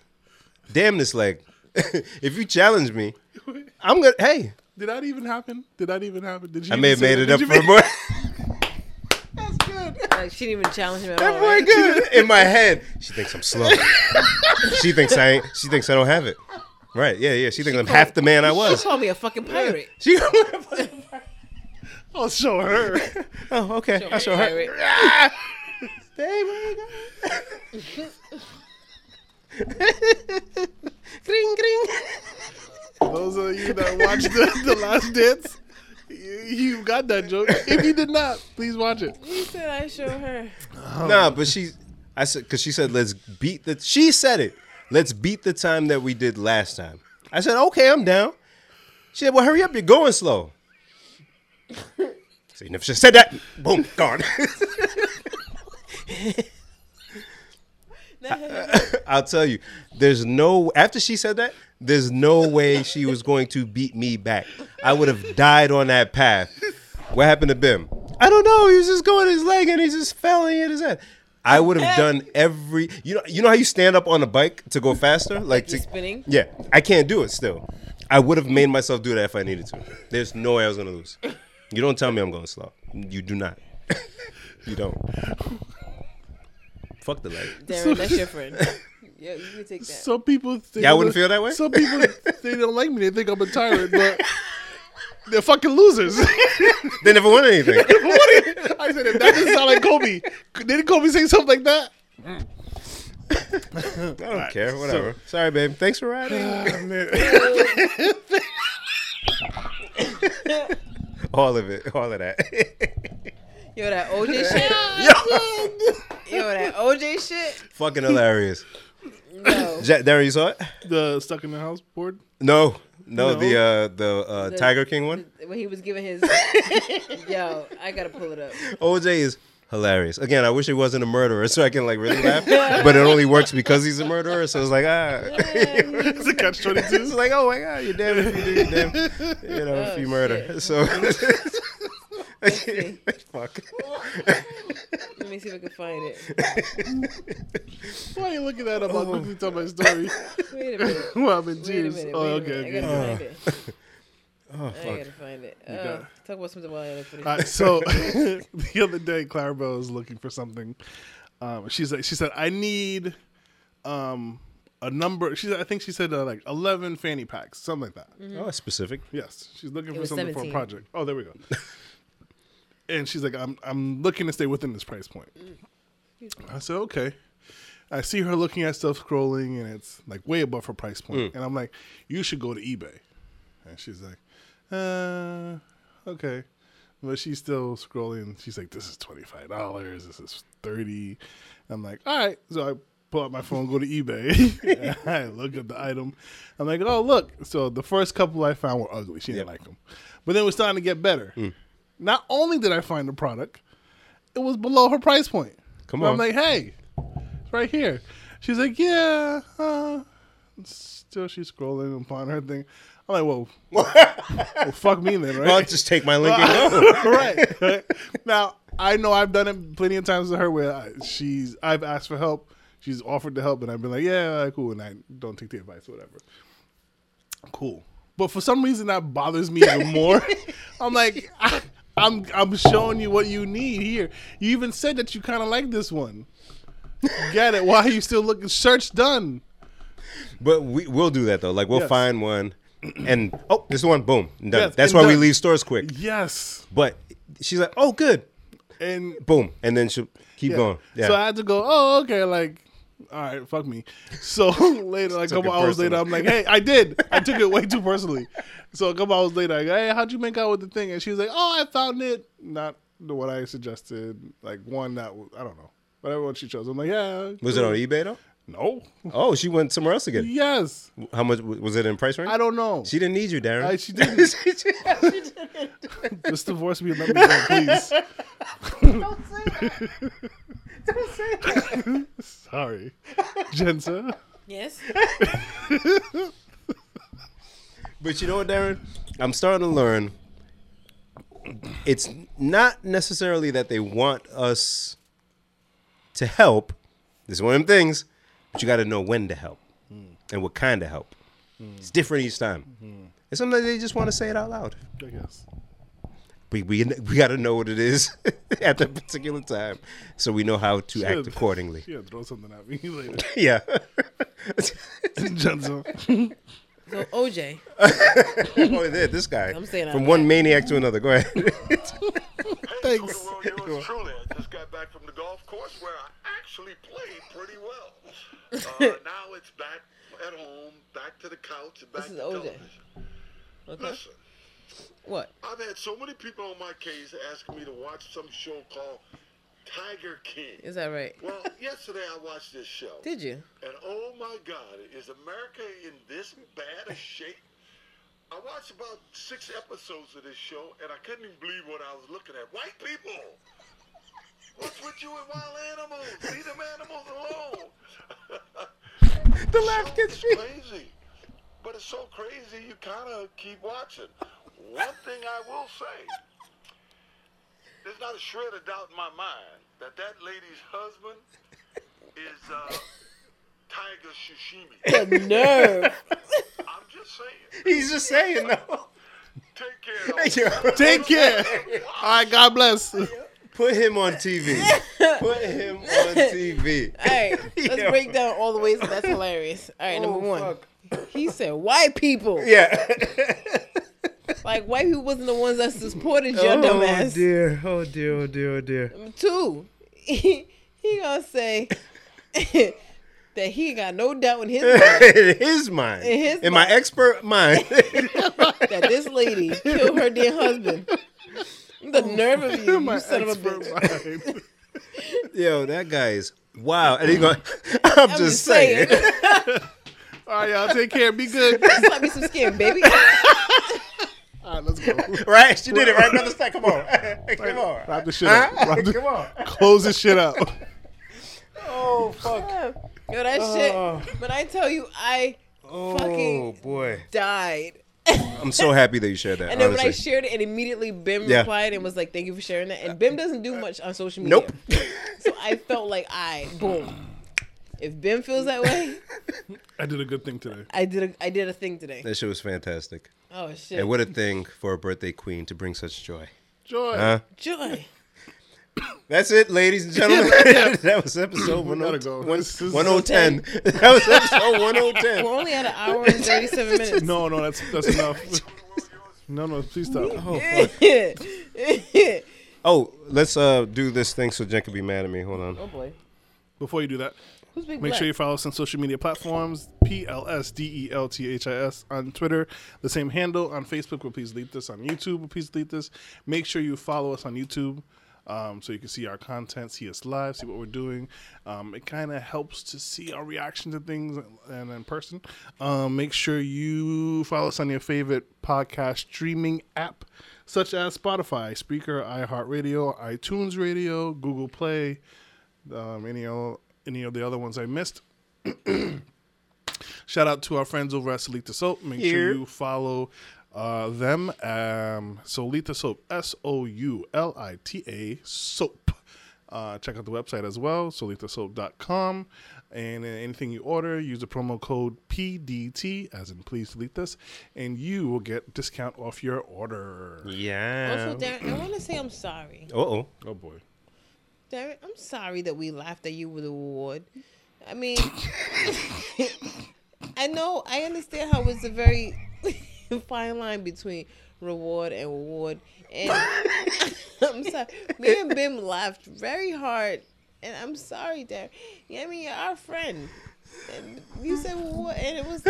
B: Damn this leg. if you challenge me, I'm gonna. Hey,
C: Did that even happen? Did that even happen? Did you
B: I may
C: even
B: have made
C: say
B: it
C: that?
B: up
C: Did you
B: for
C: make-
B: more.
A: Like she didn't even challenge him at all.
B: Oh my
A: right?
B: god! In my head, she thinks I'm slow. she thinks I ain't. She thinks I don't have it. Right? Yeah, yeah. She thinks I'm half the man I
A: She
B: was.
A: called me a fucking pirate.
B: She.
C: I'll show her.
B: oh, okay. I show her.
A: Pirate.
B: Stay where you go. Gring, gring.
C: Those of you that watched the, the last dance, you, you got that joke. If you did not, please watch it.
A: He said I show her.
B: Nah, but she, I said, because she said, let's beat the. She said it. Let's beat the time that we did last time. I said, okay, I'm down. She said, well, hurry up, you're going slow. so you never should have said that. Boom, gone. I'll tell you, there's no, after she said that, there's no way she was going to beat me back. I would have died on that path. What happened to Bim? I don't know. He was just going his leg and he just fell and he hit his head. I would have done every, you know, you know how you stand up on a bike to go faster, like
A: you're
B: to-
A: spinning?
B: yeah, I can't do it still. I would have made myself do that if I needed to. There's no way I was gonna lose. You don't tell me I'm going slow. You do not. you don't. Fuck the leg.
A: Darren, that's your friend. Yeah, you can take that.
C: Some people think
B: Y'all wouldn't feel that way?
C: Some people they don't like me. They think I'm a tyrant, but they're fucking losers.
B: They never won anything.
C: I said if that doesn't sound like Kobe, didn't Kobe say something like that?
B: I don't care. Whatever. Sorry, babe. Thanks for riding.
C: Ah,
B: all of it. All of that.
A: Yo, that OJ shit. Yo, that OJ shit.
B: Fucking hilarious.
A: No.
B: Ja- Darren, you saw it?
C: the stuck in the house board.
B: No. No,
C: No.
B: the uh the uh Tiger King one.
A: When he was giving his. Yo, I gotta pull it up.
B: OJ is hilarious. Again, I wish he wasn't a murderer so I can like really laugh. but it only works because he's a murderer, so it's like ah
C: It's a catch twenty two.
B: It's like, oh my god, you're damned if you do, you're damned, you know, if you murder. So,
A: see.
B: fuck.
A: Let me see if I can find it.
C: Why are you looking that up? I'll quickly tell my story.
A: Wait a minute.
C: well, I'm
A: Oh.
C: in
A: Wait a
C: tears.
A: minute.
C: Oh,
A: wait a
C: okay.
A: minute.
C: okay.
A: I gotta find it.
B: Oh
A: I
B: fuck.
A: gotta find it. Uh,
C: got-
A: talk about something while I look for this.
C: All right, so the other day, Clarabelle was looking for something. Um, she's like, she said, I need um, a number. She said, I think she said uh, like eleven fanny packs, something like that.
B: Oh, that's specific.
C: Yes, she's looking for
A: was
C: something for
A: 17.
C: a project. Oh, there we go. and she's like, I'm I'm looking to stay within this price point. I said, okay. I see her looking at stuff scrolling, and it's like way above her price point. And I'm like, you should go to eBay. And she's like, uh, okay. But she's still scrolling. She's like, this is twenty five dollars. This is thirty. I'm like, all right. So I pull out my phone, go to eBay. I look at the item. I'm like, oh look. So the first couple I found were ugly. She didn't like them. But then it was starting to get better.
B: Hmm.
C: Not only did I find the product, it was below her price point.
B: Come
C: And
B: on.
C: I'm like, hey, it's right here. She's like, yeah. Uh, still, she's scrolling upon her thing. I'm like, well, well, fuck me then, right?
B: Well, I'll just take my link and go.
C: right, right. Now I know I've done it plenty of times with her where I, she's I've asked for help, she's offered to help, and I've been like, yeah, all right, cool, and I don't take the advice, whatever. Cool. But for some reason that bothers me even more. I'm like, I, I'm I'm showing you what you need here. You even said that you kind of like this one. Get it? Why are you still looking? Search done.
B: But we we'll do that though. Like we'll
C: Yes.
B: find one, and oh, this one, boom, and done.
C: Yes,
B: That's
C: and
B: why we
C: done.
B: leave stores quick.
C: Yes.
B: But she's like, oh, good,
C: And
B: boom, and then she'll keep
C: Yeah.
B: going. Yeah.
C: So I had to go, oh, okay, like, all right, fuck me. So later, like a
B: Took
C: couple
B: it
C: hours later,
B: personal.
C: I'm like, hey, I did. I took it way too personally. So a couple hours later, I go, hey, how'd you make out with the thing? And she was like, oh, I found it. Not the what I suggested. Like one that, was, I don't know. Whatever one she chose. I'm like, yeah.
B: was it on eBay though?
C: No.
B: Oh, she went somewhere else again.
C: Yes.
B: How much was it in price range?
C: I don't know.
B: She didn't need you, Darren.
C: I- she didn't. Just divorce me and let me go, please.
A: Don't say that. Don't say that.
C: Sorry. Jensa.
A: Yes.
B: But you know what, Darren? I'm starting to learn. It's not necessarily that they want us to help. This is one of them things, but you got to know when to help
A: Hmm.
B: and what kind of help. It's different each time. And sometimes they just want to say it out loud.
C: I guess.
B: We we, we got to know what it is at that particular time, so we know how to act
C: Yeah.
B: accordingly.
C: Yeah, throw something at me later.
B: Yeah.
C: Jensa.
A: So OJ.
B: oh, there, this guy.
A: I'm saying
B: From
A: I-
B: one maniac to another. Go ahead.
C: Thanks.
D: Well, yours truly. I just got back from the golf course where I actually played pretty well. Uh, now it's back at home, back to the couch, and back
A: This is
D: to
A: OJ.
D: television.
A: Okay.
D: Listen,
A: What?
D: I've had so many people on my case asking me to watch some show called Tiger King.
A: Is that right?
D: Well, yesterday I watched this show.
A: Did you?
D: And oh my God, is America in this bad a shape? I watched about six episodes of this show, and I couldn't even believe what I was looking at. White people, what's with you and wild animals? Leave them animals alone.
B: The laugh gets
D: It's
B: me.
D: crazy, but it's so crazy you kind of keep watching. One thing I will say: there's not a shred of doubt in my mind that that lady's husband is uh, Tiger Shishimi.
A: The nerve.
D: I'm just saying.
B: He's just saying though.
D: Take care. Of
C: Take care. All right, God bless.
B: Put him on TV. Put him on TV.
A: All right, let's
B: Yo.
A: break down all the ways that that's hilarious. All right, number
B: Oh,
A: one,
B: fuck.
A: he said white people.
B: Yeah.
A: Like white people wasn't the ones that supported your dumb
B: oh
A: ass.
B: dear. Oh dear. Oh dear. Oh dear.
A: Number two, he, he gonna say that he got no doubt in his mind
B: In his mind.
A: In his
B: In my expert mind.
A: that this lady killed her dear husband. The
B: Oh.
A: nerve of you, you son of a bitch.
C: bitch.
B: Yo, that guy is wow. And he's going. I'm,
A: I'm
B: just saying.
C: All right, y'all. Take care. Be good.
A: slap me some skin, baby.
C: All right, let's go.
B: Right? She did it right, brother. Stack. Come on. Come on.
C: Wrap this shit up.
B: Huh?
C: Wrap the-
B: Come on.
C: close this shit up.
B: Oh fuck.
A: Yo, that shit. When I tell you, I
B: Oh
A: Fucking-
B: boy.
A: died.
B: I'm so happy that you shared that.
A: And then when I
B: honestly.
A: shared it, and immediately Bim
B: Yeah.
A: replied and was like, "Thank you for sharing that." And Bim doesn't do much on social media,
B: nope.
A: so I felt like I boom. If Bim feels that way,
C: I did a good thing today.
A: I did a I did a thing today.
B: That shit was fantastic.
A: Oh shit!
B: And what a thing for a birthday queen to bring such joy.
C: Joy.
B: Huh?
A: joy.
B: That's it, ladies and gentlemen. that was episode
C: We gotta go.
B: 1010.
C: This is-
B: 1010. That was episode 1010.
A: We're only at an hour and thirty-seven minutes.
C: No, no, that's that's enough. No, no, please stop.
B: Oh, let's uh, do this thing so Jen can be mad at me. Hold
A: oh
B: on.
A: boy,
C: Before you do that,
A: who's big?
C: Make
A: black?
C: sure you follow us on social media platforms, P L S D E L T H I S on Twitter, the same handle on Facebook. Will please delete this on YouTube. Will please delete this. Make sure you follow us on YouTube, um, so you can see our content, see us live, see what we're doing. Um, it kind of helps to see our reaction to things and in person. Um, make sure you follow us on your favorite podcast streaming app, such as Spotify, Speaker, iHeartRadio, iTunes Radio, Google Play um, any o- any of the other ones I missed. Shout out to our friends over at Solita Soap. Make sure
B: Here.
C: you follow uh, them. Um, Solita Soap, S O U L I T A Soap. Uh, check out the website as well, solitasoap.com. And uh, anything you order, use the promo code PDT, as in please delete this, and you will get discount off your order.
B: Yeah.
C: um,
A: Also, Darren, I want to say I'm sorry.
B: Uh oh.
C: Oh boy.
A: Darren, I'm sorry that we laughed at you with the award. I mean, I know, I understand how it's a very fine line between reward and reward. And I'm sorry. Me and Bim laughed very hard. And I'm sorry, Darren. Yeah, I mean, you're our friend. And you said reward, and it was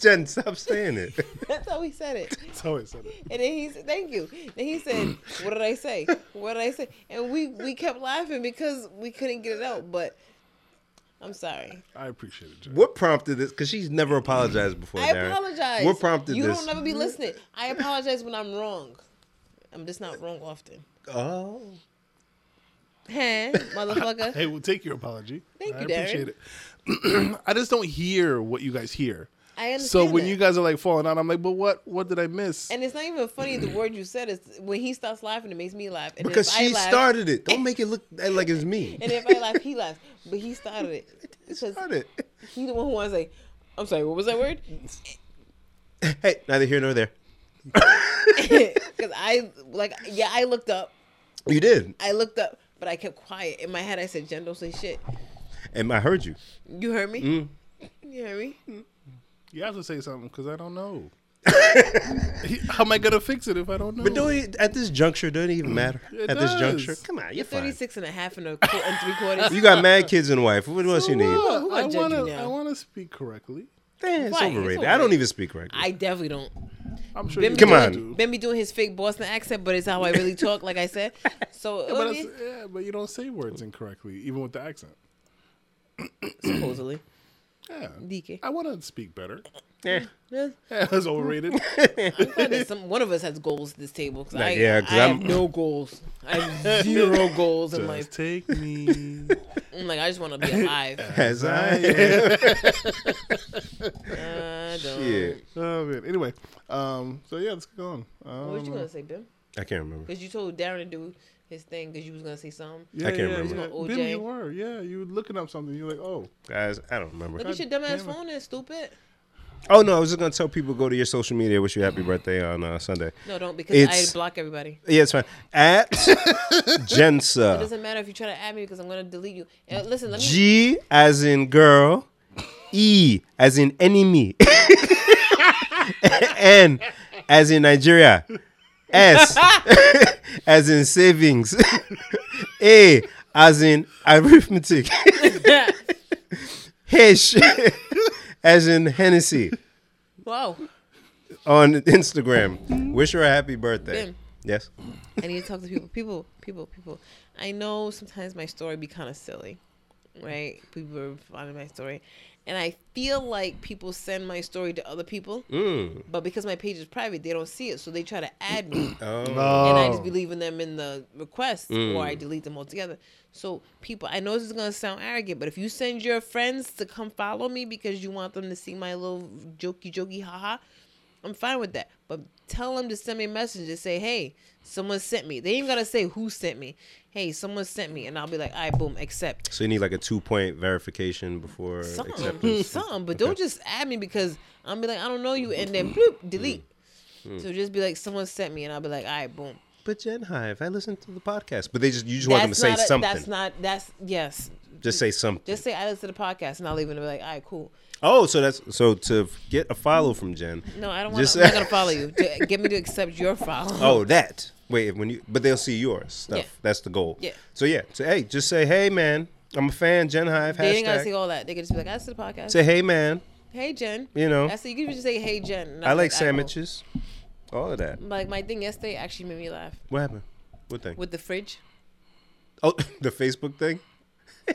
B: Jen, stop saying it.
A: that's how we said it.
C: That's how I said it.
A: And then he said, "Thank you." Then he said, "What did I say? What did I say?" And we we kept laughing because we couldn't get it out. But I'm sorry.
C: I appreciate it, Jack.
B: What prompted this? Because she's never apologized before.
A: I
B: Darren.
A: apologize.
B: What prompted
A: you
B: this?
A: don't ever be listening. I apologize when I'm wrong. I'm just not wrong often.
B: oh.
A: Huh, motherfucker.
C: Hey, we'll take your apology.
A: Thank
C: I
A: you,
C: appreciate it. I just don't hear what you guys hear.
A: I understand.
C: So when
A: that.
C: you guys are like falling out, I'm like, but what? What did I miss?
A: and it's not even funny the word you said is when he starts laughing, it makes me laugh. And
B: Because
A: if
B: she
A: I laugh,
B: started it. Don't make it look like it's me.
A: And if I laugh, he laughs. But he started it. Because
B: Started.
A: he the one who wants to say, I'm sorry, what was that word?
B: Hey, neither here nor there.
A: Because I, like, yeah, I looked up.
B: You did.
A: I looked up, but I kept quiet. In my head, I said, Jen, don't say shit.
B: And I heard you.
A: You heard me? You heard me?
C: you have to say something because I don't know. How am I gonna fix it if I don't know?
B: But don't it, at this juncture, doesn't even matter.
C: Mm. It
B: at
C: does.
B: this juncture, come on, you're fine.
A: 36 and a half and a quarter and three quarters.
B: You got mad kids and wife. What else you need?
C: Look,
A: Who gonna
C: I
A: judge
C: want
A: you
C: to.
A: now?
C: I want to speak correctly.
B: Eh, it's
A: Why? It's
B: overrated. I
A: overrated.
B: don't even speak correctly.
A: I definitely don't.
C: I'm sure.
A: Been
C: you
A: doing-
B: Come on.
C: do.
A: Been be doing his fake Boston accent, but it's how I really talk, like I said. So it
C: But,
A: would
C: it's,
A: be-
C: yeah, but you don't say words incorrectly, even with the accent.
A: supposedly.
C: Yeah.
A: DK.
C: I want to speak better.
B: Yeah.
A: Yeah.
C: Yeah, that's overrated.
A: I'm glad that some, one of us has goals at this table. 'cause I,
B: yeah,
A: yeah,
B: 'cause
A: I have
B: I'm-
A: no goals. I have zero goals in life.
C: Just take me.
A: I'm like, I just want to be alive.
B: As I am.
A: I don't.
B: Shit.
C: oh man. Anyway, um, so yeah, let's go on. Um,
A: What you gonna say, Bim?
B: I can't remember.
A: Because you told Darren to do his thing. Because you was gonna say something.
C: yeah,
B: I can't
C: yeah,
B: remember.
C: Yeah.
A: Little
C: Bim,
A: OJ.
C: you were. Yeah, you were looking up something. You're like, oh,
B: Guys, I don't remember.
A: Look at your dumbass
C: damn it.
A: phone, then stupid.
B: Oh no, I was just gonna tell people go to your social media. Wish you
A: Mm.
B: happy birthday on uh, Sunday.
A: No, don't because
B: It's-
A: I block everybody.
B: Yeah, it's fine. At
A: It
B: Jensa,
A: doesn't matter if you try to add me because I'm gonna delete you. And listen, let me.
B: G as in girl, E as in enemy, N as in Nigeria, S as in savings, A as in arithmetic, H as in Hennessy
A: wow,
B: on Instagram. Wish her a happy birthday.
A: Bim.
B: Yes.
A: I need to talk to people. People, people, people. I know sometimes my story be kind of silly, right? People are finding my story, and I feel like people send my story to other people, but because my page is private, they don't see it, so they try to add me. and I just be leaving them in the request or I delete them altogether. So people, I know this is gonna sound arrogant, but if you send your friends to come follow me because you want them to see my little jokey jokey haha, I'm fine with that. But tell them to send me a message to say, hey, someone sent me. They ain't gotta say who sent me. Hey, someone sent me, and I'll be like, all right, boom, accept.
B: So you need like a two point verification before
A: Something,
B: acceptance.
A: something, but don't just add me because I'm be like, I don't know you, and then bloop, delete. So just be like, someone sent me, and I'll be like, all right, boom.
B: But Gen Hive, I listened to the podcast. But they just you just want them to say
A: not a-
B: something.
A: That's not. That's yes.
B: just say something.
A: Just say I listen to the podcast, and I'll leave and be like, "All right, cool."
B: oh, so that's so to f- get a follow from Jen.
A: No, I don't want.
B: Just-
A: to I'm not gonna follow you. Ju- Get me to accept your follow.
B: Oh, that. Wait, when you but they'll see yours stuff.
A: Yeah.
B: That's the goal.
A: Yeah.
B: So yeah. So hey, just say hey man, I'm a fan. Gen Hive
A: they ain't gotta
B: hashtag.
A: say all that. They can just be like, "I listen to the podcast."
B: say hey man.
A: hey, Jen.
B: You know.
A: I said you can just say, "Hey, Jen." and
B: I
A: I'll be "All
B: like
A: right, cool."
B: sandwiches. All of that.
A: Like my thing yesterday actually made me laugh
B: What happened? What thing?
A: with the fridge.
B: Oh, the Facebook thing.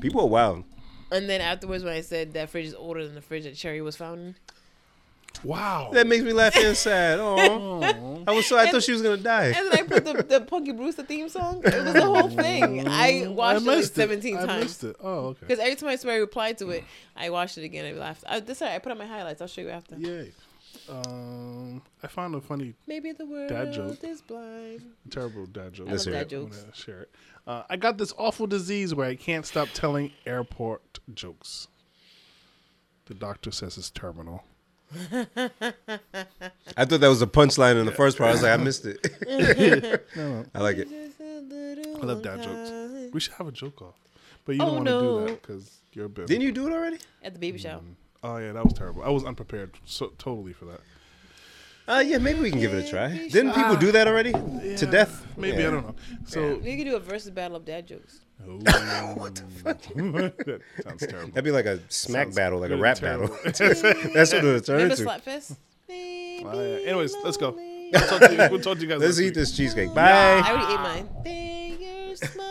B: People are wild.
A: And then afterwards, when I said that fridge is older than the fridge that Cherry was found in,
C: wow.
B: That makes me laugh inside. Oh, I was so I thought she was gonna die.
A: and then I put the, the Punky Brewster theme song. It was the whole thing. I watched it like
C: missed
A: 17
C: it. I
A: times.
C: missed it. Oh, okay.
A: Because every time I swear I replied to it, I watched it again and laughed. I, this I put on my highlights. I'll show you after.
C: Yay. Um, I found a funny,
A: Maybe the world
C: Dad joke.
A: is blind.
C: terrible dad joke.
A: I love
B: hear
A: dad
B: it.
C: I'm
A: jokes.
C: gonna share it. Uh, I got this awful disease where I can't stop telling airport jokes. The doctor says it's terminal.
B: I thought that was a punchline in the first part. I was like, I missed it. I like it.
A: Just a little
C: I love dad
A: time.
C: jokes. We should have a joke off, but you
A: Oh,
C: don't want to
A: no.
C: do that because you're a bit.
B: Didn't you do it already?
A: At the baby shower.
C: Oh yeah, that was terrible. I was unprepared so totally for that.
B: Uh, yeah, maybe we can give it a try. Didn't people do that already? To
C: Yeah,
B: death?
C: Maybe I don't know. So
A: We could do a versus battle of dad jokes.
C: what the fuck? that sounds terrible.
B: That'd be like a smack
C: Sounds
B: battle, like a
C: really
B: rap
C: terrible.
B: battle. That's what it would turn
A: Remember
B: into.
A: Slapfest?
C: Uh,
A: Baby
C: anyways, let's go.
A: lonely.
C: We'll talk to you, we'll talk to you guys.
B: Let's
C: next
B: eat
C: week.
B: this cheesecake.
A: I
B: Bye.
A: already ate mine. Fingers smile.